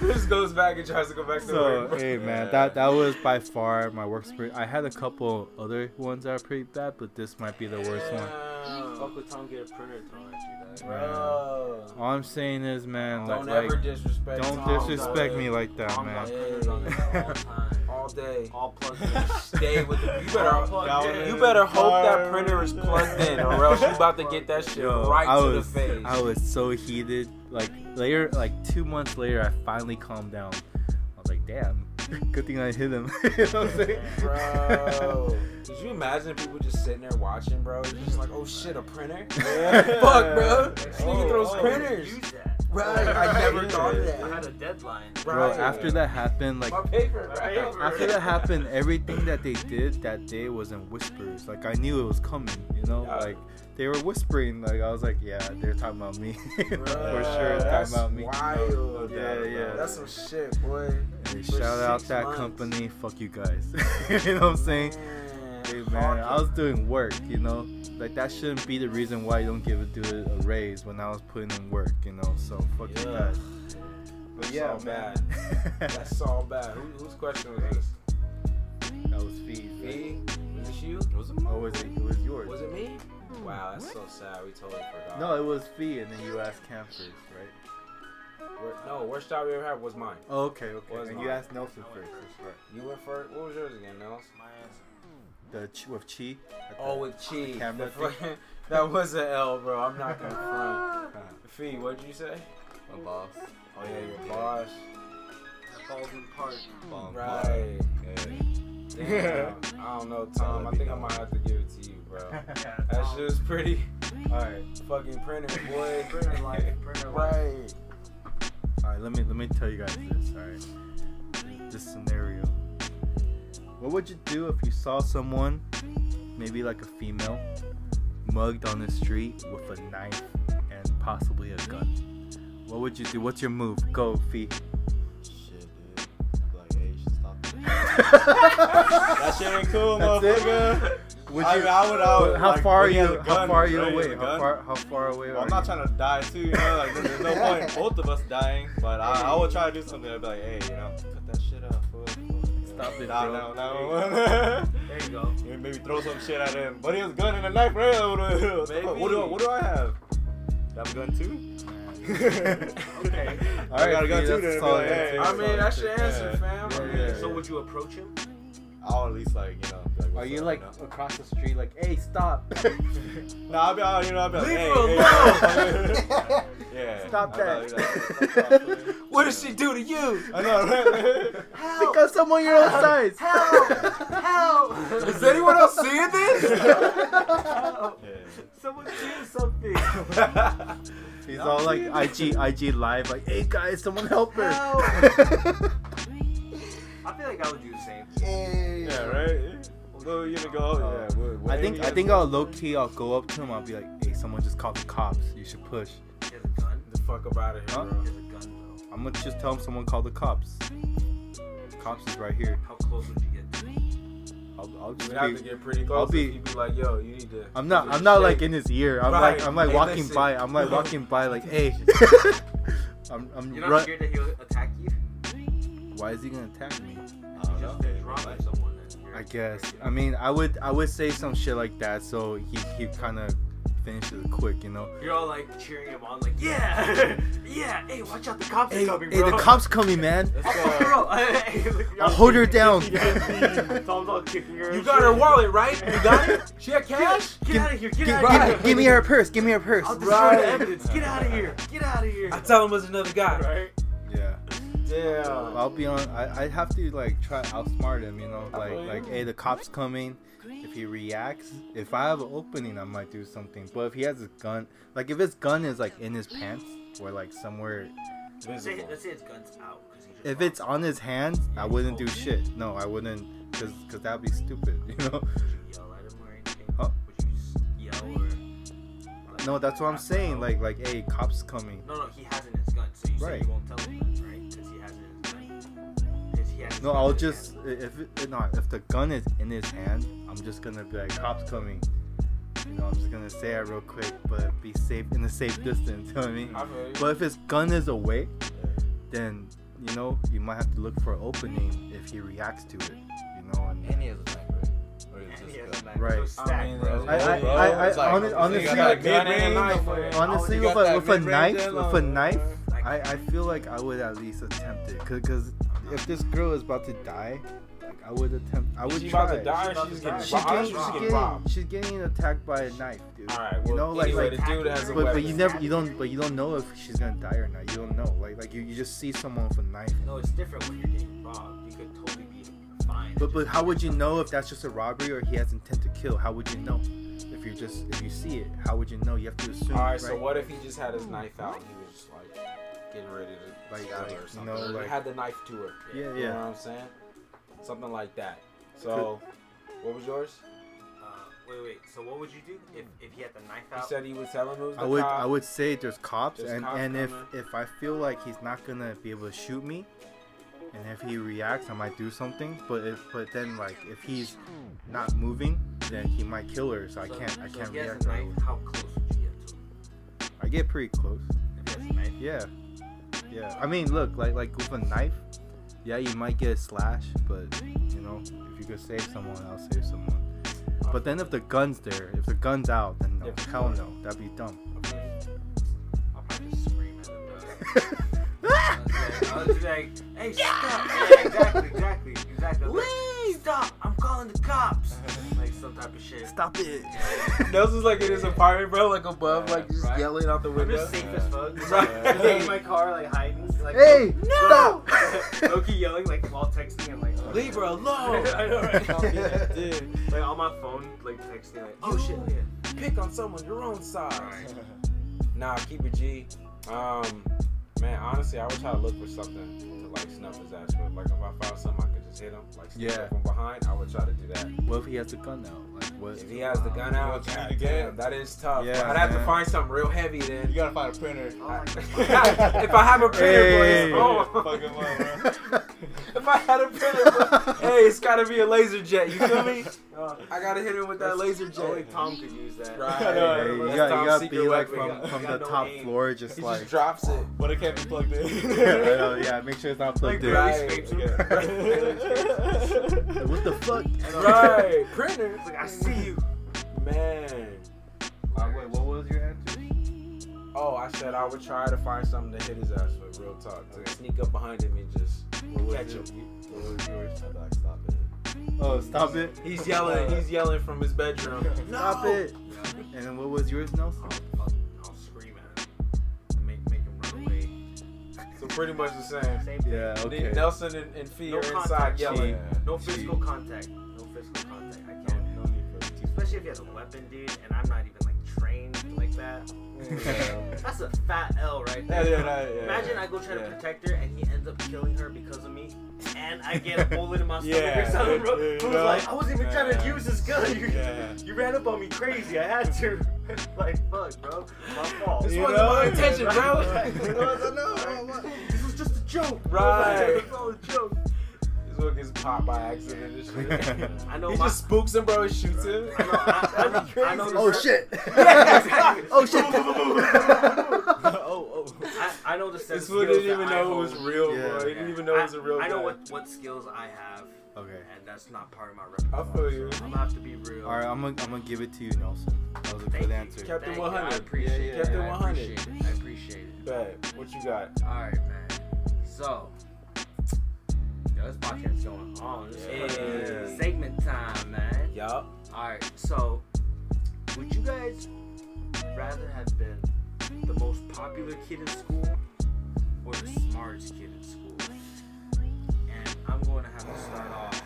Speaker 4: This goes back and tries to go back to
Speaker 3: so
Speaker 4: work.
Speaker 3: hey man, that that was by far my worst. experience. I had a couple other ones that are pretty bad, but this might be the worst one.
Speaker 5: Fuck with Tom, get a printer thrown at you, dog.
Speaker 4: Bro,
Speaker 3: All I'm saying is, man, like,
Speaker 4: don't ever
Speaker 3: like,
Speaker 4: disrespect.
Speaker 3: don't
Speaker 4: Tom,
Speaker 3: disrespect
Speaker 4: dog.
Speaker 3: me like that,
Speaker 5: Tom
Speaker 3: man.
Speaker 5: got printers on there all the time.
Speaker 4: all day.
Speaker 5: All plugged in.
Speaker 4: Stay with the, you better
Speaker 5: Plugged in.
Speaker 4: you better hope that printer is plugged in or else you about to get that shit
Speaker 3: Yo,
Speaker 4: right
Speaker 3: I
Speaker 4: to
Speaker 3: was,
Speaker 4: the face.
Speaker 3: I was so heated. Like later, like two months later, I finally calmed down. I was like, damn, good thing I hit him. you know what I'm saying?
Speaker 4: Bro, did you imagine people just sitting there watching, bro? It's Just like, oh shit, a printer? Fuck, bro. This nigga throws
Speaker 6: Oh,
Speaker 4: printers.
Speaker 5: Use that.
Speaker 4: Right, I never
Speaker 5: Yeah.
Speaker 4: thought of
Speaker 5: I
Speaker 4: that.
Speaker 5: had a deadline.
Speaker 3: Bro,
Speaker 4: Right.
Speaker 3: after that happened, like
Speaker 4: my paper, bro.
Speaker 3: after that happened, everything that they did that day was in whispers. Like I knew it was coming. You know,
Speaker 4: Yeah.
Speaker 3: like they were whispering. Like I was like, yeah, they're talking about me for sure. It's
Speaker 4: That's
Speaker 3: talking about me.
Speaker 4: wild.
Speaker 3: Yeah, yeah.
Speaker 4: That's some shit, boy.
Speaker 3: Hey,
Speaker 4: For
Speaker 3: shout out
Speaker 4: six
Speaker 3: that
Speaker 4: months.
Speaker 3: company. Fuck you guys. you know what I'm saying?
Speaker 4: Man,
Speaker 3: Hey man, I
Speaker 4: fuck
Speaker 3: was doing work, you know. Like that shouldn't be the reason why you don't give a dude a raise when I was putting in work, you know. So fuck you
Speaker 4: Yeah.
Speaker 3: guys.
Speaker 4: it.
Speaker 3: But
Speaker 4: That's
Speaker 3: yeah,
Speaker 4: all
Speaker 3: man.
Speaker 4: bad. That's all bad. Who, whose question was this?
Speaker 3: that was fees. Right?
Speaker 4: Me? Was this you?
Speaker 3: Oh, was it? It was yours.
Speaker 4: Was it me?
Speaker 5: Hmm.
Speaker 4: Wow, that's so sad. We totally forgot.
Speaker 3: no, it was fee, and then you asked Cam first, right?
Speaker 4: Wor- no, worst job we ever had was mine.
Speaker 3: Oh, okay, okay.
Speaker 4: Was
Speaker 3: and
Speaker 4: mine.
Speaker 3: you asked Nelson first. That's right.
Speaker 4: You went first. What was yours again, Nels?
Speaker 5: My ass.
Speaker 3: The ch- with chi. at
Speaker 4: Oh,
Speaker 3: the-
Speaker 4: with cheese.
Speaker 3: camera
Speaker 4: The fu- that was an L, bro. I'm not gonna front. Fee, what'd you say?
Speaker 6: My boss.
Speaker 4: Oh yeah, Oh, your boss.
Speaker 5: That falls in part.
Speaker 6: Bomb.
Speaker 4: Right.
Speaker 6: Yeah.
Speaker 4: Damn. I don't know, Tom. Um, I think I might have to give it to you, bro. That
Speaker 5: Um,
Speaker 4: shit was pretty.
Speaker 3: All right,
Speaker 4: Fucking printer, boy.
Speaker 5: Printer life. Printer life.
Speaker 4: Right.
Speaker 3: all right. Let me let me tell you guys this. All right, this scenario. What would you do if you saw someone, maybe like a female, mugged on the street with a knife and possibly a gun? What would you do? What's your move? Go, Fee.
Speaker 6: Shit, dude. I'd be like, hey, you should stop that. that shit ain't cool,
Speaker 3: That's it?
Speaker 6: motherfucker.
Speaker 3: Would
Speaker 6: I
Speaker 3: you?
Speaker 6: mean, I would, I would,
Speaker 3: how
Speaker 6: like,
Speaker 3: far are
Speaker 6: bring out
Speaker 3: you?
Speaker 6: a
Speaker 3: how
Speaker 6: gun,
Speaker 3: far are you
Speaker 6: right,
Speaker 3: away?
Speaker 6: a
Speaker 3: How
Speaker 6: gun.
Speaker 3: far? How far away?
Speaker 6: Well,
Speaker 3: are
Speaker 6: I'm not
Speaker 3: you?
Speaker 6: trying to die too, you know. Like, there's no point in both of us dying. But I, I would try to do something. I'd be like, hey, you know, cut that shit up. fool, fool."
Speaker 3: Stop it,
Speaker 6: Nah,
Speaker 3: bro.
Speaker 6: nah, nah.
Speaker 5: There you go.
Speaker 6: You Maybe throw some shit at him. But he was gun and a knife, right? What do- what do- What do, I- what do I have? Do I have a gun too?
Speaker 5: Okay.
Speaker 3: All
Speaker 6: I got a gun
Speaker 3: Fee,
Speaker 6: too.
Speaker 3: that's
Speaker 6: Then
Speaker 3: solid
Speaker 6: like, hey,
Speaker 3: answer.
Speaker 4: I mean, that's your answer,
Speaker 6: Yeah.
Speaker 4: fam.
Speaker 6: Yeah,
Speaker 4: I
Speaker 6: yeah,
Speaker 4: mean,
Speaker 5: So would you approach him?
Speaker 6: I'll at least like, you know. be like,
Speaker 3: Are
Speaker 6: "What's
Speaker 3: you
Speaker 6: up,"
Speaker 3: like
Speaker 6: know?
Speaker 3: across the street? Like, hey, stop!
Speaker 6: Nah, I'll be out, you know, I'll be like,
Speaker 4: Leave
Speaker 6: hey,
Speaker 4: her
Speaker 6: hey,
Speaker 4: alone.
Speaker 6: yeah.
Speaker 3: Stop
Speaker 6: I'll be
Speaker 3: that.
Speaker 6: like, "Stop that."
Speaker 4: What did she do to you?
Speaker 6: I know, right?
Speaker 3: because someone your own size.
Speaker 4: Is anyone else seeing this?
Speaker 6: Yeah.
Speaker 5: Someone's doing something.
Speaker 3: He's all like IG, IG live, like, hey guys, someone help her.
Speaker 5: I feel like I would do the same.
Speaker 6: yeah, right? Well, you gonna go, yeah. What, what
Speaker 3: Uh, I
Speaker 6: are
Speaker 3: think
Speaker 6: you
Speaker 3: I
Speaker 6: gonna
Speaker 3: think
Speaker 6: do?
Speaker 3: I'll low key. I'll go up to him. I'll be like, hey, someone just called the cops. You should push.
Speaker 5: He has a gun.
Speaker 4: the fuck up out of here,
Speaker 3: Huh?
Speaker 4: bro.
Speaker 5: He has a gun though.
Speaker 3: I'm gonna just tell him someone called the cops. Cops is right here.
Speaker 5: How close would you get to him?
Speaker 3: I'll, I'll
Speaker 4: We'd
Speaker 3: just
Speaker 4: have to
Speaker 3: be.
Speaker 4: get pretty close.
Speaker 3: I'll be-
Speaker 4: if you be like, yo, you need to.
Speaker 3: I'm
Speaker 4: you
Speaker 3: not.
Speaker 4: need to
Speaker 3: I'm not
Speaker 4: shake.
Speaker 3: like in his ear. I'm
Speaker 4: Right.
Speaker 3: like. I'm like
Speaker 4: Hey,
Speaker 3: walking
Speaker 4: listen.
Speaker 3: by. I'm like walking by. Like, hey. I'm. I'm
Speaker 5: You're not
Speaker 3: ru-
Speaker 5: scared that he'll attack you?
Speaker 3: Why is he gonna attack me?
Speaker 6: I
Speaker 5: You
Speaker 6: don't
Speaker 5: just
Speaker 6: know.
Speaker 5: been drawn by someone. that you're-
Speaker 3: I guess. I mean, I would I would say some shit like that, so he he kind of finish it quick, you know.
Speaker 5: You're all like cheering him on, like, yeah, yeah, hey, watch out, the cops
Speaker 3: Hey,
Speaker 5: are coming,
Speaker 3: hey,
Speaker 5: bro.
Speaker 3: the cops coming, man.
Speaker 5: Bro, hey, look, you're
Speaker 3: I'll
Speaker 5: all
Speaker 3: hold her
Speaker 5: kicking-
Speaker 3: down.
Speaker 5: Tom's all kicking her.
Speaker 4: You
Speaker 5: and
Speaker 4: got her
Speaker 5: shit.
Speaker 4: wallet, right? You got it? She had
Speaker 5: Get out,
Speaker 4: cash?
Speaker 5: get out of here, get
Speaker 3: Gi-
Speaker 5: out
Speaker 3: gi-
Speaker 5: of here.
Speaker 3: give me her purse. Give me her purse.
Speaker 5: I'll destroy
Speaker 4: Right.
Speaker 5: the evidence. Get out of here. Get out of here.
Speaker 4: I tell him there's another guy.
Speaker 5: Right?
Speaker 3: Yeah.
Speaker 4: Damn.
Speaker 3: I'll be on. I I have to like try outsmart him, you know, like
Speaker 6: feel
Speaker 3: like
Speaker 6: you.
Speaker 3: hey, the cops coming. If he reacts, if I have an opening, I might do something. But if he has his gun, like if his gun is like in his pants or like somewhere,
Speaker 5: Let's say, let's say it's guns out. 'cause he just
Speaker 3: if
Speaker 5: lost
Speaker 3: it's on his hands, I wouldn't do shit. No, I wouldn't, cause cause that'd be stupid, you know.
Speaker 5: it. Would you yell at him or anything?
Speaker 3: Huh?
Speaker 5: Would you just yell or? like,
Speaker 3: No, that's what I'm
Speaker 5: rap
Speaker 3: saying.
Speaker 5: out?
Speaker 3: Like like hey, cops coming.
Speaker 5: No, no, he has it in his gun, so you said
Speaker 3: Right.
Speaker 5: you won't tell him, that, right? Because he has it in his gun. 'Cause he has his
Speaker 3: No,
Speaker 5: gun
Speaker 3: I'll
Speaker 5: in his
Speaker 3: just
Speaker 5: hand.
Speaker 3: if it, no, if the gun is in his hand, I'm just gonna be like cops coming. You know, I'm just gonna say it real quick, but be safe in a safe distance. You know what I mean?
Speaker 4: I feel you.
Speaker 3: But if his gun is away, then you know you might have to look for an opening if he reacts to it. You know, and
Speaker 6: And he has a knife, right? Or is
Speaker 5: And
Speaker 6: it
Speaker 5: he has
Speaker 6: just
Speaker 5: a
Speaker 6: gun?
Speaker 5: knife,
Speaker 3: Right.
Speaker 5: So
Speaker 4: I
Speaker 5: stack,
Speaker 4: mean,
Speaker 5: bro.
Speaker 3: I- I-
Speaker 6: Bro,
Speaker 3: I- I-
Speaker 6: it's like-
Speaker 3: honest-
Speaker 6: you
Speaker 3: honestly,
Speaker 6: got a
Speaker 3: like,
Speaker 6: gun
Speaker 4: mid-range
Speaker 6: and a knife,
Speaker 4: knife,
Speaker 6: man.
Speaker 3: honestly,
Speaker 6: You
Speaker 3: with
Speaker 6: got
Speaker 3: a,
Speaker 6: that
Speaker 3: with a
Speaker 6: mid-range
Speaker 3: knife,
Speaker 6: and
Speaker 3: with
Speaker 6: all
Speaker 3: a
Speaker 6: that.
Speaker 3: knife,
Speaker 5: Like-
Speaker 3: I, I feel like I would at least attempt it, cause, 'cause if this girl is about to die, like I would attempt. I would
Speaker 4: She
Speaker 3: try.
Speaker 4: about to die
Speaker 5: She
Speaker 4: or she's
Speaker 5: about to
Speaker 4: getting
Speaker 3: She's
Speaker 5: die.
Speaker 3: getting,
Speaker 4: robbed? She's
Speaker 3: she's,
Speaker 4: getting
Speaker 3: getting,
Speaker 4: robbed.
Speaker 3: she's getting attacked by a knife, dude.
Speaker 4: Alright,
Speaker 3: you
Speaker 4: well,
Speaker 3: know, like,
Speaker 4: anyway,
Speaker 3: like
Speaker 4: the dude has
Speaker 3: but,
Speaker 4: a
Speaker 3: but
Speaker 4: weapon.
Speaker 3: you never, you don't, but you don't know if she's gonna die or not. You don't know. Like, like you, you just see someone with a knife.
Speaker 5: No, it's different when you're getting robbed. You could totally be fine.
Speaker 3: But, but how would you know if that's just a robbery or he has intent to kill? How would you know? If you just, if you see it, how would you know? You have to assume,
Speaker 4: Alright,
Speaker 3: right?
Speaker 4: so what if he just had his knife out and he was just like getting ready
Speaker 3: Like,
Speaker 4: to like, stab
Speaker 3: like,
Speaker 4: her or something?
Speaker 3: no,
Speaker 4: He
Speaker 3: like-
Speaker 4: had the knife to her.
Speaker 3: Yeah,
Speaker 4: You know
Speaker 3: yeah.
Speaker 4: what I'm saying? Something like that. So, what was yours?
Speaker 5: Uh, wait, wait. So what would you do if, if he had the knife
Speaker 4: You
Speaker 5: out?
Speaker 4: said he was telling him it was the
Speaker 3: I would,
Speaker 4: cop.
Speaker 3: I would say there's cops,
Speaker 4: There's
Speaker 3: and
Speaker 4: cops
Speaker 3: and if
Speaker 4: coming.
Speaker 3: if I feel like he's not gonna be able to shoot me, and if he reacts, I might do something. But if, but then like if he's not moving, then he might kill her. So I
Speaker 5: So-
Speaker 3: can't, I
Speaker 5: so
Speaker 3: can't
Speaker 5: if he has
Speaker 3: react.
Speaker 5: a
Speaker 3: right
Speaker 5: knife.
Speaker 3: away.
Speaker 5: How close would you get to him?
Speaker 3: I get pretty close.
Speaker 5: If he has a knife,
Speaker 3: Yeah, yeah. I mean, look, like like with a knife, yeah, you might get a slash, but you know, if you could save someone, I'll save someone. But then if the gun's there, if the gun's out, then no,
Speaker 4: If-
Speaker 3: hell no, that'd be dumb.
Speaker 5: I'll probably just scream at him. bro. I was like- I was like, hey, stop! Yeah, exactly, exactly, exactly. I was like, Stop! I'm calling the cops. like some type of shit.
Speaker 3: Stop it.
Speaker 4: Nelson's like in his apartment, bro, like above, like just
Speaker 5: right.
Speaker 4: yelling out the
Speaker 5: I'm
Speaker 4: window.
Speaker 5: just safe as fuck. Just,
Speaker 4: Right.
Speaker 5: Like, just in my car, like hiding. Like,
Speaker 3: Hey,
Speaker 5: no! Loki yelling like while texting and like.
Speaker 4: Leave her alone.
Speaker 5: I know, right?
Speaker 4: Don't be that dude.
Speaker 5: Like on my phone, like texting, like, oh shit, yeah.
Speaker 4: Pick on someone your own size. Nah, keep it G. Um, man, honestly, I would try to look for something to like snuff his ass with. Like if I found something, I could just hit him. Like sneak
Speaker 3: Yeah.
Speaker 4: up from behind, I would try to do that.
Speaker 3: What if he has a gun out? Like what?
Speaker 4: If he has the gun
Speaker 6: what
Speaker 4: out,
Speaker 6: you need
Speaker 4: God
Speaker 6: to get.
Speaker 4: damn, that is tough.
Speaker 3: Yeah,
Speaker 4: I'd have to
Speaker 3: man.
Speaker 4: find something real heavy then.
Speaker 6: You gotta find a printer.
Speaker 5: Oh,
Speaker 4: if I have a printer,
Speaker 3: Hey.
Speaker 4: bro, it's- oh,
Speaker 6: Fucking love, bro.
Speaker 4: if I had a printer, bro, hey, it's gotta be a laser jet. You feel me? Uh, I gotta hit him with that laser jet.
Speaker 5: Only Tom could use that.
Speaker 4: Right.
Speaker 3: Hey, you
Speaker 6: That's
Speaker 3: got you
Speaker 4: Tom's
Speaker 3: got
Speaker 4: secret
Speaker 3: be like
Speaker 4: weapon.
Speaker 3: from, from
Speaker 5: got
Speaker 3: the
Speaker 5: no
Speaker 3: top
Speaker 5: aim.
Speaker 3: floor, just
Speaker 4: He
Speaker 3: like
Speaker 4: just drops it.
Speaker 6: But it can't be plugged in.
Speaker 3: yeah, yeah, make sure it's not
Speaker 5: Like,
Speaker 3: plugged in.
Speaker 5: barely
Speaker 4: Right.
Speaker 5: scrapes him.
Speaker 3: Like, what the fuck?
Speaker 4: Right, printer.
Speaker 5: Like, I see you.
Speaker 4: Man.
Speaker 3: wait, what was your answer?
Speaker 4: Oh, I said I would try to find something to hit his ass with. Real talk. To sneak up behind him and just catch him.
Speaker 6: What was yours? I'm like, stop it.
Speaker 3: Oh, stop it!
Speaker 4: He's yelling. He's yelling from his bedroom.
Speaker 3: Stop it! And then what was yours, Nelson?
Speaker 5: I'll, I'll, I'll scream at him. And make, make him run away.
Speaker 4: So pretty much the same.
Speaker 5: Same thing.
Speaker 3: Yeah, okay.
Speaker 4: Nelson and, and Fee
Speaker 5: No
Speaker 4: are inside
Speaker 5: contact,
Speaker 4: yelling.
Speaker 5: G. No physical contact. No physical contact. I can't.
Speaker 6: No need for it.
Speaker 5: Especially if he has a weapon, dude, and I'm not even like trained like that. That's a fat L right
Speaker 6: Yeah,
Speaker 5: there.
Speaker 6: yeah, yeah, yeah,
Speaker 5: Imagine
Speaker 6: yeah.
Speaker 5: I go try
Speaker 6: Yeah.
Speaker 5: to protect her and he ends up killing her because of me, and I get a bullet in my stomach
Speaker 6: Yeah,
Speaker 5: or something, bro.
Speaker 6: yeah,
Speaker 5: Who's
Speaker 6: yeah.
Speaker 5: like, I wasn't even trying to
Speaker 6: Yeah.
Speaker 5: use this gun. You,
Speaker 6: Yeah.
Speaker 5: you ran up on me crazy. I had to. like, fuck, bro. My fault.
Speaker 4: This
Speaker 6: You
Speaker 4: wasn't my
Speaker 6: know?
Speaker 4: intention,
Speaker 5: It
Speaker 4: bro.
Speaker 5: wasn't, no, this was just a joke.
Speaker 4: Right.
Speaker 5: It was all a joke.
Speaker 4: this one gets popped by accident and shit.
Speaker 5: I know
Speaker 4: he
Speaker 5: my.
Speaker 4: just spooks him, bro, and shoots him.
Speaker 5: I know, I, I, I know
Speaker 3: Oh
Speaker 5: the-
Speaker 3: shit!
Speaker 5: oh
Speaker 3: shit.
Speaker 6: oh, oh.
Speaker 5: I, I know the set of
Speaker 4: This one
Speaker 5: skills
Speaker 4: didn't even
Speaker 5: that I
Speaker 4: know it was
Speaker 5: hold.
Speaker 4: real,
Speaker 3: Yeah.
Speaker 4: bro. He
Speaker 5: Yeah.
Speaker 4: didn't even know it was
Speaker 5: I-
Speaker 4: a real
Speaker 5: I know
Speaker 4: gun.
Speaker 5: what, what skills I have
Speaker 3: Okay.
Speaker 5: and that's not part of my repertoire.
Speaker 4: I feel you.
Speaker 5: So I'm gonna have to be real.
Speaker 3: All right, I'm gonna I'm gonna give it to you, Nelson. That was a
Speaker 5: Thank
Speaker 3: good
Speaker 5: you.
Speaker 3: answer.
Speaker 4: Captain
Speaker 5: Thank you.
Speaker 4: 100.
Speaker 5: I appreciate
Speaker 6: Yeah, yeah.
Speaker 5: it.
Speaker 4: Captain
Speaker 5: I
Speaker 4: 100.
Speaker 5: appreciate it. I appreciate it.
Speaker 4: Bet. What you got?
Speaker 5: All right, man. So, yo, this podcast's going on. This is
Speaker 4: Yeah.
Speaker 5: fucking segment time, man.
Speaker 4: Yup.
Speaker 5: All right, so would you guys rather have been the most popular kid in school or the smartest kid in school? And I'm going to have to start off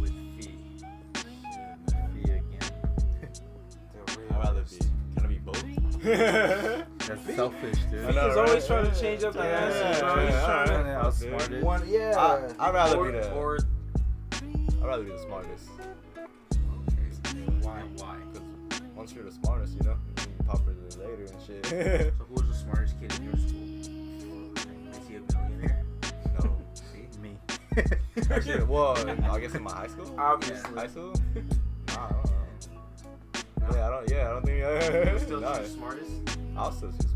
Speaker 5: with Fee.
Speaker 3: Fee again.
Speaker 6: I'd rather be. Can I be both?
Speaker 3: That's selfish, dude.
Speaker 6: I know,
Speaker 4: He's
Speaker 6: right?
Speaker 4: always trying to change up the
Speaker 6: Yeah,
Speaker 4: answers, bro.
Speaker 6: yeah,
Speaker 4: He's
Speaker 6: yeah.
Speaker 4: trying
Speaker 3: Trying to outsmart
Speaker 6: Dude.
Speaker 3: it.
Speaker 4: One, yeah.
Speaker 6: I, I'd rather
Speaker 5: or,
Speaker 6: be the.
Speaker 5: or
Speaker 6: I'd rather be the smartest.
Speaker 5: why? Why?
Speaker 6: 'Cause once you're the smartest, you know, you can be popular later and shit.
Speaker 5: So who's the smartest kid in your school? Is he a millionaire?
Speaker 6: no.
Speaker 3: Me.
Speaker 6: Actually, well, I guess in my high school.
Speaker 4: Obviously.
Speaker 6: High school? Nah, I don't know. Yeah, I don't. Yeah, I don't think.
Speaker 5: You're still
Speaker 6: nah,
Speaker 5: the smartest.
Speaker 6: I'll still choose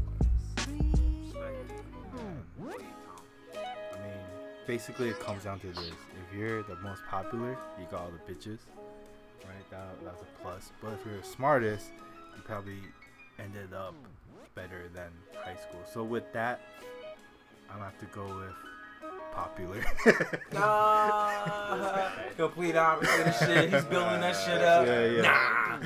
Speaker 6: smartest.
Speaker 5: Respect.
Speaker 6: Hmm.
Speaker 5: Wait, Tom.
Speaker 3: I mean, basically, it comes down to this: if you're the most popular, you got all the bitches, right? That, that's a plus. But if you're the smartest, you probably ended up better than high school. So with that, I'm gonna have to go with popular.
Speaker 4: Nah. Complete opposite of shit. He's building that shit up.
Speaker 3: Yeah, yeah.
Speaker 5: Ah.
Speaker 4: Nah.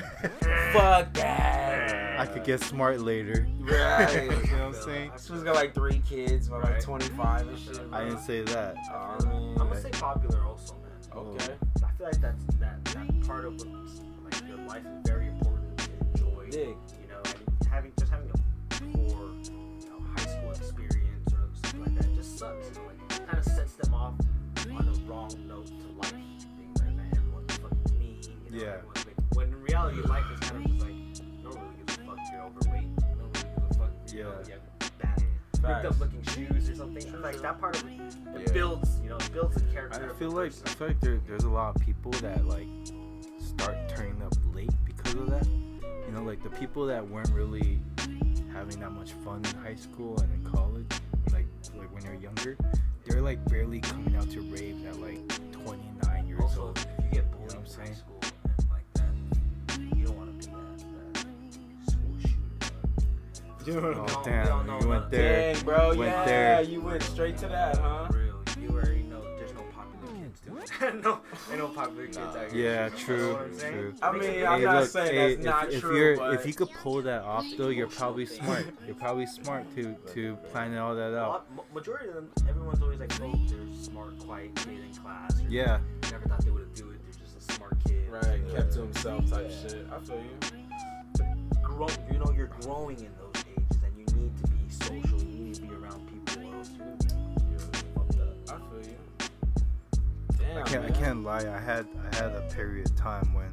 Speaker 4: Fuck that.
Speaker 3: I could get smart later.
Speaker 4: Right.
Speaker 3: You know what I'm saying?
Speaker 4: This fool's got like three kids, but like
Speaker 5: Right.
Speaker 4: 25 and shit.
Speaker 3: I didn't say that. Oh.
Speaker 4: Oh,
Speaker 5: I'm gonna
Speaker 4: man.
Speaker 5: say popular also, man.
Speaker 4: Okay.
Speaker 5: I feel like that's that, that part of what's, like your life is very important to enjoy.
Speaker 4: Dig.
Speaker 5: You know, and having just having a poor you know, high school experience or something like that just sucks. You know, like kind of sets them off on a wrong note to life. Being like, man, everyone's fucking mean. You know,
Speaker 3: Yeah.
Speaker 5: everyone's like- when in reality, life is kind of just like no one really gives a fuck if you're overweight. No one really gives a fuck. if You know,
Speaker 3: Yeah.
Speaker 5: you have bad picked up looking shoes or something. I feel like that part of it,
Speaker 6: Yeah.
Speaker 5: builds, you know, it builds the character.
Speaker 3: I
Speaker 5: of
Speaker 3: feel
Speaker 5: the
Speaker 3: like I
Speaker 5: person.
Speaker 3: feel like there, there's a lot of people that like start turning up late because of that. You know, like the people that weren't really having that much fun in high school and in college, like like when they're younger, they're like barely coming out to raves at like 29 years
Speaker 5: also,
Speaker 3: old.
Speaker 5: if you get
Speaker 3: You know what
Speaker 5: bullied
Speaker 3: I'm
Speaker 5: in high
Speaker 3: saying?
Speaker 5: school and like that, you don't want to be that, that school shooter.
Speaker 3: Oh
Speaker 5: No,
Speaker 3: damn,
Speaker 5: no, no,
Speaker 3: you
Speaker 5: no.
Speaker 3: went there.
Speaker 4: Dang, bro.
Speaker 3: Went
Speaker 4: yeah,
Speaker 3: there.
Speaker 4: you went straight to that, huh?
Speaker 5: For Real, you already know there's no popular kids, dude. no, ain't no popular kids out here.
Speaker 3: Yeah,
Speaker 5: You know
Speaker 3: true,
Speaker 5: what I'm saying?
Speaker 3: true.
Speaker 4: I mean, I'm not saying that's
Speaker 3: if,
Speaker 4: not
Speaker 3: if
Speaker 4: true,
Speaker 3: you're
Speaker 4: but-
Speaker 3: if you could pull that off though, you're
Speaker 5: Emotional
Speaker 3: probably
Speaker 5: thing.
Speaker 3: smart. You're probably smart to to plan all that
Speaker 5: A
Speaker 3: out.
Speaker 5: lot- ma- majority of them, everyone's always like, oh, they're smart, quiet kid in class. Or
Speaker 3: Yeah.
Speaker 5: Never thought they would do it. They're just a smart kid.
Speaker 4: Right, kept to himself type shit. I feel you.
Speaker 5: grow you know you're growing in those ages and you need to be social you need to be around people or else you're gonna be you're fucked up
Speaker 4: I feel you. Damn,
Speaker 3: I can't, I
Speaker 4: man.
Speaker 3: can't lie. I had I had a period of time when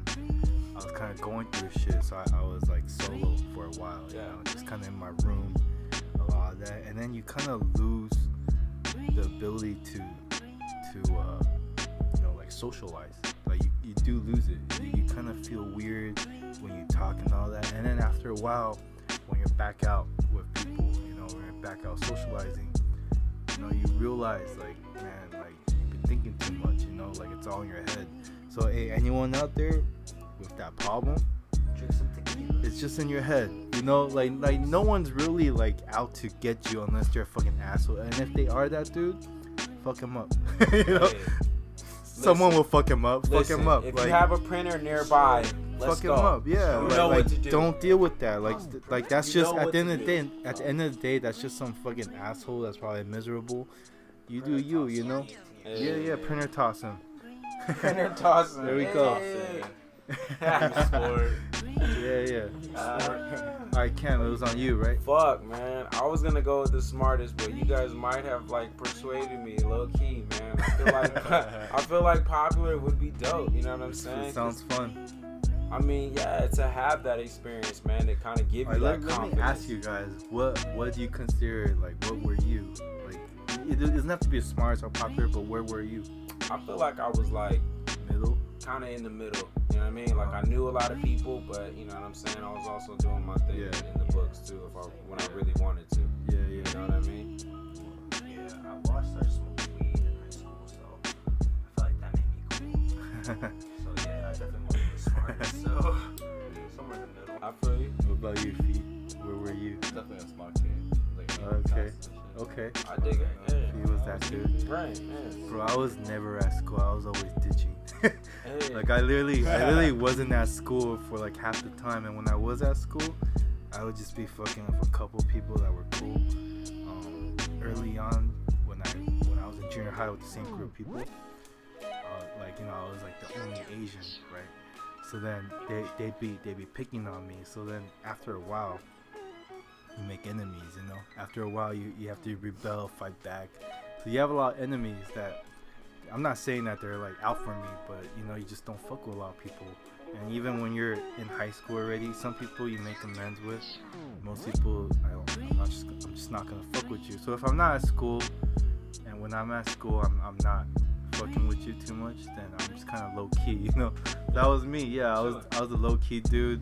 Speaker 3: I was kind of going through shit, so I, I was like solo for a while. You
Speaker 4: Yeah.
Speaker 3: know, just kind of in my room, a lot of that, and then you kind of lose the ability to to uh, you know like socialize. Like you, you do lose it. You, you kind of feel weird when you talk and all that, and then after a while, when you're back out with people, you know, when you're back out socializing, you know, you realize like, man, like you've been thinking too much, you know, like it's all in your head. So hey, anyone out there with that problem,
Speaker 5: drink some tequila
Speaker 3: it's just in your head. You know, like like no one's really like out to get you unless they're a fucking asshole. And if they are that dude, fuck him up. you know?
Speaker 4: Hey,
Speaker 3: Someone will fuck him up.
Speaker 4: listen,
Speaker 3: fuck him up.
Speaker 4: If
Speaker 3: like,
Speaker 4: you have a printer nearby, let's
Speaker 3: fuck
Speaker 4: go.
Speaker 3: him up. Yeah,
Speaker 4: You
Speaker 3: like,
Speaker 4: know what
Speaker 3: like,
Speaker 4: to do.
Speaker 3: don't deal with that. Like, th- like that's
Speaker 4: You
Speaker 3: just
Speaker 4: know
Speaker 3: at
Speaker 4: what
Speaker 3: the end
Speaker 4: to
Speaker 3: of the day.
Speaker 4: do.
Speaker 3: At the end of the day, that's just some fucking asshole. That's probably miserable. You do you. You know. Yeah, yeah. Printer toss him.
Speaker 4: Printer tossing.
Speaker 3: There we go.
Speaker 4: Hey.
Speaker 3: yeah, yeah.
Speaker 4: Uh,
Speaker 3: I can't. It was on you, right?
Speaker 4: Fuck, man. I was gonna go with the smartest, but you guys might have like persuaded me, low key, man. I feel like I feel like popular would be dope. You know what I'm saying?
Speaker 3: It sounds fun.
Speaker 4: I mean, yeah, to have that experience, man, to kind of give you
Speaker 3: Alright,
Speaker 4: that
Speaker 3: let, let
Speaker 4: confidence.
Speaker 3: me ask you guys, what what do you consider like? What were you like? It it doesn't have to be the smartest or popular, but where were you?
Speaker 4: I feel like I was like
Speaker 3: Middle.
Speaker 4: kind of in the middle. You know what I mean? Like I knew a lot of people, but you know what I'm saying. I was also doing my thing
Speaker 3: Yeah.
Speaker 4: in the books too, if I when I really wanted to.
Speaker 3: Yeah,
Speaker 4: You
Speaker 3: yeah.
Speaker 4: know what I mean?
Speaker 5: yeah i lost our smoking weed in high school so i So yeah, I definitely want to be smart. So somewhere in the middle.
Speaker 4: I feel you.
Speaker 3: What about you, Feet? Where were you?
Speaker 6: Definitely a smart kid. Like, he was
Speaker 3: Okay.
Speaker 6: fast and shit.
Speaker 3: Okay.
Speaker 4: I dig it.
Speaker 3: He was that dude.
Speaker 4: Right, man.
Speaker 3: Bro, I was never at school. I was always ditching.
Speaker 4: Hey.
Speaker 3: like I literally, I literally wasn't at school for like half the time. And when I was at school, I would just be fucking with a couple people that were cool. Um, early on, when I when I was in junior high with the same group of people, uh, like you know, I was like the only Asian, right? So then they they be they be picking on me. So then after a while, you make enemies. You know, after a while, you you have to rebel, fight back. So you have a lot of enemies that I'm not saying that they're like out for me, but you know, you just don't fuck with a lot of people. And even when you're in high school already, some people you make amends with. Most people, I don't, I'm, not just, I'm just not gonna fuck with you. So if I'm not at school, and when I'm at school, I'm, I'm not fucking with you too much, then I'm just kind of low key, you know. That was me. Yeah, I was I was a low key dude,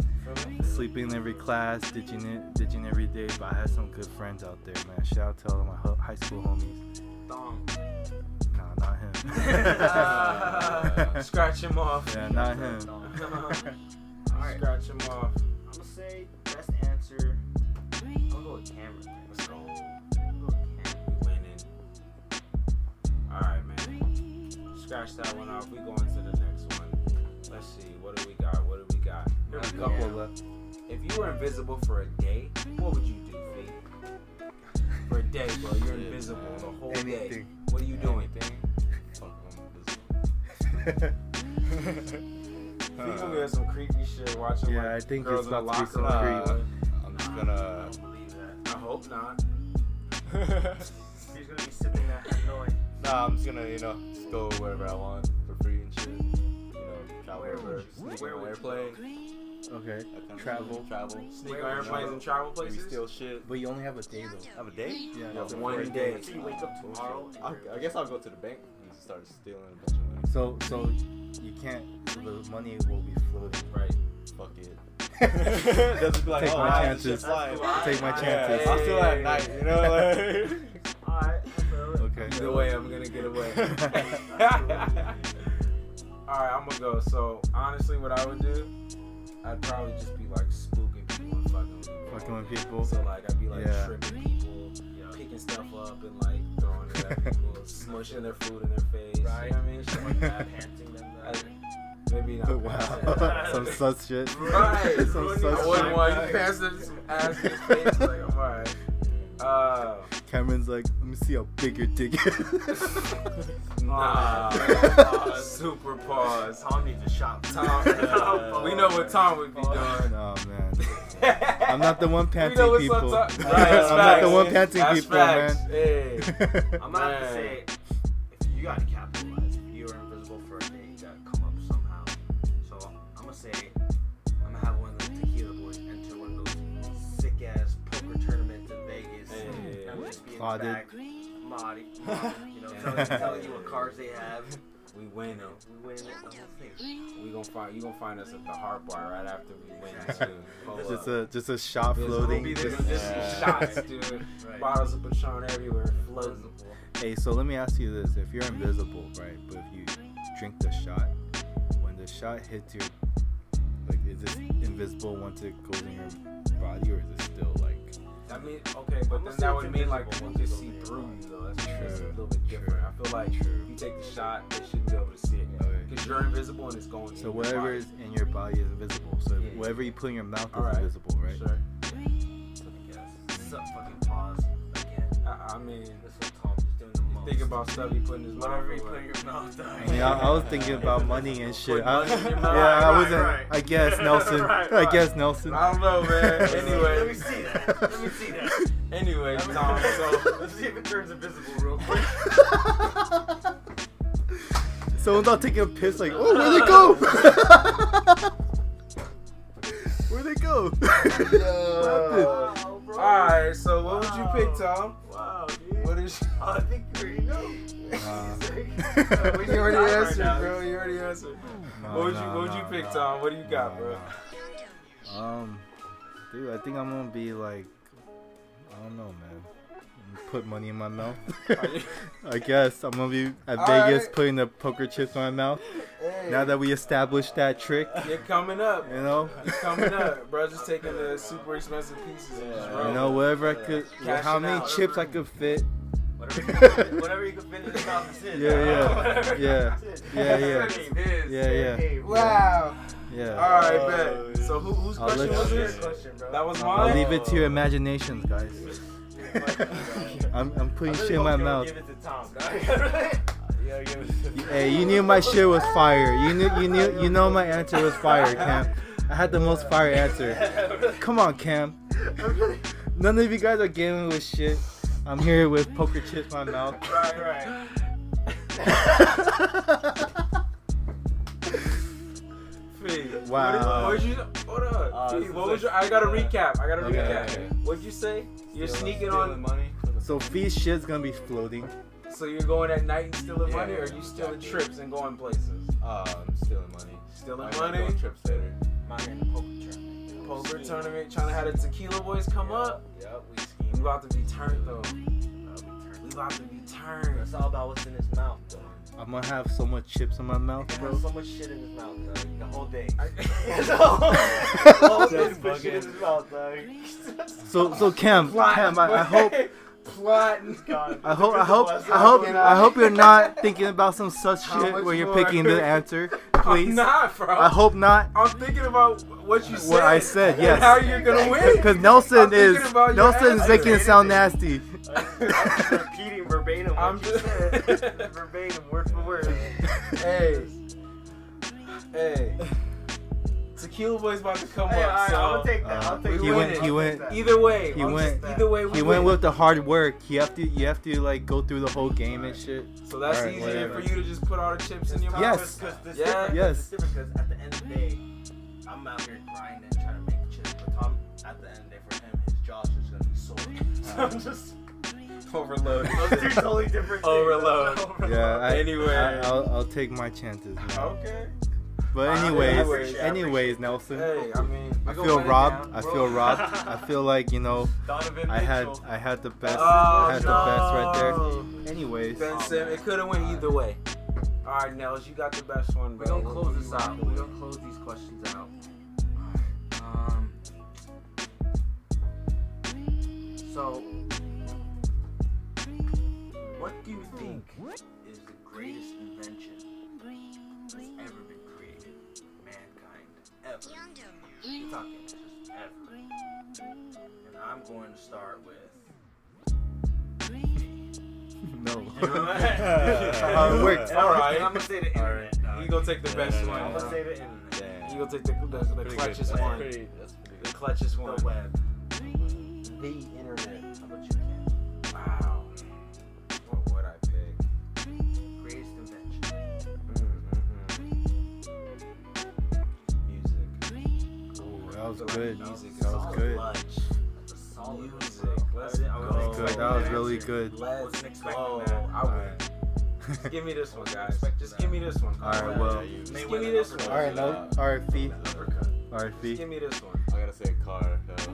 Speaker 3: sleeping in every class, ditching it, ditching every day. But I had some good friends out there, man. Shout out to all of my ho- high school homies.
Speaker 5: Thong.
Speaker 3: Nah, not him.
Speaker 4: Ah, Scratch him off.
Speaker 3: Yeah, not him.
Speaker 5: Alright,
Speaker 4: Scratch him off.
Speaker 5: I'm gonna say best answer. I'm gonna go with Cameron.
Speaker 4: Let's go.
Speaker 5: I'm gonna go with Cameron.
Speaker 4: We winning. All right, man. Scratch that one off. We going to the next one. Let's see. What do we got? What do we got?
Speaker 5: There's a
Speaker 4: Now,
Speaker 5: couple
Speaker 4: now, If you were invisible for a day, what would you do, Fee? For a day, bro, you're
Speaker 6: Shit,
Speaker 4: invisible
Speaker 6: man.
Speaker 4: the whole day.
Speaker 3: Anything.
Speaker 4: What are you doing?
Speaker 6: Fuck, I'm just-
Speaker 4: Fee
Speaker 6: Uh,
Speaker 4: gonna be on some creepy shit watching.
Speaker 3: Yeah,
Speaker 4: like,
Speaker 3: I think
Speaker 4: girls
Speaker 3: it's
Speaker 4: in the
Speaker 3: about to be
Speaker 4: locker
Speaker 3: some
Speaker 4: room.
Speaker 3: creep.
Speaker 6: I'm
Speaker 5: Nah,
Speaker 6: just
Speaker 5: I
Speaker 6: gonna.
Speaker 5: don't believe that.
Speaker 4: I hope not.
Speaker 5: He's gonna be sipping that Hanoi.
Speaker 6: nah, I'm just gonna, you know, just go wherever I want for free and shit. You know, travel
Speaker 5: Where would
Speaker 6: wherever.
Speaker 5: you-
Speaker 6: Sneak
Speaker 5: where
Speaker 6: on an
Speaker 5: would you go?
Speaker 6: airplane.
Speaker 3: Okay.
Speaker 6: that kind of
Speaker 3: Travel.
Speaker 6: shit. Travel.
Speaker 4: Sneak on airplanes and travel
Speaker 6: Maybe
Speaker 4: places.
Speaker 6: steal shit.
Speaker 3: But you only have a day though.
Speaker 6: Have a date?
Speaker 3: Yeah.
Speaker 6: that's
Speaker 4: one
Speaker 6: great.
Speaker 4: day.
Speaker 5: Until you wake up tomorrow. and
Speaker 6: I,
Speaker 5: you're-
Speaker 6: I guess I'll go to the bank and just start stealing a bunch of money.
Speaker 3: So so you can't. So the money will be floating.
Speaker 4: Right.
Speaker 6: Fuck it. Doesn't be like,
Speaker 3: Take
Speaker 6: oh,
Speaker 3: my
Speaker 6: wow,
Speaker 3: chances.
Speaker 6: this shit's flying.
Speaker 5: That's cool.
Speaker 3: Take my
Speaker 5: I-
Speaker 3: chances.
Speaker 6: Yeah, I'm still at night, you know? Like,
Speaker 5: Alright, I feel it.
Speaker 3: Okay.
Speaker 4: Either way, I'm gonna get away. All right, I'm gonna go. So honestly, what I would do, I'd probably just be like spooking people and fucking with people.
Speaker 3: Fucking with people.
Speaker 4: So like, I'd be like
Speaker 3: Yeah.
Speaker 4: tripping people,
Speaker 5: Yeah.
Speaker 4: picking stuff up and like throwing it at people, smushing their food in their face. You know what I mean? Shit like that.
Speaker 5: Panting them
Speaker 4: I,
Speaker 5: that.
Speaker 4: maybe not.
Speaker 3: wow. some sus shit.
Speaker 4: Right.
Speaker 3: some
Speaker 4: I
Speaker 3: sus
Speaker 4: wouldn't
Speaker 3: shit.
Speaker 4: want you pass them some ass in his face. Like, I'm alright. Uh,
Speaker 3: Cameron's like, let me see how big your dick is.
Speaker 4: nah.
Speaker 5: Pause.
Speaker 4: Super pause.
Speaker 5: Tom needs a shot.
Speaker 4: Tom, we know what Tom would be doing.
Speaker 3: no man. I'm not the one
Speaker 4: We
Speaker 3: panting
Speaker 4: know what's
Speaker 3: people.
Speaker 4: up, Tom.
Speaker 3: I'm
Speaker 4: Right, that's
Speaker 3: not the
Speaker 4: facts.
Speaker 3: one panting
Speaker 4: That's
Speaker 3: people,
Speaker 4: facts. Hey.
Speaker 3: man.
Speaker 5: I'm gonna have to
Speaker 4: Man.
Speaker 5: say, if you gotta capitalize. If you are invisible for a day, you gotta come up somehow. So I'm gonna say, I'm gonna have one of the tequila boys enter one of those sick ass poker tournaments in Vegas.
Speaker 4: Hey.
Speaker 5: And I'm just being
Speaker 3: Clouded.
Speaker 5: back, Marty, you know, telling, telling you what cards they have.
Speaker 4: We win
Speaker 5: You know,
Speaker 4: it.
Speaker 5: we win it, the whole thing.
Speaker 4: We gonna find you gonna find us at the hard bar right after we win too. Hold
Speaker 3: just
Speaker 4: up.
Speaker 3: a just a shot
Speaker 4: There's gonna
Speaker 3: floating.
Speaker 4: be this-
Speaker 3: Just,
Speaker 4: just
Speaker 6: Yeah.
Speaker 4: shots, dude.
Speaker 5: Right.
Speaker 4: Bottles of Patron everywhere, floating.
Speaker 5: Invisible.
Speaker 3: hey, so let me ask you this: If you're invisible, right, but if you drink the shot, when the shot hits your, like, is it invisible once it goes in your body, or is it still like?
Speaker 4: I mean, okay,
Speaker 5: I'm
Speaker 4: but
Speaker 5: gonna
Speaker 4: then
Speaker 5: say
Speaker 4: that would
Speaker 5: it's
Speaker 4: mean like
Speaker 5: invisible
Speaker 4: people
Speaker 5: once
Speaker 4: can
Speaker 5: it
Speaker 4: see
Speaker 5: goes
Speaker 4: through you though. That's
Speaker 3: True,
Speaker 4: just a little bit different. I feel like
Speaker 3: True.
Speaker 4: you take the shot, they shouldn't be able to see it
Speaker 3: Okay.
Speaker 4: because you're invisible and it's going. in
Speaker 3: So
Speaker 4: your
Speaker 3: whatever
Speaker 4: body.
Speaker 3: is in your body is invisible. So
Speaker 4: Yeah.
Speaker 3: whatever you put in your mouth is
Speaker 4: All right.
Speaker 3: invisible, right?
Speaker 4: Sure.
Speaker 5: I guess. This is a fucking pause again.
Speaker 4: I, I mean,
Speaker 5: This is Tom just doing the most.
Speaker 4: think about stuff you put in his mouth.
Speaker 5: whatever you
Speaker 4: or
Speaker 5: put in
Speaker 4: what.
Speaker 5: your mouth.
Speaker 3: I mean, I, I was thinking about money and shit. I,
Speaker 4: money in your
Speaker 3: yeah,
Speaker 4: mouth.
Speaker 3: I
Speaker 5: Right,
Speaker 3: wasn't.
Speaker 5: right.
Speaker 3: I guess Nelson.
Speaker 5: Right,
Speaker 3: I
Speaker 5: right.
Speaker 3: guess Nelson.
Speaker 4: I don't know, man.
Speaker 5: Let me
Speaker 4: Anyways,
Speaker 5: see that. Let me see that.
Speaker 4: anyways, Tom. So
Speaker 5: Let's see if it turns invisible real quick.
Speaker 3: Someone's not taking a piss. Like, oh, where'd it go? where'd it go? What happened?
Speaker 5: Wow, bro.
Speaker 4: all right, so what would you pick, Tom?
Speaker 5: Wow, dude.
Speaker 4: What is?
Speaker 5: I think you already know.
Speaker 3: Uh,
Speaker 5: We
Speaker 4: You
Speaker 5: should
Speaker 4: already
Speaker 5: die right
Speaker 4: answered,
Speaker 5: now.
Speaker 4: bro. You already answered.
Speaker 3: no,
Speaker 4: what would you
Speaker 3: no,
Speaker 4: What would you
Speaker 3: no,
Speaker 4: pick,
Speaker 3: no.
Speaker 4: Tom? What do you got,
Speaker 3: No,
Speaker 4: bro?
Speaker 3: no. Um, dude, I think I'm gonna be like, I don't know, man. put money in my mouth.
Speaker 6: you-
Speaker 3: I guess I'm gonna be at
Speaker 4: All
Speaker 3: Vegas
Speaker 4: right.
Speaker 3: putting the poker chips in my mouth.
Speaker 4: Hey,
Speaker 3: Now that we established that trick,
Speaker 4: you're coming up.
Speaker 3: you know,
Speaker 4: You're coming up, bro. Just taking the super expensive pieces and just
Speaker 6: Yeah.
Speaker 3: you
Speaker 4: rolling.
Speaker 3: know, whatever I could,
Speaker 4: Cash
Speaker 3: how
Speaker 4: it
Speaker 3: many
Speaker 4: out.
Speaker 3: chips I could fit.
Speaker 5: Whatever you can finish, whatever you can finish off this is.
Speaker 3: Yeah, yeah.
Speaker 5: Whatever you
Speaker 3: Yeah.
Speaker 5: can finish.
Speaker 3: Yeah, yeah.
Speaker 5: This is this
Speaker 3: Yeah, yeah.
Speaker 5: game.
Speaker 4: Wow. All
Speaker 3: Yeah,
Speaker 4: right,
Speaker 5: Oh,
Speaker 4: bet. So who, whose
Speaker 3: I'll
Speaker 4: question
Speaker 3: let
Speaker 4: was
Speaker 5: That was your
Speaker 4: this?
Speaker 5: question, bro.
Speaker 4: That was
Speaker 3: I'll
Speaker 4: mine.
Speaker 3: leave it to your imaginations, guys. I'm, I'm putting shit in my mouth.
Speaker 5: Give it to Tom. dog.
Speaker 6: Yeah, give it-
Speaker 3: Hey, you knew my shit was fire. You knew, you knew, you know my answer was fire, Cam. I had the most fire answer. Come on, Cam. None of you guys are gaming with shit. I'm here with poker chips in my mouth.
Speaker 5: right, right.
Speaker 4: Fee,
Speaker 3: Wow.
Speaker 4: What did, what'd you? Hold on.
Speaker 6: Uh,
Speaker 4: Fee,
Speaker 6: this
Speaker 4: what
Speaker 6: is
Speaker 4: was
Speaker 6: a-
Speaker 4: your? I got to recap. I got to
Speaker 3: Okay,
Speaker 4: recap.
Speaker 6: okay.
Speaker 4: What'd you say? You're sneaking on.
Speaker 6: money.
Speaker 3: So Fee's shit's gonna be floating.
Speaker 4: So you're going at night and stealing
Speaker 6: Yeah,
Speaker 4: money, or
Speaker 6: yeah,
Speaker 4: you stealing
Speaker 6: exactly.
Speaker 4: trips and going places?
Speaker 6: Uh, I'm stealing money.
Speaker 4: Stealing
Speaker 6: I might
Speaker 4: money.
Speaker 6: go on trips later.
Speaker 4: Poker tournament, trying to have the Tequila Boys come up.
Speaker 6: Yep, we
Speaker 4: We
Speaker 6: scheme.
Speaker 4: about to be turned though. We about to be turned.
Speaker 5: It's all about what's in his mouth, though.
Speaker 3: I'm gonna have so much chips in my mouth,
Speaker 5: He
Speaker 3: bro.
Speaker 5: has so much shit in his mouth, dog. The whole day.
Speaker 3: Oh,
Speaker 5: all
Speaker 4: Oh,
Speaker 5: this
Speaker 3: so,
Speaker 5: shit in his mouth, dog.
Speaker 3: so Cam, Cam, I, I hope,
Speaker 4: Plotting.
Speaker 5: God.
Speaker 3: I hope, I hope, I hope, I hope you're not thinking about some such
Speaker 4: How
Speaker 3: shit
Speaker 4: much
Speaker 3: when you're
Speaker 4: more?
Speaker 3: picking the answer,
Speaker 4: I'm
Speaker 3: please.
Speaker 4: not, bro.
Speaker 3: I hope not.
Speaker 4: I'm thinking about what you said.
Speaker 3: What I said,
Speaker 4: and
Speaker 3: yes.
Speaker 4: How you're gonna win?
Speaker 3: Because
Speaker 4: I'm
Speaker 3: Nelson
Speaker 4: thinking
Speaker 3: is
Speaker 4: about your
Speaker 3: Nelson's
Speaker 4: answer.
Speaker 3: making it sound nasty.
Speaker 5: I'm just repeating verbatim what
Speaker 4: I'm
Speaker 5: you
Speaker 4: just-
Speaker 5: said. verbatim, word for word.
Speaker 4: Hey. Hey. Tequila Boy's about to come
Speaker 5: Hey, all
Speaker 4: up.
Speaker 5: right, I'll
Speaker 4: So
Speaker 5: take that. I'll
Speaker 3: Uh,
Speaker 5: take
Speaker 3: he
Speaker 5: that.
Speaker 3: went- he
Speaker 5: I'll
Speaker 3: went-
Speaker 5: take that.
Speaker 4: either way,
Speaker 3: He
Speaker 4: I'm
Speaker 3: went-
Speaker 4: just- either way, we
Speaker 3: He
Speaker 4: win.
Speaker 3: went with the hard work. You have to, you have to like go through the whole game and shit.
Speaker 4: So that's
Speaker 3: Alright,
Speaker 4: easier
Speaker 3: whatever.
Speaker 4: for you to just put all the chips in your mouth.
Speaker 3: Yes.
Speaker 5: Because it's
Speaker 4: Yeah.
Speaker 5: different,
Speaker 3: Yes.
Speaker 5: It's different because at the end of the day, I'm out here grinding, trying to make chips. But Tom, at the end of the day, for him, his jaw's just gonna be sore. So I'm just
Speaker 4: Overload.
Speaker 5: those two totally different. things.
Speaker 4: Overload.
Speaker 5: Overload.
Speaker 3: Yeah. I,
Speaker 4: Anyway.
Speaker 3: I, I'll, I'll take my chances. Man.
Speaker 4: Okay.
Speaker 3: But
Speaker 4: I
Speaker 3: anyways,
Speaker 4: appreciate- I
Speaker 3: anyways, Nelson,
Speaker 4: Hey, I mean,
Speaker 3: I
Speaker 4: we gonna
Speaker 3: feel
Speaker 4: win it
Speaker 3: robbed.
Speaker 4: now.
Speaker 3: I feel robbed. I feel like you know.
Speaker 5: Donovan
Speaker 3: I had
Speaker 5: Mitchell.
Speaker 3: I had the best.
Speaker 4: Oh,
Speaker 3: I had the
Speaker 4: no.
Speaker 3: best right there. Anyways,
Speaker 4: Ben Sim, it could have went either way. All right, Nels, you got the best one,
Speaker 5: We're
Speaker 4: bro.
Speaker 5: gonna
Speaker 4: Who
Speaker 5: close
Speaker 4: you
Speaker 5: this
Speaker 4: rocking
Speaker 5: out. We're
Speaker 4: with?
Speaker 5: gonna close these questions out. Um, so, what do you think is the greatest invention that's ever been created? Mankind. Ever. We're talking just ever. And I'm going to start with.
Speaker 3: no.
Speaker 6: How
Speaker 3: it works.
Speaker 5: All
Speaker 4: right.
Speaker 5: right. I'm going to say the internet. dog.
Speaker 4: He gonna take the best
Speaker 6: no,
Speaker 5: I'm
Speaker 4: one.
Speaker 5: going to say the internet.
Speaker 4: He gonna take the, the, the clutchest
Speaker 6: That's
Speaker 4: one.
Speaker 6: pretty. That's pretty
Speaker 4: The
Speaker 6: good.
Speaker 4: clutchest one.
Speaker 5: The web. The internet. How about you, Ken?
Speaker 4: Wow. What would I pick?
Speaker 5: Greatest invention.
Speaker 4: Mm-mm-mm. Music.
Speaker 3: Ooh, that was
Speaker 4: So,
Speaker 3: good.
Speaker 4: Music.
Speaker 3: That was
Speaker 4: is
Speaker 3: good.
Speaker 4: Clutch.
Speaker 5: That's a solid one,
Speaker 4: Music.
Speaker 5: bro.
Speaker 4: Let's
Speaker 5: I wasn't- I
Speaker 4: go.
Speaker 5: wasn't
Speaker 3: Good.
Speaker 5: expecting
Speaker 3: That was
Speaker 5: answer.
Speaker 3: really good.
Speaker 4: Let's
Speaker 5: Wasn't expecting
Speaker 4: go.
Speaker 5: that.
Speaker 4: I
Speaker 3: Alright.
Speaker 4: would. Give me this one, guys. Just give me this one.
Speaker 3: All right, well.
Speaker 6: Yeah,
Speaker 4: Just
Speaker 6: you-
Speaker 4: give me this one.
Speaker 3: All right, no. All right, fee.
Speaker 5: Uppercut.
Speaker 3: All right,
Speaker 4: Just
Speaker 3: fee.
Speaker 4: give me this one.
Speaker 6: I gotta say car. though.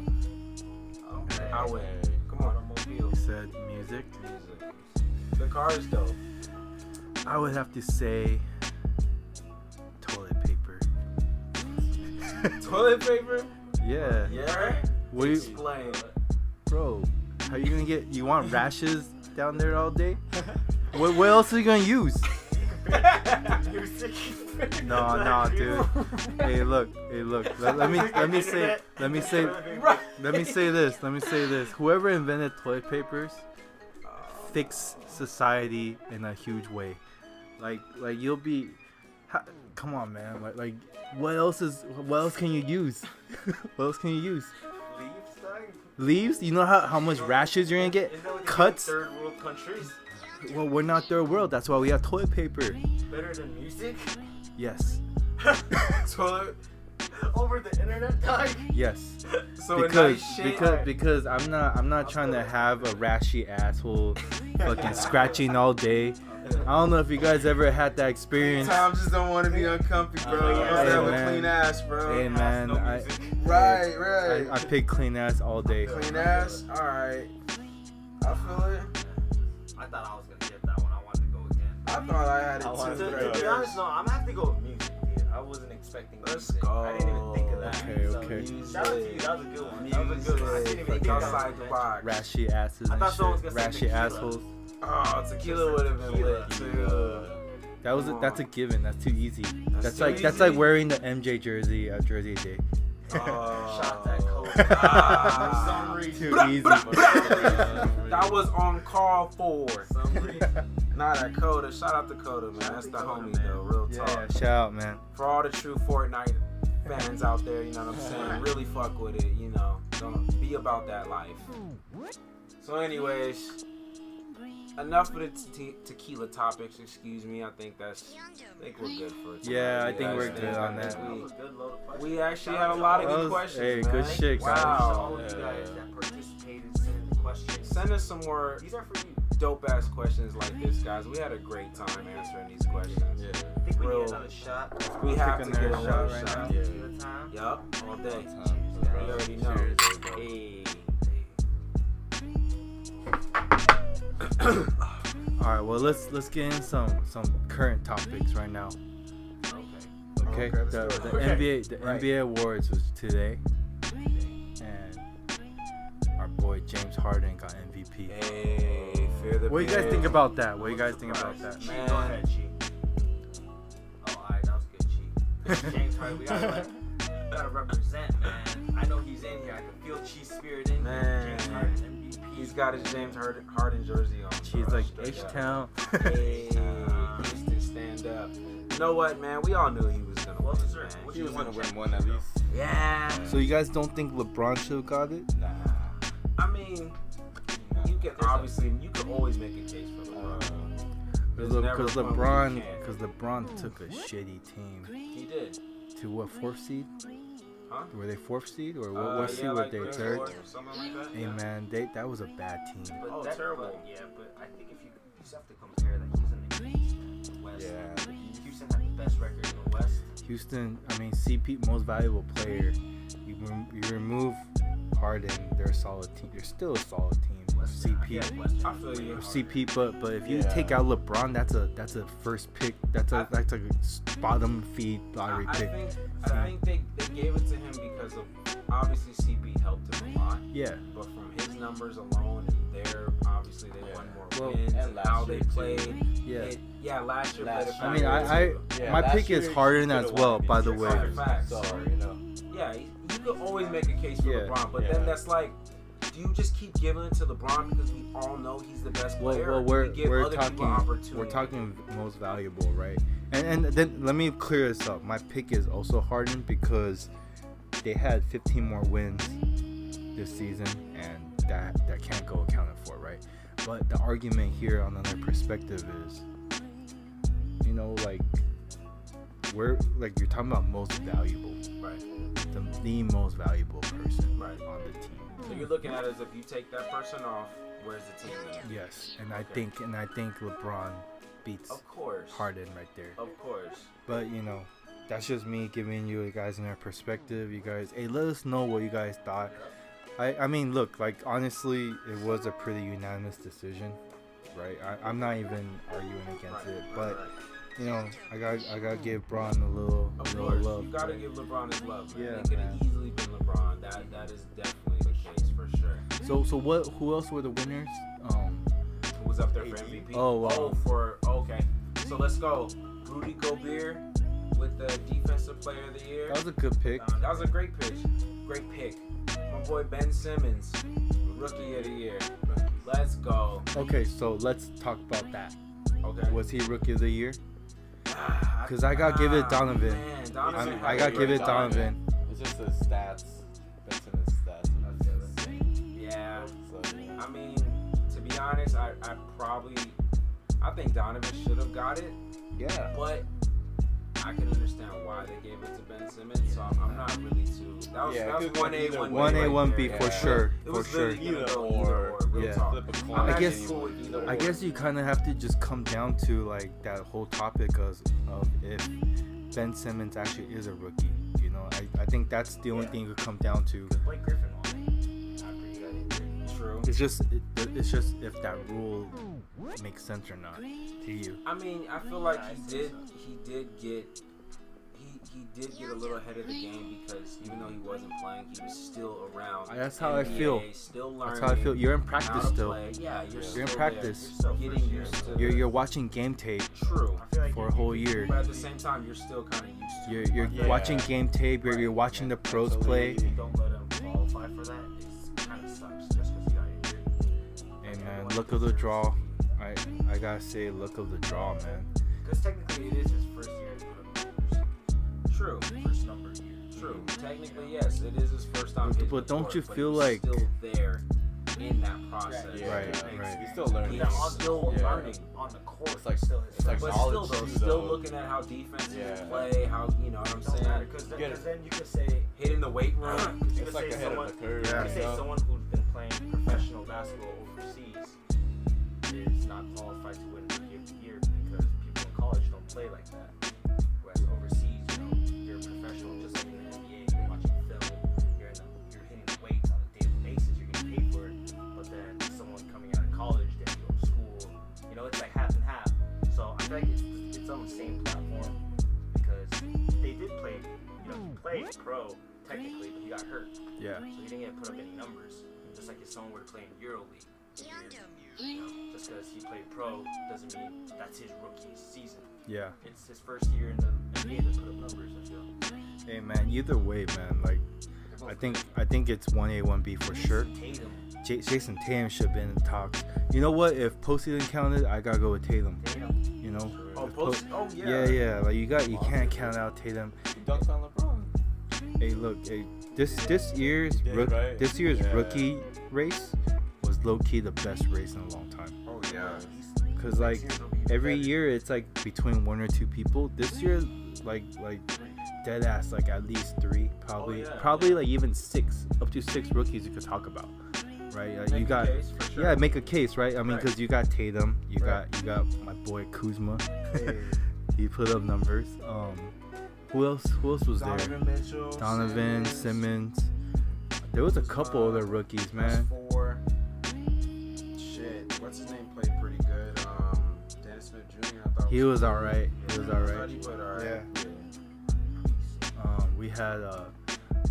Speaker 5: Okay.
Speaker 4: I win. Come on, automobile.
Speaker 3: You said music.
Speaker 4: Music. The car is dope.
Speaker 3: I would have to say toilet paper.
Speaker 4: Toilet paper?
Speaker 3: Yeah.
Speaker 4: Yeah.
Speaker 3: What do you,
Speaker 4: Explain.
Speaker 3: bro? How you gonna get? You want rashes down there all day? What, what else are you gonna use?
Speaker 5: Music.
Speaker 3: No, no, dude. Hey, look. Hey, look. Let, let me let me say let me say
Speaker 4: Right.
Speaker 3: let me say this. Let me say this. Whoever invented toilet papers fixed society in a huge way. Like like you'll be. Ha, come on, man. Like like what else is what else can you use? what else can you use?
Speaker 5: Leaves, dog?
Speaker 3: Leaves? You know how, how much rashes you're gonna get?
Speaker 5: Isn't that what they do in
Speaker 3: Cuts?
Speaker 5: Third world countries.
Speaker 3: Well, we're not third world. That's why we have toilet paper.
Speaker 5: Better than music?
Speaker 3: Yes.
Speaker 4: Toilet.
Speaker 5: Over the internet, dog?
Speaker 3: Yes.
Speaker 4: So a
Speaker 3: because
Speaker 4: nice shade.
Speaker 3: because because I'm not I'm not trying to have a rashy asshole fucking scratching all day. I don't know if you guys ever had that experience.
Speaker 4: Tom just don't want to be uncomfy,
Speaker 6: Uh,
Speaker 4: bro.
Speaker 5: yeah.
Speaker 4: He wants to have
Speaker 3: Hey,
Speaker 4: a clean
Speaker 3: man.
Speaker 4: ass, bro.
Speaker 3: Hey man,
Speaker 5: No
Speaker 3: I,
Speaker 5: music.
Speaker 4: Right,
Speaker 3: I
Speaker 4: right.
Speaker 3: I pick clean ass all day.
Speaker 4: clean ass. All right. I feel it.
Speaker 9: I thought I was gonna get that one. I wanted to go again.
Speaker 4: I thought I had it
Speaker 6: I wanted
Speaker 4: too.
Speaker 6: to
Speaker 4: right
Speaker 9: To, to be
Speaker 4: there.
Speaker 9: honest, no, I'm gonna have to go with music. Dude. I wasn't expecting
Speaker 4: Let's
Speaker 9: music. I didn't even think of
Speaker 4: go.
Speaker 9: that.
Speaker 3: Okay,
Speaker 9: so,
Speaker 3: okay.
Speaker 9: Shout out to you. That was a good one. That was a good one. I didn't even
Speaker 4: Think
Speaker 9: think of that
Speaker 4: outside
Speaker 9: one,
Speaker 4: the
Speaker 9: man.
Speaker 4: box.
Speaker 3: Rashy asses
Speaker 9: I
Speaker 3: and
Speaker 9: thought someone
Speaker 3: shit.
Speaker 9: was gonna say
Speaker 3: Rashy
Speaker 9: tequila.
Speaker 3: assholes.
Speaker 4: Oh, tequila would have been lit too.
Speaker 3: That was a,
Speaker 4: Come
Speaker 3: that's a
Speaker 4: on.
Speaker 3: given. That's too easy. That's,
Speaker 4: too
Speaker 3: like that's like
Speaker 4: easy.
Speaker 3: wearing the MJ jersey at Jersey Day.
Speaker 4: Oh.
Speaker 9: Shots at Kobe.
Speaker 4: Ah.
Speaker 9: For some reason.
Speaker 3: Too
Speaker 4: Blah,
Speaker 3: easy.
Speaker 4: blah, blah. that was on call for.
Speaker 9: some reason.
Speaker 4: Not at Coda. Shout out to Coda, man. That's the homie, though. Real
Speaker 3: Yeah,
Speaker 4: talk.
Speaker 3: shout out, man.
Speaker 4: For all the true Fortnite fans out there, you know what I'm saying? Really fuck with it, you know. Don't be about that life. So, anyways, enough of the te- tequila topics. Excuse me. I think that's. I think we're good for it.
Speaker 3: Yeah, I think
Speaker 4: guys.
Speaker 3: we're good on
Speaker 4: I think
Speaker 3: that.
Speaker 9: That
Speaker 4: we-
Speaker 9: was a good load of
Speaker 4: We actually had a lot of
Speaker 3: That
Speaker 4: good
Speaker 3: was-
Speaker 4: questions.
Speaker 3: hey,
Speaker 4: man.
Speaker 3: good shit, guys.
Speaker 4: Wow.
Speaker 9: all of you guys that participated, sent in questions.
Speaker 4: Send us some more
Speaker 9: These are for you.
Speaker 4: dope ass questions like this, guys. We had a great time answering these questions.
Speaker 6: Yeah.
Speaker 9: I think we
Speaker 4: Real.
Speaker 9: need another shot.
Speaker 4: We have to
Speaker 3: Taking
Speaker 4: get
Speaker 3: their
Speaker 4: another
Speaker 3: shot right
Speaker 4: shot.
Speaker 3: now.
Speaker 6: Yeah.
Speaker 9: Good time.
Speaker 4: Yup, all day.
Speaker 6: Time,
Speaker 4: You already know.
Speaker 6: Cheers, everybody.
Speaker 4: Hey.
Speaker 3: All right, well let's let's get in some some current topics right now. Okay.
Speaker 4: Okay, let's
Speaker 3: the
Speaker 4: do it.
Speaker 3: the
Speaker 4: Okay.
Speaker 3: NBA the
Speaker 4: Right.
Speaker 3: NBA awards was today, and our boy James Harden got MVP.
Speaker 4: Hey, fear the
Speaker 3: What do you guys
Speaker 4: beard.
Speaker 3: think about that? What do you guys think about that?
Speaker 9: Chi, go ahead, Chi. Oh, alright, that was good, Chi. James Harden, we gotta, like, we gotta represent, man. I know he's in here. I can feel Chi's spirit in here.
Speaker 4: Man.
Speaker 9: James Harden, MVP.
Speaker 4: He's got his James Harden, Harden jersey on.
Speaker 3: She's
Speaker 4: bro.
Speaker 3: like H
Speaker 4: Straight up.
Speaker 3: Town.
Speaker 4: Hey, Houston, stand up. You know what, man? We all knew he was gonna
Speaker 9: Well
Speaker 4: win,
Speaker 9: deserved.
Speaker 4: man.
Speaker 9: What
Speaker 6: He
Speaker 9: you
Speaker 6: was gonna
Speaker 9: want,
Speaker 6: win
Speaker 9: James?
Speaker 6: one at least.
Speaker 4: Yeah.
Speaker 3: so you guys don't think LeBron should have got it?
Speaker 4: Nah. I mean, you can obviously, you can always make a case for LeBron. There's never
Speaker 3: Because
Speaker 4: a point where you
Speaker 3: Uh, LeBron,
Speaker 4: can't.
Speaker 3: because LeBron took a shitty team
Speaker 4: He did.
Speaker 3: to what fourth seed?
Speaker 4: Huh?
Speaker 3: Were they fourth seed or what,
Speaker 4: Uh,
Speaker 3: what
Speaker 4: yeah,
Speaker 3: seed were
Speaker 4: like
Speaker 3: they?
Speaker 4: third
Speaker 3: Third.
Speaker 4: or something like that.
Speaker 3: Hey man, they that was a bad team.
Speaker 9: But
Speaker 4: Oh,
Speaker 9: that,
Speaker 4: terrible.
Speaker 9: But, yeah, but I think if you, you just have to compare that Houston and Houston, the West.
Speaker 6: Yeah.
Speaker 9: Houston had the best record in the West.
Speaker 3: Houston, I mean CP most valuable player. You, rem- you remove Harden, they're a solid team. They're still a solid team.
Speaker 9: Western, I
Speaker 3: CP,
Speaker 9: feel like Western
Speaker 4: I feel
Speaker 9: was way
Speaker 4: you.
Speaker 9: harder.
Speaker 3: CP, but but if you
Speaker 6: Yeah.
Speaker 3: take out LeBron, that's a that's a first pick. That's a that's a bottom feed lottery
Speaker 4: I, I
Speaker 3: pick.
Speaker 4: think I think they, they gave it to him because of obviously CP helped him a lot,
Speaker 3: Yeah,
Speaker 4: but from his numbers alone and their obviously they won more
Speaker 3: Well,
Speaker 4: wins
Speaker 6: and
Speaker 4: and
Speaker 6: last
Speaker 4: how they
Speaker 6: year, too.
Speaker 4: played.
Speaker 3: yeah.
Speaker 4: It, yeah, last year.
Speaker 6: Last
Speaker 4: played a
Speaker 6: year.
Speaker 3: I mean,
Speaker 4: factor
Speaker 3: I-
Speaker 4: too.
Speaker 6: Yeah,
Speaker 3: My
Speaker 6: last
Speaker 3: pick
Speaker 6: year
Speaker 3: is
Speaker 6: he
Speaker 3: Harden
Speaker 6: could've
Speaker 3: as
Speaker 6: won
Speaker 3: well, by the
Speaker 6: MVP.
Speaker 3: way.
Speaker 4: Facts, facts.
Speaker 6: So, you know.
Speaker 4: yeah, you you could always make a case for
Speaker 3: Yeah.
Speaker 4: LeBron, but
Speaker 6: Yeah.
Speaker 4: then that's like. Do you just keep giving it to LeBron because we all know he's the best
Speaker 3: Well,
Speaker 4: player?
Speaker 3: well,
Speaker 4: or do
Speaker 3: we're
Speaker 4: you give
Speaker 3: we're
Speaker 4: other people
Speaker 3: talking
Speaker 4: opportunity?
Speaker 3: we're talking most valuable, right? And and then let me clear this up. My pick is also Harden because they had 15 more wins this season, and that that can't go accounted for, right? But the argument here on another perspective is, you know, like we're like you're talking about most valuable,
Speaker 4: Right.
Speaker 3: the, the most valuable person
Speaker 4: Right.
Speaker 3: on the team.
Speaker 4: So you're looking at it as if you take that person off, where's the team then?
Speaker 3: Yes, and I think and I think LeBron beats
Speaker 4: Of course.
Speaker 3: Harden right there.
Speaker 4: Of course.
Speaker 3: But you know, that's just me giving you guys another perspective. You guys, hey, let us know what you guys thought. I, I mean, look, like honestly, it was a pretty unanimous decision, right? I, I'm not even arguing against it, but you know, I got I got to give Braun a little,
Speaker 4: Of
Speaker 3: a
Speaker 4: course,
Speaker 3: little love.
Speaker 4: you gotta
Speaker 3: right?
Speaker 4: give LeBron his love, man.
Speaker 3: Yeah,
Speaker 4: it could
Speaker 3: man.
Speaker 4: have easily been LeBron. That that is definitely the case for sure.
Speaker 3: So so what? Who else were the winners? Um,
Speaker 4: Who was up there for MVP?
Speaker 3: Oh, wow.
Speaker 4: Oh, for okay. So let's go. Rudy Gobert with the Defensive Player of the Year.
Speaker 3: that was a good pick.
Speaker 4: Um, that was a great pitch. Great pick. My boy Ben Simmons, Rookie of the Year. Let's go.
Speaker 3: Okay, so let's talk about that.
Speaker 4: Okay.
Speaker 3: Was he rookie of the year?
Speaker 4: Ah,
Speaker 3: 'Cause I gotta give it Donovan.
Speaker 4: Man, Donovan
Speaker 3: I, I got to give it Donovan.
Speaker 6: It's just his stats. That's in his stats. And that's insane.
Speaker 4: Yeah.
Speaker 6: So, yeah.
Speaker 4: I mean, to be honest, I, I probably I think Donovan should have got it,
Speaker 3: Yeah.
Speaker 4: but I can understand why they gave it to Ben Simmons. So I'm, I'm not really too. That was
Speaker 6: Yeah,
Speaker 4: that
Speaker 6: it
Speaker 4: was
Speaker 6: could go
Speaker 4: one A
Speaker 6: either
Speaker 4: one B.
Speaker 6: way.
Speaker 3: One A,
Speaker 4: right
Speaker 3: one B
Speaker 4: there.
Speaker 3: for
Speaker 6: Yeah.
Speaker 3: sure,
Speaker 4: It
Speaker 3: for
Speaker 4: was
Speaker 3: sure.
Speaker 4: literally either
Speaker 6: Either
Speaker 4: go
Speaker 6: or.
Speaker 4: either or. Real
Speaker 3: Yeah.
Speaker 4: talk.
Speaker 6: Flip a coin.
Speaker 4: I'm
Speaker 3: I
Speaker 4: actually
Speaker 3: guess-
Speaker 4: cool with either
Speaker 3: I
Speaker 4: or.
Speaker 3: guess you kind of have to just come down to like that whole topic of, of if Ben Simmons actually is a rookie. You know, I, I think that's the only
Speaker 9: Yeah.
Speaker 3: thing it could come down to.
Speaker 9: Blake Griffin won it after he got injured.
Speaker 4: True.
Speaker 3: It's just it, it's just if that rule makes sense or not to you.
Speaker 4: I mean, I feel like he did. He did get. He he did get a little ahead of the game because even though he wasn't playing, he was still around.
Speaker 3: That's how I feel.
Speaker 4: Still
Speaker 3: That's
Speaker 4: learning.
Speaker 3: how I feel. You're in
Speaker 4: how
Speaker 3: practice
Speaker 4: to
Speaker 3: still.
Speaker 4: play. Yeah, you're, still
Speaker 3: You're in
Speaker 4: there.
Speaker 3: practice.
Speaker 4: You're still getting used to.
Speaker 3: You're you're watching game tape
Speaker 4: true,
Speaker 3: for a whole year.
Speaker 4: but at the same time, you're still kind of used to.
Speaker 3: You're
Speaker 4: it.
Speaker 3: you're
Speaker 10: Yeah.
Speaker 3: watching game tape. You're you're watching the pros
Speaker 10: So we-
Speaker 3: play.
Speaker 5: You don't let him qualify for that. It kind of sucks just because he got injured.
Speaker 3: Hey man, look of the draw. I I gotta say, look of the draw, man.
Speaker 5: Because technically, it is his first year. as a coach,
Speaker 4: True,
Speaker 5: First number year.
Speaker 4: true. Technically, yes, it is his first time. hitting
Speaker 3: but
Speaker 4: the
Speaker 3: don't
Speaker 4: court,
Speaker 3: you
Speaker 4: but
Speaker 3: feel
Speaker 4: he's
Speaker 3: like-
Speaker 4: still there in that process?
Speaker 6: Yeah,
Speaker 3: Right,
Speaker 6: yeah.
Speaker 3: right.
Speaker 6: He's still learning.
Speaker 4: He's
Speaker 5: Yeah, on the
Speaker 4: still
Speaker 5: court,
Speaker 4: learning.
Speaker 5: On the court,
Speaker 6: It's like-
Speaker 5: still his
Speaker 6: it's like
Speaker 5: first year.
Speaker 4: But still,
Speaker 6: knowledge
Speaker 4: though,
Speaker 6: too,
Speaker 4: still
Speaker 6: though.
Speaker 4: looking at how defenses
Speaker 6: Yeah.
Speaker 4: play, how you know what I'm
Speaker 5: Don't matter
Speaker 4: saying,
Speaker 5: because
Speaker 6: Get it.
Speaker 5: then you could say
Speaker 4: hitting the weight room.
Speaker 5: Because you
Speaker 6: It's
Speaker 5: could
Speaker 6: like
Speaker 5: say
Speaker 6: ahead
Speaker 5: someone,
Speaker 6: of the curve.
Speaker 3: Yeah.
Speaker 5: you could say
Speaker 6: know?
Speaker 5: someone who's been playing professional basketball overseas is not qualified to win rookie of the year because people in college don't play like that. Whereas overseas, you know, you're a professional just like in the NBA. You're watching film. You're in the, you're hitting weights on a daily basis. You're getting paid for it. But then someone coming out of college, they have to go to school. You know, it's like half and half. So I feel like it's, it's on the same platform because they did play, you know, he played pro technically, but he got hurt, so
Speaker 3: Yeah.
Speaker 5: he didn't get to put up any numbers. Just like if someone were to play in EuroLeague, you know, just because he played pro doesn't mean that's his rookie season.
Speaker 3: Yeah.
Speaker 5: It's his first year in the NBA to put up numbers. I feel.
Speaker 3: Hey man, either way, man. Like I think I think it's one A, one B for sure.
Speaker 5: Tatum,
Speaker 3: J- Jason Tatum should have been in the talks. You know what? If postseason counted, I gotta go with Tatum.
Speaker 5: Tatum,
Speaker 3: You know.
Speaker 4: Oh,
Speaker 3: If
Speaker 4: post, oh
Speaker 3: yeah,
Speaker 4: yeah.
Speaker 3: yeah. Like you got, you can't count out Tatum.
Speaker 6: He dunked on LeBron.
Speaker 3: Hey, look, hey, this this year's
Speaker 6: did,
Speaker 3: rook,
Speaker 6: right?
Speaker 3: this year's
Speaker 6: Yeah.
Speaker 3: rookie race was low key the best race in a long time.
Speaker 4: Oh yeah.
Speaker 3: Cause like every year it's like between one or two people. This year, like like dead ass like at least three, probably
Speaker 4: Oh, yeah,
Speaker 3: probably
Speaker 4: yeah.
Speaker 3: like even six, up to six rookies you could talk about, right? Like,
Speaker 4: Make
Speaker 3: you
Speaker 4: a
Speaker 3: got.
Speaker 4: case, for sure.
Speaker 3: Yeah, make a case, right? I mean,
Speaker 4: Right.
Speaker 3: because you got Tatum, you
Speaker 4: Right.
Speaker 3: got you got my boy Kuzma. he put up numbers. Um, who else? Who else was there?
Speaker 4: Donovan Mitchell.
Speaker 3: Donovan Simmons. There was a couple other rookies, man.
Speaker 4: Four. Shit, what's his name? Played pretty good. Um, Dennis Smith Jr. I thought
Speaker 3: He was all right. He was all
Speaker 4: I thought
Speaker 3: right.
Speaker 4: he played all right.
Speaker 3: Yeah.
Speaker 4: yeah.
Speaker 3: Um, we had uh,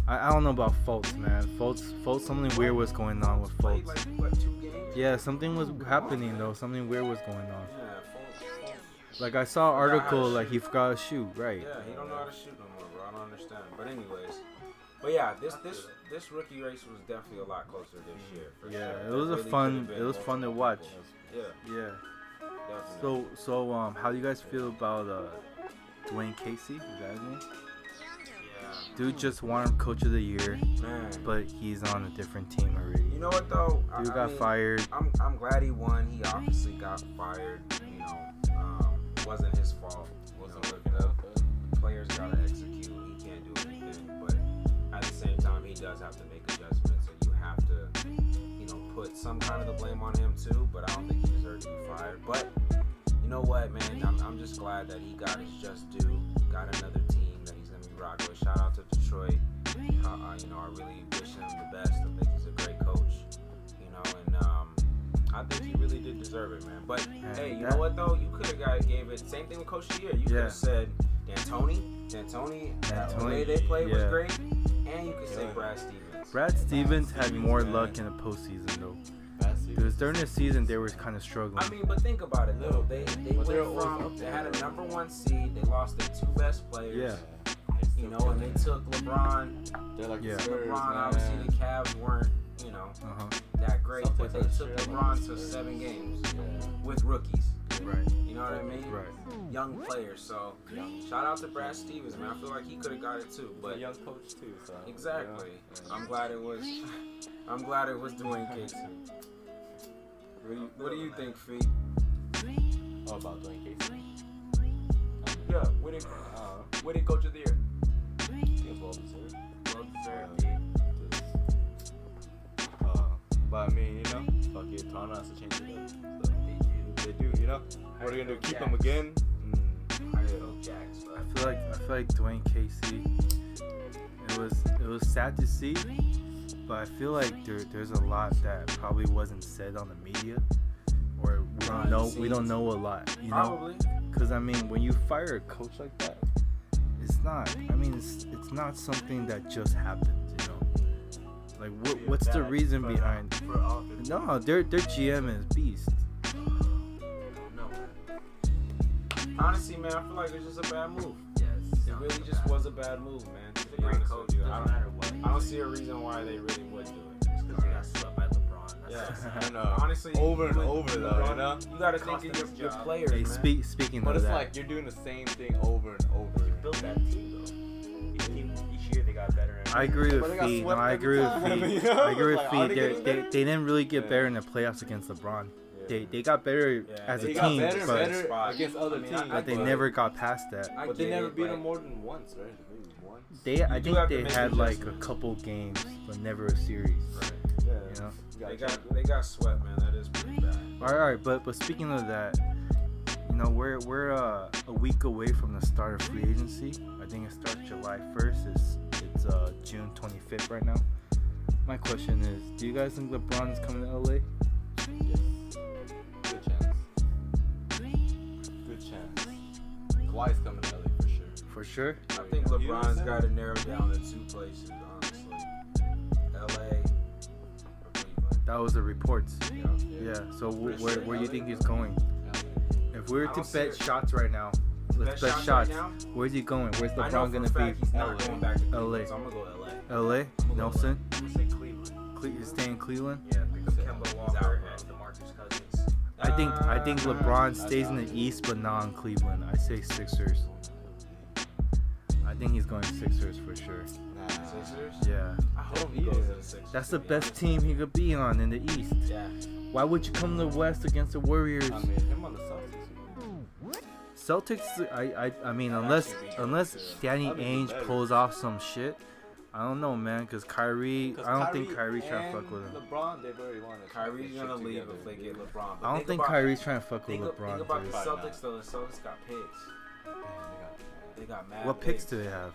Speaker 3: I, I don't know about Fultz, man. Fultz, Fultz, something weird was going on with
Speaker 4: Played
Speaker 3: Fultz.
Speaker 4: like what two games?
Speaker 3: Yeah, something was happening though. Something weird was going on.
Speaker 4: Yeah. Fultz- Fultz-
Speaker 3: Like I saw an
Speaker 4: Forgot how to
Speaker 3: article, like
Speaker 4: shoot.
Speaker 3: he forgot to shoot, right?
Speaker 4: Yeah, he don't know how to shoot no more, bro. I don't understand. But anyways, but yeah, this this this rookie race was definitely a lot closer this year. For
Speaker 3: Yeah,
Speaker 4: sure.
Speaker 3: it
Speaker 4: There
Speaker 3: was a
Speaker 4: really
Speaker 3: fun-
Speaker 4: could've been
Speaker 3: it was fun to
Speaker 4: multiple
Speaker 3: watch.
Speaker 4: people.
Speaker 3: Yeah.
Speaker 4: Yeah, definitely.
Speaker 3: So, so um, how do you guys feel about uh, Dwayne Casey? Is that his name?
Speaker 5: yeah,
Speaker 3: Dude just won him Coach of the Year,
Speaker 4: man,
Speaker 3: but he's on a different team already.
Speaker 4: you know what though? I-
Speaker 3: Dude
Speaker 4: I
Speaker 3: got
Speaker 4: mean,
Speaker 3: fired.
Speaker 4: I'm I'm glad he won. He obviously got fired. You know, um, wasn't his fault. Wasn't looking up. Players gotta execute. He can't do anything. But at the same time, he does have to make adjustments, and you have to, you know, put some kind of the blame on him too. But I don't think he deserves to be fired. But you know what, man? I'm, I'm just glad that he got his just due. Got another team that he's gonna be rocking with. Shout out to Detroit. Uh, uh, you know, I really wish him the best. I think he's a great coach. You know, and um, I think he really did deserve it, man. But hey, you know
Speaker 3: that-
Speaker 4: what though? You could have got gave it. Same thing with Coach of the Year. You could
Speaker 3: Yeah.
Speaker 4: have said D'Antoni. D'Antoni. D'Antoni the
Speaker 3: D'Antoni,
Speaker 4: way they played was
Speaker 3: yeah.
Speaker 4: great. And you could say Brad Stevens.
Speaker 3: Brad Stevens had
Speaker 6: Stevens,
Speaker 3: more
Speaker 6: man.
Speaker 3: luck in the postseason though,
Speaker 6: That's it.
Speaker 3: because during the season they were kind of
Speaker 4: I
Speaker 3: struggling.
Speaker 4: mean, but think about it though. They they
Speaker 6: But they're
Speaker 4: went
Speaker 6: always
Speaker 4: from
Speaker 6: up
Speaker 4: they
Speaker 6: there,
Speaker 4: had a
Speaker 6: though.
Speaker 4: number one seed. They lost their two best players.
Speaker 3: yeah,
Speaker 4: You know, and they took LeBron.
Speaker 6: They're like
Speaker 3: Yeah.
Speaker 6: the Spurs,
Speaker 4: LeBron,
Speaker 6: man.
Speaker 4: obviously, the Cavs weren't, you know,
Speaker 3: uh huh,
Speaker 4: that great, but they
Speaker 6: Celtics are
Speaker 4: took
Speaker 6: shit.
Speaker 4: LeBron to seven games
Speaker 6: Yeah.
Speaker 4: with rookies.
Speaker 3: right,
Speaker 4: You know what I mean?
Speaker 3: right.
Speaker 4: Young players. So shout out to Brad Stevens, man. I feel like he could have got it too,
Speaker 6: But
Speaker 4: but
Speaker 6: a young coach too. So
Speaker 4: exactly.
Speaker 6: Yeah.
Speaker 4: I'm glad it was. I'm glad it was Dwayne Casey. What do you, what do you think, Fee?
Speaker 6: Oh, about Dwayne Casey.
Speaker 4: Yeah, winning,
Speaker 6: Uh,
Speaker 4: winning coach of the year.
Speaker 6: he was well deserved.
Speaker 5: well deserved, dude.
Speaker 6: Just- Uh, but I mean, you know, fuck it. Toronto has to change it up. So they do. They do. You know, what are you gonna do? Keep him again? Mm.
Speaker 5: I felt Jax, but
Speaker 3: I feel like I feel like Dwayne Casey. It was it was sad to see, but I feel like there, there's a lot that probably wasn't said on the media, or we don't know. We don't know a lot, you know.
Speaker 4: Probably.
Speaker 3: Because I mean, when you fire a coach like that, it's not. I mean, it's it's not something that just happens, you know. Like, what what's the reason
Speaker 5: uh,
Speaker 3: behind?
Speaker 9: For offense.
Speaker 3: No, their their GM is beast.
Speaker 5: No.
Speaker 4: Honestly, man, I feel like it's just a bad move.
Speaker 5: Yes.
Speaker 4: It really just was a bad move, man. To
Speaker 9: The
Speaker 4: be
Speaker 9: great
Speaker 4: honest
Speaker 9: coach
Speaker 4: with you,
Speaker 9: doesn't
Speaker 4: I don't,
Speaker 9: matter what.
Speaker 4: I don't see a reason why they really would do it.
Speaker 9: because they got swept by LeBron. That's
Speaker 4: Yeah.
Speaker 6: I know.
Speaker 4: Honestly,
Speaker 6: uh, over and
Speaker 4: you-
Speaker 6: over though, you know.
Speaker 4: You gotta
Speaker 9: Cost
Speaker 4: think
Speaker 9: them
Speaker 4: of
Speaker 9: his
Speaker 4: your, your
Speaker 9: job.
Speaker 4: players,
Speaker 3: Hey,
Speaker 4: man.
Speaker 3: speak, speaking
Speaker 6: But
Speaker 3: of
Speaker 6: it's
Speaker 3: that,
Speaker 6: like you're doing the same thing over and over.
Speaker 9: built that team though. Each, team, each year they got better. And
Speaker 3: I agree
Speaker 6: But they
Speaker 3: with
Speaker 6: got
Speaker 3: Fee. No,
Speaker 6: swept
Speaker 3: I
Speaker 6: every
Speaker 3: agree with
Speaker 6: time,
Speaker 3: Fee.
Speaker 6: you know?
Speaker 3: I agree with
Speaker 6: Like,
Speaker 3: Fee.
Speaker 6: are they
Speaker 3: They,
Speaker 6: getting
Speaker 3: they,
Speaker 6: better?
Speaker 3: they didn't really get
Speaker 6: Yeah.
Speaker 3: better in the playoffs against LeBron.
Speaker 6: Yeah.
Speaker 3: They they got better
Speaker 4: Yeah,
Speaker 3: as a
Speaker 6: They
Speaker 3: team,
Speaker 6: got better and
Speaker 3: but,
Speaker 6: better
Speaker 4: Spot.
Speaker 6: against other
Speaker 4: I mean, I-
Speaker 6: teams,
Speaker 3: but they never got past that.
Speaker 4: I
Speaker 6: But they
Speaker 4: get
Speaker 6: never
Speaker 4: it,
Speaker 6: beat
Speaker 4: like,
Speaker 6: them more than once, right? Maybe once.
Speaker 3: They I
Speaker 4: do
Speaker 3: think
Speaker 4: have to
Speaker 3: they
Speaker 4: make
Speaker 3: had like a
Speaker 4: adjustments.
Speaker 3: couple games, but never a series.
Speaker 6: Yeah.
Speaker 3: You know.
Speaker 4: They
Speaker 6: You gotta
Speaker 4: got they got swept, man. That is pretty bad.
Speaker 3: All right, but but speaking of that, you know we're we're uh, a week away from the start of free agency. I think it starts July 1st. It's it's uh, June 25th right now. My question is, do you guys think LeBron's coming to LA?
Speaker 6: Good chance. Good chance. Kawhi's coming to LA for sure.
Speaker 3: For sure.
Speaker 4: I think
Speaker 6: You know what I'm
Speaker 4: LeBron's
Speaker 6: saying?
Speaker 4: got to narrow down to two places, honestly. L.A. or Cleveland.
Speaker 3: That was the reports.
Speaker 4: Yeah.
Speaker 3: Yeah. So wh-
Speaker 4: For
Speaker 3: where
Speaker 4: sure,
Speaker 3: where you
Speaker 4: LA,
Speaker 3: think he's
Speaker 4: bro.
Speaker 3: going? If we were
Speaker 4: I
Speaker 3: to
Speaker 4: don't see
Speaker 3: bet
Speaker 4: it.
Speaker 3: shots right now, let's
Speaker 4: Best
Speaker 3: bet
Speaker 4: shots
Speaker 3: shots.
Speaker 4: right now?
Speaker 3: Where's he going? Where's
Speaker 4: I know
Speaker 3: LeBron
Speaker 4: for
Speaker 3: gonna
Speaker 4: a fact
Speaker 3: be?
Speaker 4: he's not
Speaker 6: LA.
Speaker 4: going back to Cleveland,
Speaker 3: LA.
Speaker 4: so I'm gonna go L.A.
Speaker 3: L.A.
Speaker 4: LA.
Speaker 3: Nelson.
Speaker 9: I'm gonna say Cleveland.
Speaker 3: Cle- you stay in Cleveland.
Speaker 9: Yeah, pick up
Speaker 4: Yeah.
Speaker 9: Kemba
Speaker 4: He's
Speaker 9: Walker
Speaker 4: out,
Speaker 9: and
Speaker 4: bro.
Speaker 9: DeMarcus Cousins.
Speaker 3: I think I think
Speaker 4: Uh,
Speaker 3: LeBron stays in the East, but not in Cleveland. I say Sixers. I think he's going Sixers for sure.
Speaker 6: Nah.
Speaker 4: Sixers.
Speaker 3: Yeah,
Speaker 4: I hope he
Speaker 6: Yeah.
Speaker 4: goes to the Sixers.
Speaker 3: that's the
Speaker 4: to be
Speaker 3: best team he could be on in the East.
Speaker 4: honest. Yeah.
Speaker 3: Why would you come to the West against the Warriors?
Speaker 6: I mean, him on the Celtics.
Speaker 3: Celtics, I, I, I mean, unless unless Danny
Speaker 6: That'd be
Speaker 3: Ainge
Speaker 6: better.
Speaker 3: pulls off some shit, I don't know, man. Cause Kyrie, I
Speaker 6: 'Cause
Speaker 3: don't think Kyrie trying
Speaker 6: and
Speaker 3: to fuck with him.
Speaker 6: LeBron, they've already won it.
Speaker 4: Kyrie's
Speaker 6: Shit
Speaker 4: gonna leave
Speaker 6: together,
Speaker 4: if they
Speaker 6: dude.
Speaker 4: get LeBron. But
Speaker 3: I don't
Speaker 4: think
Speaker 3: think
Speaker 4: about,
Speaker 3: Kyrie's trying to fuck with
Speaker 4: Think, of- think
Speaker 3: LeBron.
Speaker 4: about the
Speaker 3: dude.
Speaker 6: Probably
Speaker 4: Celtics
Speaker 6: not.
Speaker 4: though. The Celtics got picks.
Speaker 6: Man, they
Speaker 4: They got mad.
Speaker 3: What picks do
Speaker 4: picks.
Speaker 3: they have?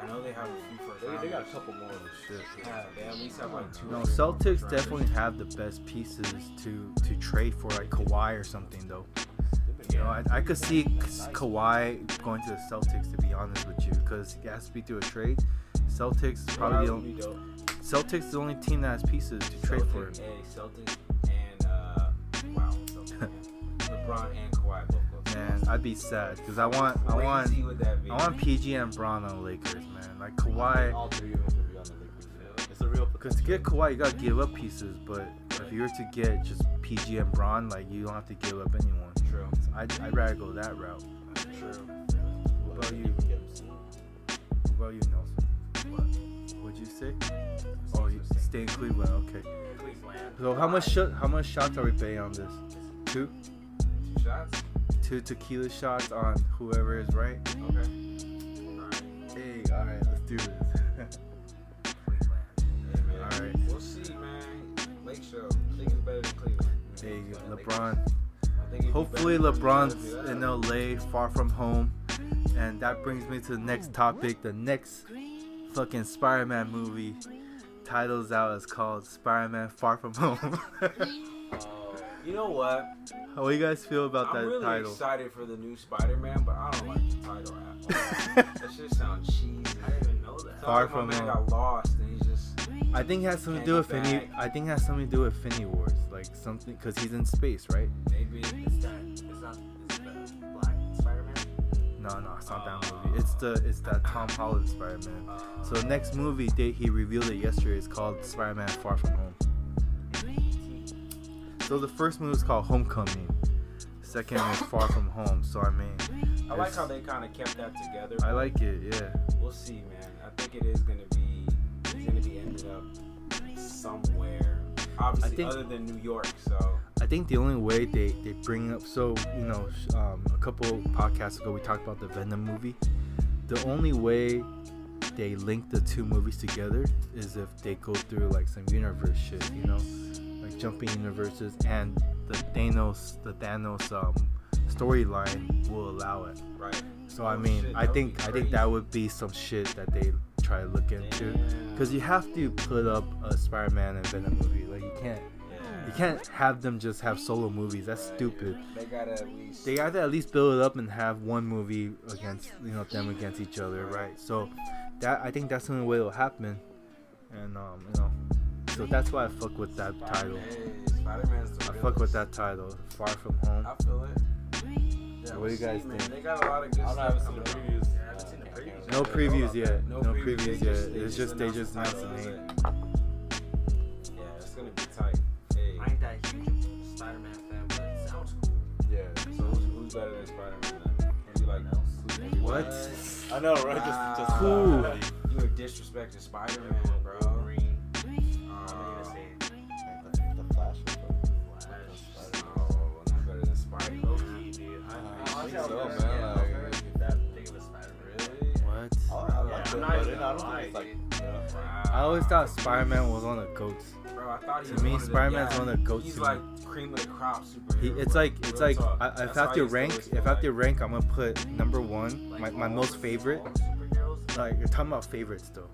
Speaker 4: I know they have a few first
Speaker 6: got- They, they got a
Speaker 4: rounders.
Speaker 6: couple more.
Speaker 3: Oh, Shit.
Speaker 4: Yeah, they at least have like two.
Speaker 3: No,
Speaker 4: or three more first
Speaker 3: Celtics
Speaker 4: rounders.
Speaker 3: definitely have the best pieces to to trade for like Kawhi or something though. You know, I, I could see Kawhi going to the Celtics to be honest with you, because it has to be through a trade. Celtics probably
Speaker 4: That would
Speaker 3: the
Speaker 4: be dope.
Speaker 3: only- Celtics is the only team that has pieces to trade
Speaker 4: Celtic,
Speaker 3: for.
Speaker 4: A, Celtic and uh, wow, Celtic, man. LeBron and Kawhi both go. to the
Speaker 3: Man, I'd be sad because I want I
Speaker 4: Crazy
Speaker 3: want
Speaker 4: would that be?
Speaker 3: I want PG and Bron on the Lakers, man. Like Kawhi,
Speaker 6: All three of them could be on the Lakers. yeah. It's a real
Speaker 3: because to
Speaker 6: potential.
Speaker 3: get Kawhi, you gotta give up pieces, but if you were to get just PG and Bron, like you don't have to give up anyone.
Speaker 4: True,
Speaker 3: So I'd, I'd rather go that route.
Speaker 4: true.
Speaker 3: What about you? What about you, Nelson? What? Would you say? Oh, you stay in Cleveland. Okay.
Speaker 9: Cleveland.
Speaker 3: So how much shot? How much shots are we betting on this? Two,
Speaker 4: Two shots.
Speaker 3: two tequila shots on whoever is right.
Speaker 4: Okay. All right.
Speaker 3: Hey, all right, let's do this.
Speaker 9: Cleveland.
Speaker 4: Hey, man.
Speaker 3: All right.
Speaker 4: We'll see, man. Lake Show. I think it's better than Cleveland.
Speaker 3: hey, LeBron.
Speaker 4: I think it'd be
Speaker 3: Hopefully,
Speaker 4: better than Cleveland.
Speaker 3: LeBron's
Speaker 4: Yeah.
Speaker 3: in LA, far from home, and that brings me to the next topic. The next fucking Spider-Man movie. Titles out is called Spider-Man Far From Home.
Speaker 4: You know what?
Speaker 3: How do you guys feel about that
Speaker 4: I'm really
Speaker 3: title?
Speaker 4: excited for the new Spider-Man, but I don't like the title at all. that shit sounds cheesy.
Speaker 9: I didn't even know that.
Speaker 3: Far
Speaker 4: Sounds like
Speaker 3: from
Speaker 4: my man
Speaker 3: home.
Speaker 4: got lost and he's just
Speaker 3: I think it has something to do with Finny. I think it has something to do with Finny Wars, like something because he's in space, right?
Speaker 4: maybe
Speaker 9: It's that. It's not. It's the black Spider-Man.
Speaker 3: No, no, it's not that movie. It's the it's that Tom Holland Spider-Man. So the next movie they he revealed it yesterday. It's called Spider-Man Far From Home. So the first movie is called Homecoming. Second one is Far From Home. So I mean,
Speaker 4: I like
Speaker 3: it's-
Speaker 4: how they kind of kept that together.
Speaker 3: I like it. Yeah,
Speaker 4: We'll see, man. I think it is gonna be it's gonna be ended up somewhere. Obviously,
Speaker 3: think-
Speaker 4: other than New York. So
Speaker 3: I think the only way they they bring up so you know sh- um, a couple podcasts ago we talked about the Venom movie. The only way they link the two movies together is if they go through like some universe shit, you know, like jumping universes, and the Thanos the Thanos um, storyline will allow it.
Speaker 4: right.
Speaker 3: So I
Speaker 4: Oh,
Speaker 3: mean,
Speaker 4: shit,
Speaker 3: I
Speaker 4: that would
Speaker 3: think
Speaker 4: be
Speaker 3: I think that would be some shit that they try to look into because you have to put up a Spider-Man and Venom movie. Like you can't, you can't have them just have solo movies. That's stupid.
Speaker 4: They gotta at least.
Speaker 3: They have to at least build it up and have one movie against you know them against each other, right? So that I think that's the only way it'll happen, and um, you know, so that's why I fuck with that title.
Speaker 4: Spider Man's the
Speaker 3: I
Speaker 4: realest.
Speaker 3: fuck with that title, Far From Home.
Speaker 4: I feel it. Yeah,
Speaker 3: What do you guys
Speaker 4: man,
Speaker 3: think?
Speaker 4: They got a lot of good
Speaker 6: I don't
Speaker 4: stuff.
Speaker 6: have seen
Speaker 4: coming
Speaker 6: the
Speaker 4: up.
Speaker 6: previews.
Speaker 9: I haven't seen the previews.
Speaker 3: No previews yet.
Speaker 4: No
Speaker 3: No,
Speaker 4: previews, they
Speaker 3: previews
Speaker 4: just-
Speaker 3: yet.
Speaker 4: they
Speaker 3: It's
Speaker 4: just
Speaker 3: just they
Speaker 4: announced
Speaker 3: just
Speaker 4: the
Speaker 3: announced the
Speaker 4: title,
Speaker 3: name.
Speaker 4: Yeah, it's gonna be tight. Hey,
Speaker 9: I ain't that huge of a Spider-Man fan, but it sounds cool.
Speaker 6: Yeah.
Speaker 4: so who's, who's better than Spider Man? Maybe like else.
Speaker 3: What?
Speaker 6: I know, right? Just, just
Speaker 3: Cool.
Speaker 6: Uh,
Speaker 4: You were disrespecting Spider Man, bro. Uh,
Speaker 6: the Flash.
Speaker 4: no, not better than Spider Man.
Speaker 9: Low-key, dude. I- I
Speaker 6: I think
Speaker 9: honestly, I
Speaker 6: so,
Speaker 9: was
Speaker 6: man,
Speaker 9: yeah, I
Speaker 6: like-
Speaker 9: was never that big of a Spider-Man.
Speaker 4: Really?
Speaker 3: What?
Speaker 6: I don't know, I
Speaker 9: Yeah,
Speaker 6: like
Speaker 9: I'm
Speaker 6: it,
Speaker 9: not
Speaker 6: but
Speaker 9: even
Speaker 6: it- I
Speaker 9: gonna
Speaker 6: don't think it's
Speaker 9: lie,
Speaker 6: like. you know,
Speaker 4: Wow.
Speaker 3: I always thought Spider-Man was on the goats.
Speaker 4: Bro, I thought he
Speaker 3: To
Speaker 4: was
Speaker 3: me,
Speaker 4: one of the-
Speaker 3: Spider-Man's
Speaker 4: yeah,
Speaker 3: one of the goats
Speaker 4: He's
Speaker 3: to me.
Speaker 4: like cream of the crop superhero.
Speaker 3: He, it's
Speaker 4: bro.
Speaker 3: like it's
Speaker 4: Real
Speaker 3: like
Speaker 4: talk.
Speaker 3: I, if
Speaker 4: That's
Speaker 3: I
Speaker 4: why
Speaker 3: have
Speaker 4: I
Speaker 3: to
Speaker 4: used
Speaker 3: rank,
Speaker 4: listen
Speaker 3: if I have to
Speaker 4: like-
Speaker 3: rank, I'm gonna put number one, my, my most favorite.
Speaker 9: All superheroes,
Speaker 3: Like you're talking about favorites though,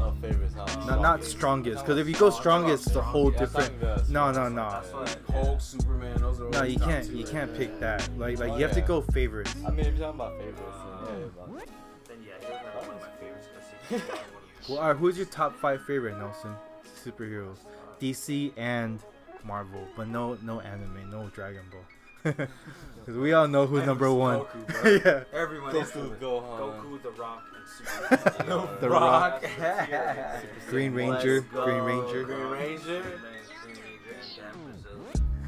Speaker 6: Uh, favorites, huh?
Speaker 3: not not strongest. Because if you go strongest, it's a whole different. No, no, no,
Speaker 9: that's what-
Speaker 4: Hulk, Superman, those are
Speaker 3: no.
Speaker 4: always
Speaker 3: You
Speaker 4: top
Speaker 3: can't
Speaker 4: two
Speaker 3: you
Speaker 4: right
Speaker 3: can't
Speaker 4: there.
Speaker 3: pick that. Like like
Speaker 6: Oh,
Speaker 3: you have to
Speaker 6: yeah.
Speaker 3: go favorites.
Speaker 6: I mean, if you're talking about favorites, then yeah, but-
Speaker 9: then yeah, he was like one of my favorites. 'cause he's one of the-
Speaker 3: Well, all right, who's your top five favorite Nelson superheroes? DC and Marvel, but no no anime, no Dragon Ball. Because we all know who's number one.
Speaker 4: Goku, bro.
Speaker 3: yeah,
Speaker 4: Everyone is
Speaker 6: Goku, Gohan.
Speaker 9: Goku, The Rock, and Superman.
Speaker 6: No,
Speaker 3: The
Speaker 4: Rock.
Speaker 3: Rock,
Speaker 4: Green
Speaker 3: Green Ranger, Green Ranger.
Speaker 4: Ranger.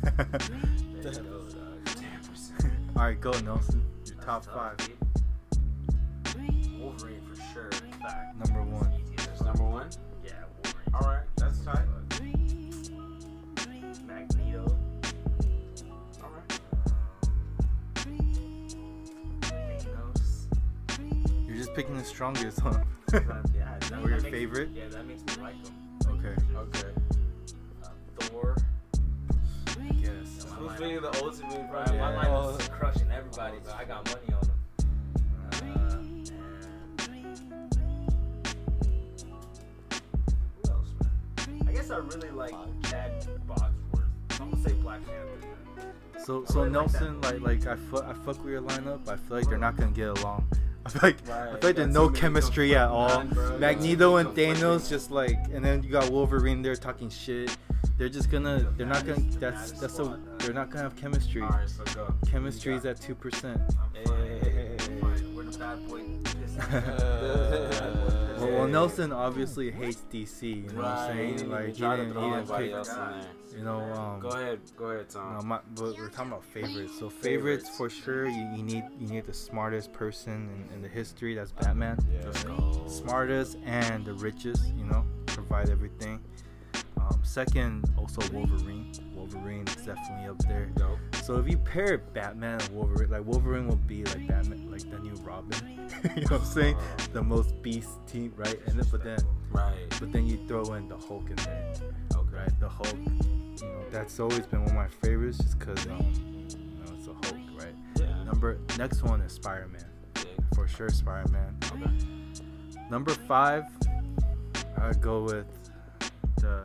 Speaker 3: All right, go Nelson. Your top five,
Speaker 9: Wolverine for sure.
Speaker 3: number one.
Speaker 4: That's number one.
Speaker 9: Yeah,
Speaker 4: All right, that's tight.
Speaker 9: Wolverine. Magneto.
Speaker 4: All right.
Speaker 9: Thanos.
Speaker 3: You're just picking the strongest, huh?
Speaker 9: yeah, that,
Speaker 3: Or your
Speaker 9: that makes-
Speaker 3: favorite?
Speaker 9: Yeah, that makes me like him.
Speaker 3: Okay.
Speaker 4: Okay.
Speaker 9: Uh, Thor.
Speaker 3: Yes.
Speaker 9: My
Speaker 4: Who's
Speaker 9: lineup-
Speaker 4: being the ultimate
Speaker 9: Bro,
Speaker 4: right?
Speaker 9: My
Speaker 4: Yeah.
Speaker 9: lineup is crushing everybody, but I got money on them. Uh, and who else, man? I guess I really like Chad Bosworth. I'm gonna say Black Panther. man.
Speaker 3: So so
Speaker 9: really like that
Speaker 3: Nelson, like like I fuck I fuck with your lineup. I feel like they're not gonna get along. I feel like I feel
Speaker 4: Right,
Speaker 3: like
Speaker 4: got
Speaker 3: there's
Speaker 4: too
Speaker 3: no
Speaker 4: many
Speaker 3: chemistry at all.
Speaker 4: conflicting- None, bro.
Speaker 3: Magneto and
Speaker 4: Conflicting.
Speaker 3: Thanos just like, and then you got Wolverine there talking shit. They're just gonna. They're not gonna. That's that's a. They're not gonna have chemistry.
Speaker 4: All right, so go.
Speaker 3: Chemistry is at two percent.
Speaker 9: I'm
Speaker 4: Hey.
Speaker 9: fine. I'm fine. We're the bad boy.
Speaker 6: Oh,
Speaker 9: pissed.
Speaker 3: Well,
Speaker 6: Uh,
Speaker 3: well, Nelson obviously hates DC. You know what I'm saying? Like he
Speaker 4: try to
Speaker 3: didn't,
Speaker 4: throw
Speaker 3: he
Speaker 4: everybody
Speaker 3: didn't
Speaker 4: else
Speaker 3: pick.
Speaker 4: in there.
Speaker 3: You know. Um,
Speaker 4: Go ahead, go ahead,
Speaker 3: No,
Speaker 4: Tom.
Speaker 3: my, but we're talking about favorites. So favorites, for sure. You, you need you need the smartest person in, in the history. That's Batman.
Speaker 6: yeah.
Speaker 3: Smartest and the richest. You know, provide everything. Um, second, also Wolverine. Wolverine is definitely up there.
Speaker 4: Dope.
Speaker 3: So if you pair Batman and Wolverine, like Wolverine will be like Batman, like the new Robin. you know what I'm saying? The most beast team, right? And then, but then,
Speaker 4: Right.
Speaker 3: but then you throw in the Hulk in there
Speaker 4: Okay.
Speaker 3: right? The Hulk. You know, that's always been one of my favorites, just cause um, you know, it's a Hulk, right?
Speaker 4: Yeah.
Speaker 3: Number next one is Spider Man,
Speaker 4: Yeah.
Speaker 3: for sure. Spider Man.
Speaker 4: Okay.
Speaker 3: Number five, I go with the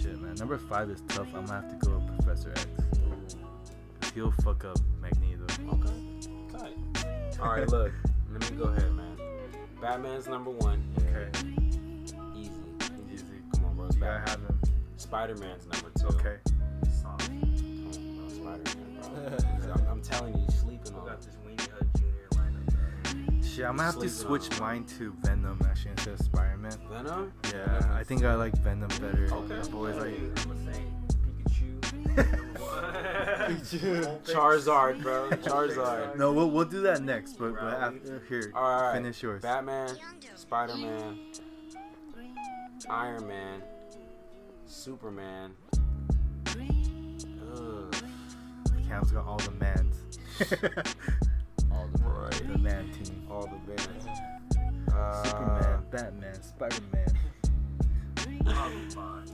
Speaker 3: shit, man. Number five is tough. I'm gonna have to go with Professor X. Cause he'll fuck up Magneto.
Speaker 4: Okay. Tight. All right, look. Let me go ahead, man. Batman's number one.
Speaker 3: Okay.
Speaker 4: Easy.
Speaker 3: Easy.
Speaker 4: Come on, bro. It's
Speaker 3: You gotta
Speaker 4: Batman.
Speaker 3: have him.
Speaker 4: Spider Man's number two.
Speaker 3: Okay.
Speaker 9: Soft.
Speaker 4: Come on, bro. Spider-Man, bro. I'm, I'm telling you, you're sleeping
Speaker 9: We
Speaker 4: on
Speaker 9: got
Speaker 4: it.
Speaker 9: this Weenie Hut Junior lineup.
Speaker 3: Shit, I'm gonna have to
Speaker 4: Sleeping
Speaker 3: switch mine to Venom actually instead of Spider Man.
Speaker 4: Venom?
Speaker 3: Yeah, I think I like Venom better.
Speaker 4: Okay.
Speaker 3: I've always like
Speaker 9: I'm gonna say Pikachu.
Speaker 4: Charizard, bro. Charizard.
Speaker 3: No, we'll, we'll do that next, but, but
Speaker 9: Right.
Speaker 3: after here,
Speaker 4: All right.
Speaker 3: finish yours.
Speaker 4: Batman, Spider Man, Iron Man, Superman. Ugh.
Speaker 3: Cam's got all the mans. all the right. The man team.
Speaker 4: All the bands. Uh,
Speaker 3: Superman, Batman, Spider Man.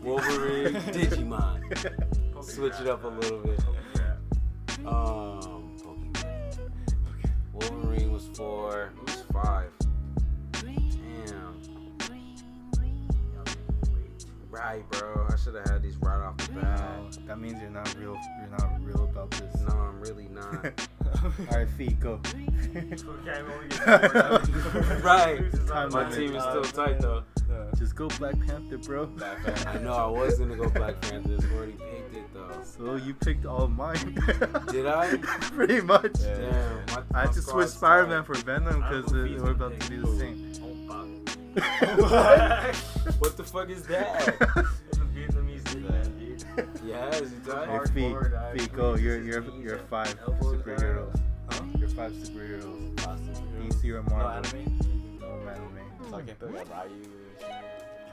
Speaker 4: Wolverine, Digimon. Switch it up a little bit. Um, Pokemon. Wolverine was four. Who's five? Damn. I, bro. I should have had these right off the bat.
Speaker 3: Wow, that means you're not real. You're not real about this.
Speaker 4: No, I'm really not.
Speaker 3: All right, feet go.
Speaker 5: Okay, well, we get bored.
Speaker 4: Right.
Speaker 5: Loses on
Speaker 4: My
Speaker 5: the-
Speaker 4: team is still tight though.
Speaker 3: Just go Black Panther, bro.
Speaker 4: I know I was gonna go Black Panther. I already picked it though.
Speaker 3: So you picked all of mine.
Speaker 4: Did I?
Speaker 3: Pretty much.
Speaker 4: Damn. My,
Speaker 3: I had to switch Spider-Man for Venom
Speaker 5: I don't
Speaker 3: because
Speaker 5: know if he's
Speaker 3: we're
Speaker 5: gonna
Speaker 3: about to
Speaker 5: pick
Speaker 3: do the same.
Speaker 5: Don't bother.
Speaker 4: What the fuck is that?
Speaker 5: The Vietnamese did that, dude.
Speaker 4: yes, you
Speaker 3: Your
Speaker 4: tired?
Speaker 3: feet,
Speaker 5: Hardcore, dog.
Speaker 3: feet go. You're you're you're five
Speaker 5: Elbows,
Speaker 3: superheroes. You're five superheroes. DC or
Speaker 6: No
Speaker 3: Marvel?
Speaker 6: anime.
Speaker 3: No anime.
Speaker 6: So I can't pick like Ryu.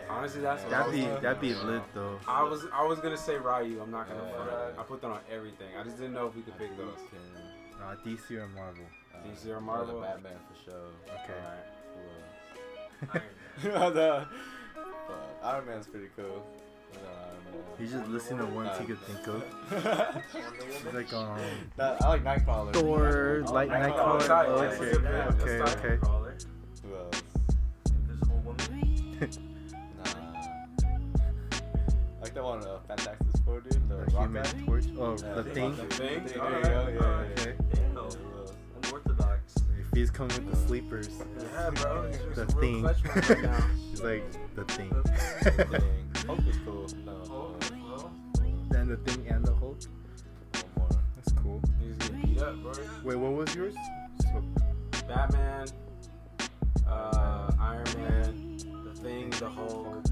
Speaker 4: Honestly, that's what I
Speaker 3: That'd
Speaker 4: was
Speaker 3: be
Speaker 4: thinking.
Speaker 3: that'd be lit though.
Speaker 4: I was I was gonna say Ryu. I'm not gonna
Speaker 6: Yeah.
Speaker 4: front. I put that on everything. I just didn't know if we could pick those.
Speaker 3: Nah, DC or Marvel.
Speaker 4: DC or Marvel?
Speaker 6: uh, Batman for sure.
Speaker 3: Okay.
Speaker 6: Who else? the, but Iron Man's pretty cool. You know,
Speaker 3: He's just listening to ones
Speaker 6: Uh,
Speaker 3: he could think of.
Speaker 6: Iron Man.
Speaker 3: He's like um
Speaker 6: Nah, I like Nightcrawler.
Speaker 3: Thor, Light
Speaker 6: Nightcrawler.
Speaker 3: Nightcrawler.
Speaker 4: Nightcrawler.
Speaker 3: Oh,
Speaker 4: Yes,
Speaker 3: okay,
Speaker 4: it's a
Speaker 5: bad-
Speaker 3: okay,
Speaker 5: that's
Speaker 3: okay.
Speaker 5: Crawler,
Speaker 6: Who else?
Speaker 5: Invisible Woman.
Speaker 6: Nah. I like that one, uh, Fantastic Four dude. The
Speaker 3: The
Speaker 6: Rock
Speaker 3: Human
Speaker 6: guy.
Speaker 3: Torch. Oh,
Speaker 6: Yeah,
Speaker 3: the thing.
Speaker 6: The
Speaker 4: Thing?
Speaker 6: thing. There you go.
Speaker 4: Alright,
Speaker 6: Yeah, yeah,
Speaker 4: alright.
Speaker 6: yeah.
Speaker 3: Okay.
Speaker 5: Damn,
Speaker 6: Who else?
Speaker 5: unorthodox.
Speaker 3: If he's coming with the sleepers,
Speaker 4: Yeah, bro. It's
Speaker 3: the
Speaker 4: just a real
Speaker 3: thing.
Speaker 4: clutch one right now.
Speaker 3: He's like the thing.
Speaker 6: Thing. Hulk is cool. No.
Speaker 5: Oh, well,
Speaker 3: Then the thing and the Hulk.
Speaker 6: One more.
Speaker 3: That's cool.
Speaker 4: He's getting beat up, bro.
Speaker 3: Wait, what was yours? So,
Speaker 4: Batman, uh, Iron Man, the thing, the Hulk.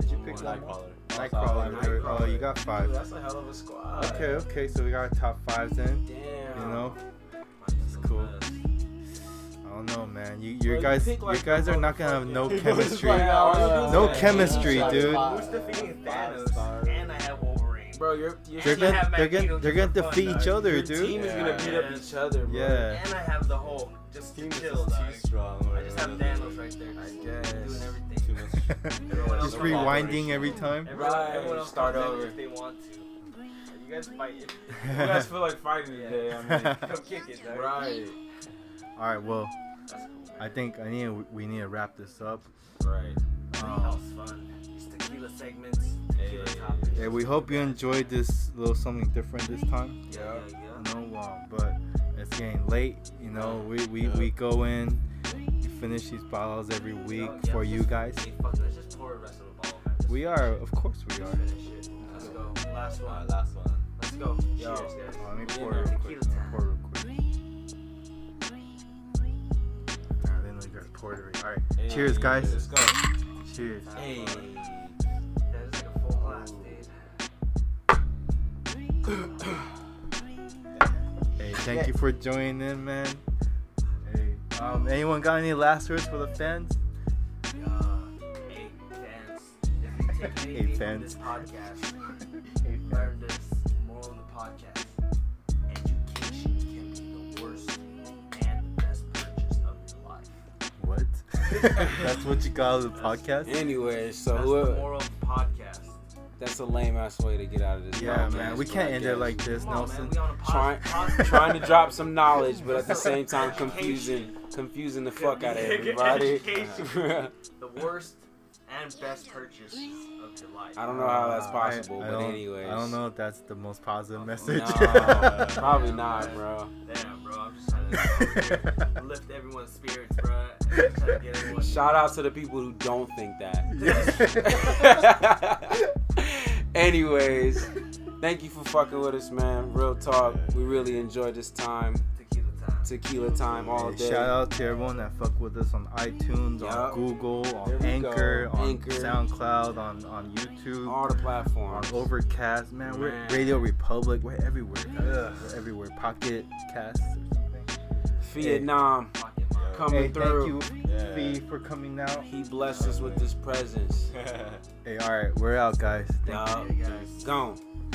Speaker 6: Did you
Speaker 4: pick one more?
Speaker 6: Nightcrawler?
Speaker 3: Nightcrawler.
Speaker 4: Nightcrawler.
Speaker 3: Oh, you got
Speaker 4: Dude,
Speaker 3: five.
Speaker 4: that's a hell of a squad.
Speaker 3: Okay, okay. So we got top fives then.
Speaker 4: Damn.
Speaker 3: You know,
Speaker 5: that's
Speaker 3: cool. I don't know, man. You,
Speaker 4: Bro,
Speaker 3: your
Speaker 4: you
Speaker 3: guys,
Speaker 4: pick,
Speaker 3: your
Speaker 4: like,
Speaker 3: guys
Speaker 4: the
Speaker 3: are not gonna have no chemistry.
Speaker 4: like, uh,
Speaker 3: No
Speaker 4: Yeah.
Speaker 3: chemistry, dude.
Speaker 5: Who's defeating Thanos? And I have Wolverine.
Speaker 4: Bro, your, your,
Speaker 3: They're
Speaker 5: gonna-
Speaker 4: team,
Speaker 3: gonna,
Speaker 5: have
Speaker 3: they're gonna,
Speaker 5: Magneto
Speaker 3: they're gonna
Speaker 5: just for fun,
Speaker 3: defeat each
Speaker 5: dog.
Speaker 3: other,
Speaker 4: your team
Speaker 3: dude.
Speaker 4: is going to beat up each other, bro.
Speaker 3: Yeah.
Speaker 5: And I have the Hulk. Just to
Speaker 6: Team is
Speaker 5: chill,
Speaker 6: just
Speaker 5: dog.
Speaker 6: too strong.
Speaker 5: I just have Thanos right there.
Speaker 4: I
Speaker 5: Just
Speaker 4: guess.
Speaker 5: doing
Speaker 6: Too
Speaker 5: everything.
Speaker 6: much.
Speaker 3: Just rewinding every time.
Speaker 5: Everyone,
Speaker 4: Right,
Speaker 5: everyone else
Speaker 4: start
Speaker 5: start over
Speaker 4: over.
Speaker 5: if they want to. You guys fight.
Speaker 4: You guys feel like fighting today. I mean,
Speaker 5: Go kick it, dog.
Speaker 4: right.
Speaker 3: All right, well, I think I need we need to wrap this up.
Speaker 4: Right.
Speaker 3: Um,
Speaker 5: That was fun. These tequila segments, tequila
Speaker 4: Hey.
Speaker 5: topics.
Speaker 3: yeah, we hope you enjoyed this little something different this time.
Speaker 5: Yeah, yeah, yeah.
Speaker 3: You know, um, but it's getting late. You know, we we, we go in, we finish these bottles every week
Speaker 5: Yeah,
Speaker 3: for you guys.
Speaker 5: Hey, fuck, let's just pour the rest of the bottle, man. Just
Speaker 3: We are, of course, we are.
Speaker 5: finish it. Let's go. Last one.
Speaker 6: Alright, last one.
Speaker 5: Let's go.
Speaker 4: Yo.
Speaker 5: Cheers, guys.
Speaker 3: Oh, Let me pour
Speaker 5: Yeah,
Speaker 3: real quick.
Speaker 5: tequila time.
Speaker 3: Pour real quick. Nah, they know you guys poured already. All right, cheers, guys.
Speaker 4: Let's go.
Speaker 3: Cheers.
Speaker 4: Hey.
Speaker 5: That is like a full glass, dude.
Speaker 3: Hey, thank you for joining in, man. Hey, um, anyone got any last words for the fans?
Speaker 5: Uh, hey, fans. If you take
Speaker 3: Hey,
Speaker 5: anything from
Speaker 3: fans.
Speaker 5: this podcast, learn this moral of the podcast. Education can be the worst and best purchase of your life.
Speaker 3: What? That's what you got out of the podcast?
Speaker 4: Anyway, so
Speaker 5: That's the
Speaker 4: whoever,
Speaker 5: moral of the podcast.
Speaker 4: that's a lame ass way to get out of this.
Speaker 3: Yeah,
Speaker 4: podcast,
Speaker 3: man. We
Speaker 4: but
Speaker 3: can't
Speaker 4: I
Speaker 3: end it
Speaker 4: guess.
Speaker 3: like this,
Speaker 5: Come on, man.
Speaker 3: Nelson.
Speaker 5: We on a
Speaker 4: Try-
Speaker 5: pos- positive
Speaker 4: trying to drop some knowledge, but at the same time confusing, confusing the fuck out of everybody.
Speaker 5: the worst and best purchase of your life.
Speaker 4: I don't know how that's
Speaker 3: Uh, I-
Speaker 4: possible,
Speaker 3: I
Speaker 4: but
Speaker 3: don't-
Speaker 4: anyways,
Speaker 3: I don't know if that's the most positive message.
Speaker 4: No, probably not, bro.
Speaker 5: Damn, bro, I'm just trying to lift everyone's spirits, bro. And just trying to get everyone.
Speaker 4: Shout out to the people who don't think
Speaker 3: Yeah.
Speaker 4: that. anyways, thank you for fucking with us, man. Real talk, we really enjoyed this time,
Speaker 5: Tequila time.
Speaker 4: tequila time all
Speaker 3: Hey,
Speaker 4: day.
Speaker 3: Shout out to everyone that fuck with us on iTunes,
Speaker 4: Yup.
Speaker 3: on Google,
Speaker 4: There
Speaker 3: on
Speaker 4: we
Speaker 3: Anchor,
Speaker 4: go.
Speaker 3: on
Speaker 4: Anchor.
Speaker 3: SoundCloud, on, on YouTube,
Speaker 4: all the
Speaker 3: on
Speaker 4: platforms.
Speaker 3: Overcast. Man, we're
Speaker 4: Man.
Speaker 3: Radio Republic. We're everywhere. guys. We're everywhere. Pocket Cast or something.
Speaker 4: Vietnam
Speaker 5: Pocket mine.
Speaker 4: coming
Speaker 3: hey,
Speaker 4: through.
Speaker 3: thank you,
Speaker 6: Yeah.
Speaker 3: Fee, for coming out.
Speaker 4: He blessed us with this presence.
Speaker 3: Hey, all right, we're out, guys. Thank you.
Speaker 4: Dog.
Speaker 5: Hey, guys.
Speaker 4: Gone.